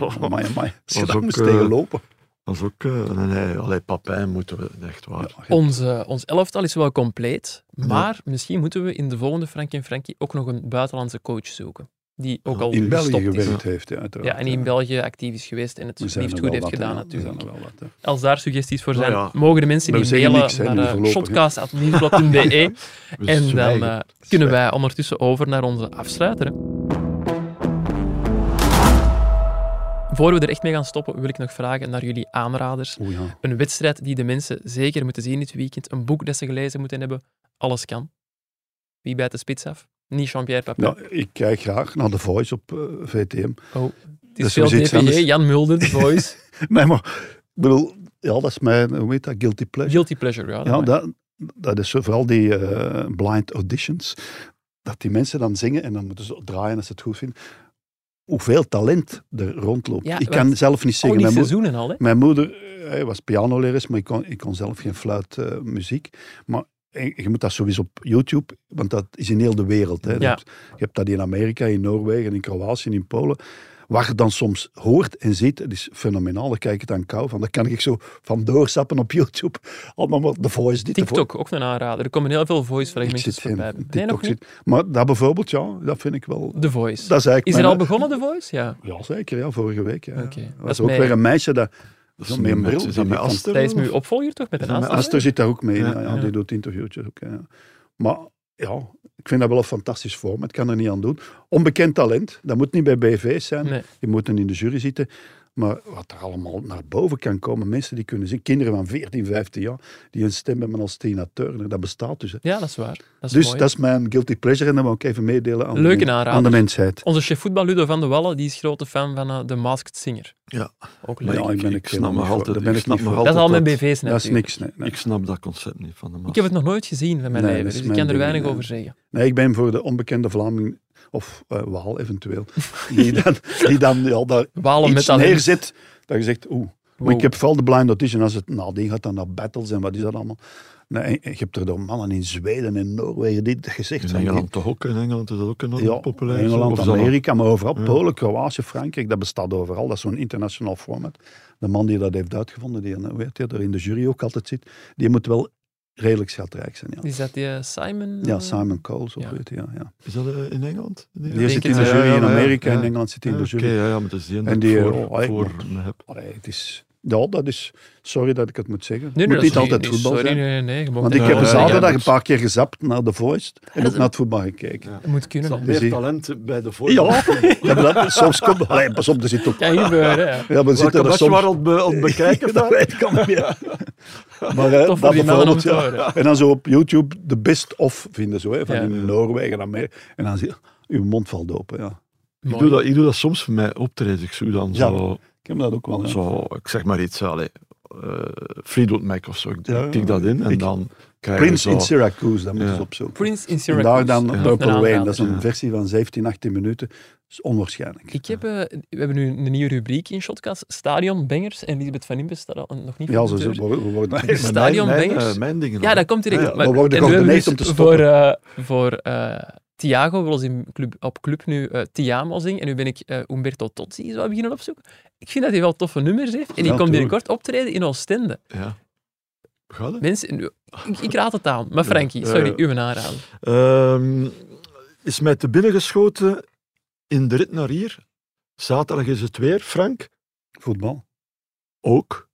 B: Oh, Amai, amai. Als je
A: Was
B: daar
A: ook,
B: moest
A: eh,
B: tegen lopen.
A: Dat is ook... eh, nee, nee, allee, Papijn moeten we... Echt waar.
B: Ja,
C: Ons, eh, ons elftal is wel compleet, maar misschien moeten we in de volgende Frankie en Frankie ook nog een buitenlandse coach zoeken. Die ook
A: Ja,
C: al
B: in België
C: gestopt is.
B: gewerkt heeft, ja, uiteraard.
C: Ja, en die in België actief is geweest en het
B: Er zijn er
C: liefst
B: wel
C: goed heeft
B: wat,
C: gedaan
B: hè. Er zijn
C: natuurlijk.
B: er wel wat, hè.
C: Als daar suggesties voor
A: Nou
C: zijn,
A: ja.
C: mogen de mensen
B: Maar
C: die
B: we zeggen
C: mailen
B: niks, hè, nu
C: naar uh,
B: voorlopig, hè.
C: shotcast.nieuwsblad.be
A: We
C: en dan
A: zwijgen.
C: eh, kunnen wij ondertussen over naar onze afsluiter. hè. Voor we er echt mee gaan stoppen, wil ik nog vragen naar jullie aanraders.
B: Oei, ja.
C: Een wedstrijd die de mensen zeker moeten zien dit weekend. Een boek dat ze gelezen moeten hebben. Alles kan. Wie bijt de spits af? Niet Jean-Pierre Papin.
B: Nou, ik kijk graag naar The Voice op eh, VTM.
C: oh, het
B: dat
C: is
B: is
C: veel
B: zoiets
C: DPJ,
B: anders.
C: Jan Mulder, The Voice.
B: Nee, maar ik bedoel, ja, dat is mijn, hoe heet dat, guilty pleasure.
C: Guilty Pleasure, ja. dat
B: ja,
C: mag.
B: dat, dat is zo, vooral die eh, blind auditions. Dat die mensen dan zingen en dan moeten ze draaien als ze het goed vinden. Hoeveel talent er rondloopt.
C: Ja,
B: ik
C: want-
B: kan zelf niet
C: Al
B: zingen.
C: die
B: Mijn, moe-
C: seizoenen al, hè.
B: mijn moeder eh, was pianoleres, maar ik kon, ik kon zelf geen fluit eh, muziek. Maar eh, je moet dat sowieso op YouTube, want dat is in heel de wereld. Hè.
C: Ja.
B: Je, hebt, je hebt dat in Amerika, in Noorwegen, in Kroatië, in Polen. Waar je dan soms hoort en ziet, het is fenomenaal. Daar kijk ik dan kou van. Daar kan ik zo van doorsappen op YouTube. Allemaal maar The Voice, dit, The Voice.
C: TikTok, ook een aanrader. Er komen heel veel
B: Ik
C: voice-fragmentjes
B: zit geen
C: voorbij. Nee, nog
B: TikTok
C: niet.
B: zit. Maar dat bijvoorbeeld, ja, dat vind ik wel...
C: The Voice.
B: Dat is eigenlijk
C: is er
B: mijn-
C: al begonnen, The Voice? Ja.
B: Ja, zeker. Ja, vorige week. Ja.
C: Oké.
B: Er
C: Dat is
B: was ook
C: mij-
B: weer een meisje dat...
A: Dat
B: Ja,
A: is,
B: met een
A: met,
B: bril,
A: is
B: die
A: dat met
B: van-
A: Aster?
C: Hij is nu
A: of-
C: opvolger toch met
A: Is
C: een
A: dat met
C: aanstel?
A: Aster?
B: Aster zit daar ook mee. in,
A: Ja,
B: Ja, ja,
C: ja.
B: Die doet interviewtjes ook. Ja. Maar ja, ik vind dat wel een fantastisch format. Ik kan er niet aan doen. Onbekend talent. Dat moet niet bij BV's zijn.
C: Nee.
B: Je moet dan in de jury zitten. Maar wat er allemaal naar boven kan komen. Mensen die kunnen zien. Kinderen van 14, 15 jaar. Die een stem hebben als Tina Turner. Dat bestaat dus. hè.
C: Ja, dat is waar. Dat is
B: dus
C: mooi.
B: dat is mijn guilty pleasure. En dat wil ik even meedelen aan,
C: Leuke
B: de, men-
C: aanrader.
B: aan de mensheid.
C: Onze chef voetbal Ludo van de Wallen die is grote fan van eh, The Masked Singer.
A: Ja.
C: Ook
B: Maar
C: leuk.
B: ja, ik ben
A: ik
B: ik
A: snap
B: helemaal
A: nog
B: niet voor.
A: altijd-
B: Daar ben
A: ik
B: ik
A: snap
B: niet
A: nog
B: voor.
C: dat is al met
A: dat-
C: BV's
B: Dat is
C: natuurlijk.
B: niks. Nee, nee.
A: Ik snap dat concept niet van de man.
C: Ik heb het nog nooit gezien van mijn
B: Nee,
C: leven,
B: dat is
C: dus ik kan er
B: mijn ding,
C: weinig
B: ja.
C: over zeggen.
B: Nee, ik ben voor de onbekende Vlaming, of eh, Waal eventueel, die dan, die dan ja, daar
C: Walen met
B: iets
C: talent.
B: neerzet, dat je zegt, oeh. Maar
C: Wow.
B: ik heb vooral de blind audition, als het nadien gaat dan naar battles en wat is dat allemaal. Nee, en- en je hebt er dan mannen in Zweden en Noorwegen die dat gezegd
A: In
B: zijn. die-
A: Engeland toch ook. In Engeland is dat ook enorm
B: ja,
A: populair.
B: Engeland,
A: Of zal dat-
B: Amerika, maar overal.
A: Ja.
B: Polen, Kroatië, Frankrijk, dat bestaat overal. Dat is zo'n internationaal format. De man die dat heeft uitgevonden, die eh, weet je, er in de jury ook altijd zit, die moet wel redelijk schatrijk zijn. Ja,
C: Is dat die eh, Simon?
B: ja
C: eh,
B: Simon Cole, zo
C: Ja.
B: weet je, ja. ja.
A: Is dat eh, in Engeland?
B: Die
C: denk
B: zit
C: het
B: in de
C: wel.
B: jury
A: Ja,
B: in
A: ja, ja,
B: Engeland,
A: ja.
B: in Engeland zit hij in de
A: Oké,
B: jury.
A: ja, ja, maar dat is die ene
B: En
A: die
B: die,
A: ik voor,
B: oh, ah, ik
A: voor
B: mag-
A: me heb.
B: Allee, het is, ja, dat is, sorry dat ik het moet zeggen.
C: Nee, nee,
B: het moet
C: dat is
B: niet altijd
C: nee,
B: voetbal
C: sorry,
B: zijn.
C: Nee, nee, nee, je mag
B: Want
C: dat
B: ik
A: Ja,
B: heb
C: wel
B: een
A: ja, ja.
C: zeggen.
B: zaterdag een paar keer gezapt naar The Voice en ook naar het voetbal gekeken.
A: Ja.
C: Het moet kunnen.
A: Er
C: hè.
B: Dus
A: zat meer
B: ik-
A: talent bij de
B: Ja,
A: voorkeur.
B: ja, maar dat, soms komt... Allee, pas op, er zit ook...
C: Kan gebeuren, ja.
B: Ja, maar
A: Zit
B: zitten er
A: dat je
B: soms...
A: maar al be- al bekijken?
B: dat weet ik al meer. Maar eh,
C: Tof voor
B: dat
C: die mannen om
B: bijvoorbeeld,
C: te
B: ja.
C: horen.
B: En dan zo op YouTube de best-of vinden, zo, hè, van
C: Ja.
B: in Noorwegen en meer. En dan zie je, uw mond valt open, ja.
A: Ik doe,
C: Mooi.
A: dat, ik doe dat soms voor mij optreden. Ik zoek dan
B: Ja,
A: zo,
B: Ik heb dat ook wel, ja.
A: zo, ik zeg maar iets, allee, eh, Fleetwood Mac of zo. Ik
B: Ja, ja.
A: tik dat in en
B: Ik-
A: dan krijg je
B: Prince
A: zo...
B: in Syracuse, dat moet
A: Ja.
B: je eens opzoeken.
C: Prince in
B: En
C: Syracuse.
B: daar dan
C: Nog
B: Purple
C: een
B: Rain.
C: aanrader.
B: Dat is een
A: Ja.
B: versie van 17, 18 minuten. Dat is onwaarschijnlijk.
C: Ik heb, eh, we hebben nu een nieuwe rubriek in Shotcast. Stadion Bengers en Lisbeth van Impe staat al- nog niet
B: Ja,
C: voor
B: ze,
C: de
B: ze
C: deur.
B: worden, we worden
A: Mijn-
C: Stadion
A: mijn,
C: Bangers.
A: eh, mijn dingen.
C: Ja, dat komt direct.
A: Ja, ja.
C: Maar-
B: Dan worden
C: en we hebben
B: geordineerd
C: dus
B: om te
C: Voor,
B: stoppen.
C: eh, voor eh, Thiago wil ze in club, op club nu eh, Tiamo zingen. En nu ben ik eh, Umberto Tozzi zo beginnen opzoeken. Ik vind dat hij wel toffe nummers heeft. En die
B: Ja,
C: komt
B: tuurlijk.
C: binnenkort optreden in Oostende.
A: Ja. Gaat het?
C: Mensen, nu- ik, ik raad het aan. Maar
A: Ja.
C: Frankie, sorry,
A: Eh,
C: uw aanrader.
A: Ehm, is mij te binnen geschoten in de rit naar hier. Zaterdag is het weer, Frank.
B: Voetbal.
A: Ook.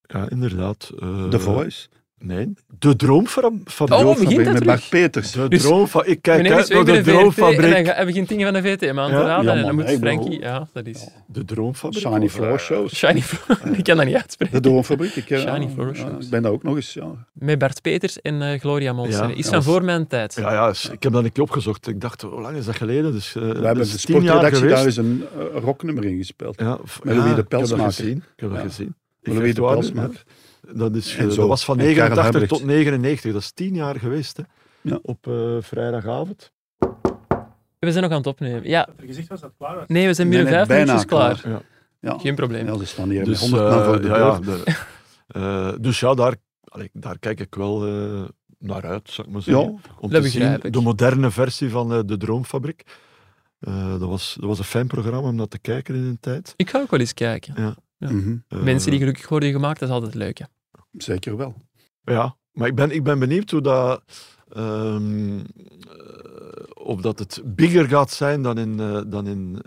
A: Ja, inderdaad. eh,
B: The Voice.
A: Nee. De droom van, van
C: Oh,
A: Jo-
C: begint dat
B: met
C: terug?
B: Bart Peters.
A: De
C: Dus-
A: droom van... Ik kijk
C: Meneer is
A: uit naar
C: weer bij
A: de
C: de VRT en hij,
A: droomfabriek.
C: ga- hij begint dingen van de VTM aan
A: Ja,
C: te raden.
B: ja,
C: en
B: man,
C: dan moet
B: hey, bro.
C: Frankie... Ja, dat is...
A: De droomfabriek.
B: Shiny
A: of, eh,
B: Floor Shows.
C: Shiny Floor. ik kan dat niet uitspreken.
B: De Doornfabriek. Ik, eh,
C: Shiny Floor
B: ja,
C: Shows.
B: ik ben daar ook nog
A: Eh,
B: eens. Ja.
C: Met Bart Peters en eh, Gloria Monster.
A: Ja,
C: Is
A: ja,
C: van
A: was-
C: voor mijn tijd.
A: Ja, ja, is- ik heb dat een keer opgezocht. Ik dacht, hoe lang is dat geleden? Dus, eh
B: We hebben de sportredactie daar eens een eh, rocknummer in gespeeld.
A: Ja,
B: Met Louis de
A: Ik heb dat
B: Pelsmaker.
A: gezien. Ik heb dat
B: Ja.
A: gezien. Ik
B: Louis
A: echt
B: de
A: waar,
B: Pelsmaker.
A: hè. Dat, is,
B: En
A: eh,
B: zo.
A: dat was van
B: En Karel
A: 89
B: Huibrecht.
A: tot 99. Dat is tien jaar geweest, hè.
B: Ja.
A: Op eh, vrijdagavond.
C: We zijn nog aan het opnemen. Ja,
E: Er gezegd was dat het klaar was.
C: nee, we zijn
B: Nee,
C: binnen
B: nee,
C: vijf
B: bijna
C: minuutjes klaar.
B: klaar. Ja.
C: Geen probleem.
B: Ja, ze staan hier
A: Dus,
B: met 100 man
A: eh,
B: voor de
A: ja,
B: deur.
A: ja, de- eh, dus ja, daar, allee, daar kijk ik wel eh, naar uit, zou ik maar zeggen.
B: Ja.
A: Om
C: Dat
A: te
C: begrijp
A: zien,
C: ik.
A: de moderne versie van eh, de Droomfabriek. Eh, dat, was, dat was een fijn programma om naar te kijken in een tijd.
C: Ik ga ook wel eens kijken. Ja.
B: Mhm.
A: Eh,
C: Mensen die gelukkig worden gemaakt, dat is altijd leuk. Hè?
B: Zeker wel.
A: Ja, maar ik ben, ik ben benieuwd hoe dat, ehm, eh, of dat het bigger gaat zijn dan in, eh, dan in,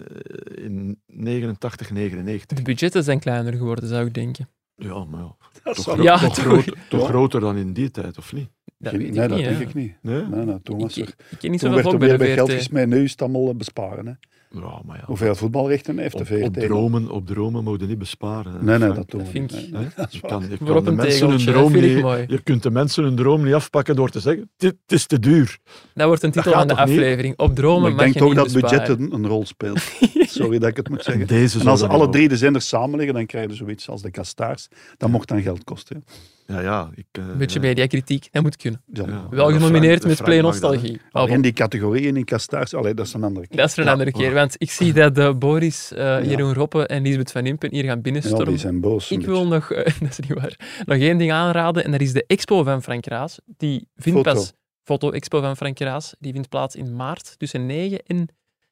A: eh, in 89, 99.
C: De budgetten zijn kleiner geworden, zou ik denken.
A: Ja, maar ja,
B: Dat
A: toch,
B: zou-
A: gro-
C: Ja,
A: toch,
C: toch.
A: groter- toch
B: Ja.
A: groter dan in die tijd, of niet?
C: Dat
B: Geen-
C: weet ik
B: nee, dat
C: niet,
B: denk
C: hè.
B: ik niet.
A: Nee?
B: Nee, nee, toen was
C: Ik,
B: er...
C: ik ken
B: Toen
C: niet zoveel
B: werd er
C: volk bij
B: meer
C: de Oh.
B: bij geld
C: VRT.
B: gesmeed. Nu is het allemaal eh, besparen. Hè.
A: Ja, maar ja.
B: Hoeveel voetbalrechten heeft de
A: Op,
B: VRT?
A: op dromen, op dromen mogen niet besparen. hè,
B: Nee, nee,
A: Frank.
B: dat doen we
C: vind
B: niet.
C: ik-
B: Nee,
A: Hè?
B: dat is
A: Je
B: waar.
A: kan, je
C: Voor
A: kan
C: op
A: de
C: een
A: mensen hun
C: tegeltje,
A: droom
C: vind ik
A: niet-
C: mooi.
A: Je kunt de mensen hun droom niet afpakken door te zeggen, dit het is te duur.
C: Dat wordt een
A: Dat
C: titel
A: gaat
C: van de
A: toch niet?
C: aflevering. Op dromen
B: Maar ik
C: mag
B: denk
C: je
B: toch
C: niet
B: dat budget
C: besparen.
B: een, een rol speelt. Sorry dat ik het moet zeggen.
A: Deze
B: En als
A: zouden
B: alle
A: ook-
B: drie de zenders samenleggen, dan krijg je zoiets als de kastaars. Dat mocht dan geld kosten. hè.
A: Ja, ja. Ik, eh,
C: Een beetje
A: ja.
C: mediacritiek, dat moet kunnen.
B: Ja.
A: Ja.
C: Wel
A: dat Frank-
C: genomineerd
A: dat
C: met
A: Frank
C: Play
A: mag dat, hè.
C: Nostalgie. Ah,
B: Alleen
C: bon.
B: die categorieën in kastaars, allee, dat is een andere keer.
C: Dat is voor een
A: Ja,
C: andere keer,
A: voilà.
C: want ik zie dat eh, Boris, eh, Jeroen Roppe en Lisbeth van Impen hier gaan
B: Ja, die
C: binnenstormen.
B: zijn boos. een
C: ik wil
B: beetje.
C: nog, eh, dat is niet waar, nog één ding aanraden en dat is de expo van Frank Raas. Die vindt
B: Foto.
C: pas, foto-expo van Frank Raas, die vindt plaats in maart tussen 9 en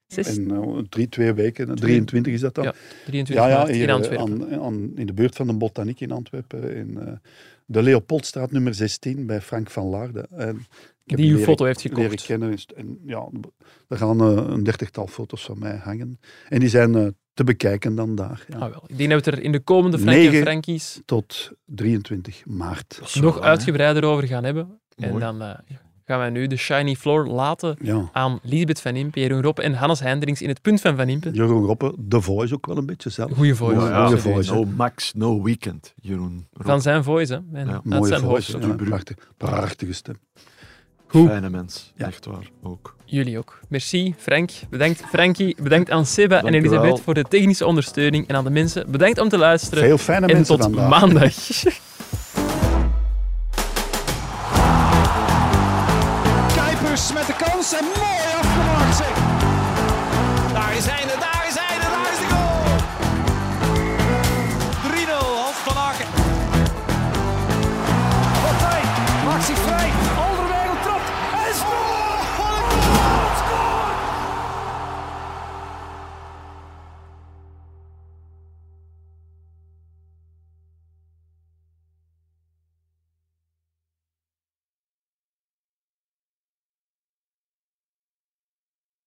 C: 6,
B: En eh, drie, twee weken, 23 is dat dan.
C: Ja, 23
B: Ja, ja,
C: maart
B: hier,
C: in
B: eh,
C: Antwerpen.
B: aan- aan- in de buurt van de Botaniek in Antwerpen. In eh, de Leopoldstraat nummer 16 bij Frank van Laarden. En ik heb
C: die uw
B: leren-
C: foto heeft
B: leren
C: gekocht.
B: kennen. is- En ja, er gaan eh, een dertigtal foto's van mij hangen. En die zijn eh, te bekijken dan daar. Ja.
C: Ah, wel. Ik denk dat we het er in de komende Frankie en
B: Negen-
C: Frankies
B: Tot 23 maart.
A: Dat is
C: nog
A: wel, hè.
C: uitgebreider over gaan hebben. En
A: Mooi.
C: dan eh, gaan wij nu de shiny floor laten
B: Ja.
C: aan Lisbeth van Impen, Jeroen Rob en Hannes Hendrings in het punt van Van Impen.
B: Jeroen Roppe, The Voice ook wel een beetje zelf.
C: Goeie voice.
A: Ja, ja.
B: Mooie voice.
A: No Oh, Max, no weekend, Jeroen.
C: Van zijn voice, hè. En
A: Ja.
C: uit
B: Mooie
C: zijn
B: voice.
C: hoofd.
B: ja, prachtig, prachtige stem.
C: Goed.
A: Fijne mens,
B: Ja.
A: echt waar, ook.
C: Jullie ook. Merci, Frank. Bedankt, Frankie. Bedankt aan Seba en
A: Dank u wel.
C: Elisabeth voor de technische ondersteuning. En aan de mensen, bedankt om te luisteren.
B: Veel fijne
C: en
B: mensen
C: tot
B: vandaag.
C: maandag.
D: Kuipers met de kans en mooi afgemaakt zeg. Daar zijn we, daar